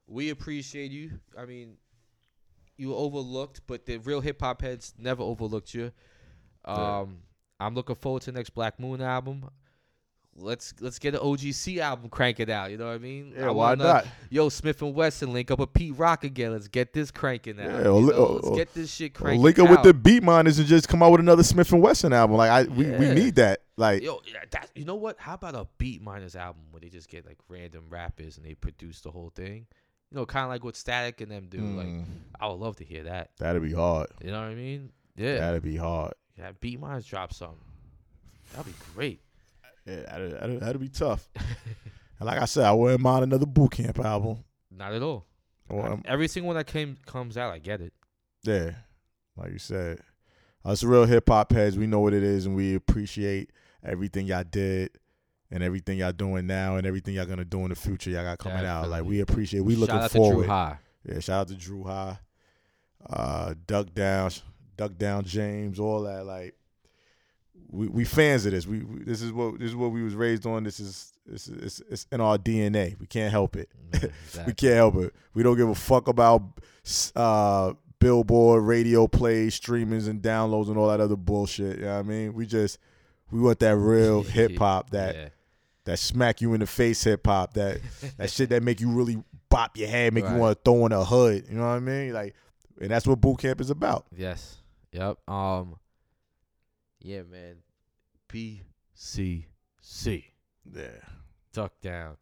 [SPEAKER 2] we appreciate you. I mean, you were overlooked, but the real hip hop heads never overlooked you. Um, I'm looking forward to the next Black Moon album. Let's let's get an OGC album, crank it out. You know what I mean?
[SPEAKER 1] Yeah,
[SPEAKER 2] I
[SPEAKER 1] why
[SPEAKER 2] wanna-
[SPEAKER 1] not?
[SPEAKER 2] Yo, Smith and Wesson link up with Pete Rock again. Let's get this cranking out.
[SPEAKER 1] Yeah,
[SPEAKER 2] you
[SPEAKER 1] or li-
[SPEAKER 2] know?
[SPEAKER 1] or-
[SPEAKER 2] let's
[SPEAKER 1] or-
[SPEAKER 2] get this shit
[SPEAKER 1] Or
[SPEAKER 2] cranking.
[SPEAKER 1] link up with
[SPEAKER 2] out.
[SPEAKER 1] the beat miners and just come out with another Smith and Wesson album. Like I, we, we
[SPEAKER 2] Yeah.
[SPEAKER 1] need that. Like
[SPEAKER 2] Yo, yeah, that you know what? How about a Beat Miners album where they just get like random rappers and they produce the whole thing? You know, kind of like what Static and them do.
[SPEAKER 1] Mm.
[SPEAKER 2] Like, I would love to hear that.
[SPEAKER 1] that'd be hard.
[SPEAKER 2] You know what I mean? Yeah,
[SPEAKER 1] That'd be hard.
[SPEAKER 2] yeah. Beat Miners drop something. That'd be great. [LAUGHS]
[SPEAKER 1] Yeah, that'd, that'd, that'd be tough. and like I said, I wouldn't mind another boot camp album.
[SPEAKER 2] Not at all.
[SPEAKER 1] I wouldn't-
[SPEAKER 2] Every single one that came comes out, I get it.
[SPEAKER 1] yeah, like you said, us real hip hop heads, we know what it is, and we appreciate everything y'all did. And everything y'all doing now, and everything y'all gonna do in the future, y'all got coming out. Like we appreciate, we looking
[SPEAKER 2] Shout out
[SPEAKER 1] forward.
[SPEAKER 2] to
[SPEAKER 1] [LAUGHS]
[SPEAKER 2] Drew High.
[SPEAKER 1] Yeah, shout out to Drew High, uh, Duck Down, Duck Down James, all that. Like, we we fans of this. We, we this is what this is what we was raised on. This is this is it's, it's in our DNA. We can't help it. we
[SPEAKER 2] exactly.
[SPEAKER 1] can't help it. We don't give a fuck about uh, Billboard, radio plays, streamings, and downloads, and all that other bullshit. You know what I mean? We just we want that
[SPEAKER 2] [LAUGHS]
[SPEAKER 1] real hip hop that
[SPEAKER 2] Yeah.
[SPEAKER 1] that smack you in the face hip hop, that
[SPEAKER 2] [LAUGHS]
[SPEAKER 1] that shit that make you really bop your head, make you
[SPEAKER 2] Right.
[SPEAKER 1] want to throw in a hood. You know what I mean? Like, and that's what boot camp is about.
[SPEAKER 2] Yes. Yep. Um. Yeah, man. B C C.
[SPEAKER 1] Yeah,
[SPEAKER 2] duck down.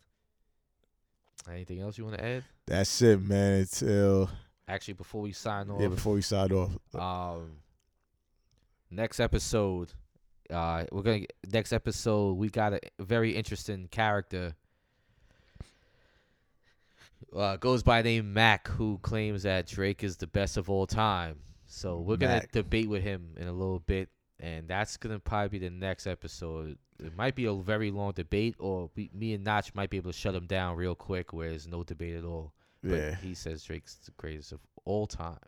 [SPEAKER 2] Anything else you want to add?
[SPEAKER 1] that's it, man. Until
[SPEAKER 2] Actually, before we sign off,
[SPEAKER 1] yeah, before we sign off,
[SPEAKER 2] um, next episode, uh, we're gonna get- next episode we got a very interesting character. Uh, goes by the name Mac, who claims that Drake is the best of all time. So we're gonna
[SPEAKER 1] Mac.
[SPEAKER 2] debate with him in a little bit, and that's gonna probably be the next episode. It might be a very long debate, or we, me and Notch might be able to shut him down real quick, where there's no debate at all. But
[SPEAKER 1] Yeah.
[SPEAKER 2] he says Drake's the greatest of all time.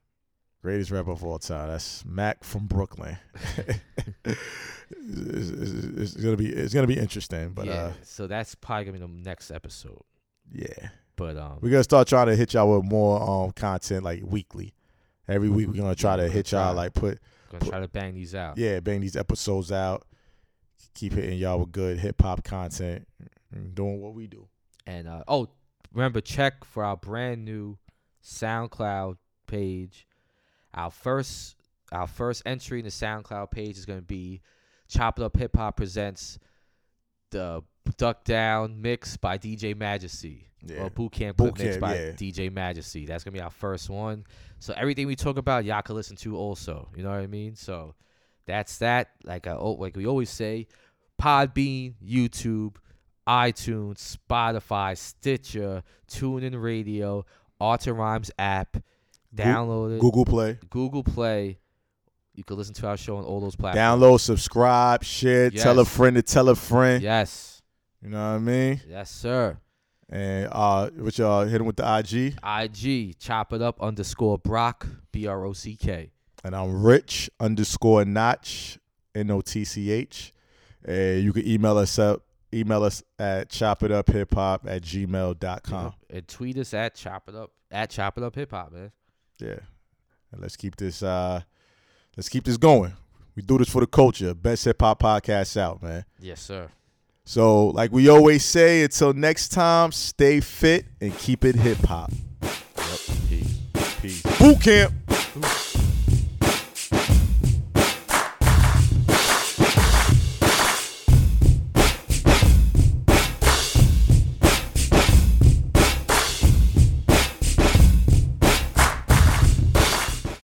[SPEAKER 1] Greatest rapper of all time. That's Mac from Brooklyn. [LAUGHS] it's, it's- it's- it's gonna be it's gonna be interesting, but
[SPEAKER 2] yeah.
[SPEAKER 1] uh,
[SPEAKER 2] so that's probably gonna be the next episode.
[SPEAKER 1] yeah,
[SPEAKER 2] But um,
[SPEAKER 1] we're gonna start trying to hit y'all with more um content like weekly. Every week we're gonna try to hit y'all like put
[SPEAKER 2] gonna try to bang these out.
[SPEAKER 1] yeah bang these episodes out. Keep hitting y'all with good hip hop content, and doing what we do.
[SPEAKER 2] And uh, oh, remember check for our brand new SoundCloud page. Our first our first entry in the SoundCloud page is going to be Chop It Up Hip Hop presents the Duck Down mix by DJ Majesty.
[SPEAKER 1] Yeah.
[SPEAKER 2] Or Boot Camp
[SPEAKER 1] Boot
[SPEAKER 2] Clip mix
[SPEAKER 1] Camp,
[SPEAKER 2] by
[SPEAKER 1] yeah.
[SPEAKER 2] DJ Majesty. That's going to be our first one. So everything we talk about, y'all can listen to also. You know what I mean? So that's that. Like I al- like we always say, Podbean, YouTube, iTunes, Spotify, Stitcher, TuneIn Radio, Arthur Rhymes app.
[SPEAKER 1] Goo-
[SPEAKER 2] Download it. Google,
[SPEAKER 1] Google Play.
[SPEAKER 2] Play. You can listen to our show on all those platforms.
[SPEAKER 1] Download, subscribe, share, tell a
[SPEAKER 2] Yes.
[SPEAKER 1] friend to tell a friend.
[SPEAKER 2] Yes.
[SPEAKER 1] You know what I mean?
[SPEAKER 2] Yes, sir.
[SPEAKER 1] And uh, what y'all hit him with the IG.
[SPEAKER 2] IG, chop it up underscore Brock, B R O C K.
[SPEAKER 1] and I'm Rich underscore Notch N O T C H. And you can email us up email us at chop it up hip hop at gmail.com.
[SPEAKER 2] And tweet us at chop it up, at chop it up hip hop, man.
[SPEAKER 1] Yeah. And let's keep this uh let's keep this going. We do this for the culture. Best hip hop podcast out, man.
[SPEAKER 2] Yes, sir.
[SPEAKER 1] So like we always say, until next time, stay fit and keep it hip hop.
[SPEAKER 2] Yep. Peace.
[SPEAKER 1] Boot camp.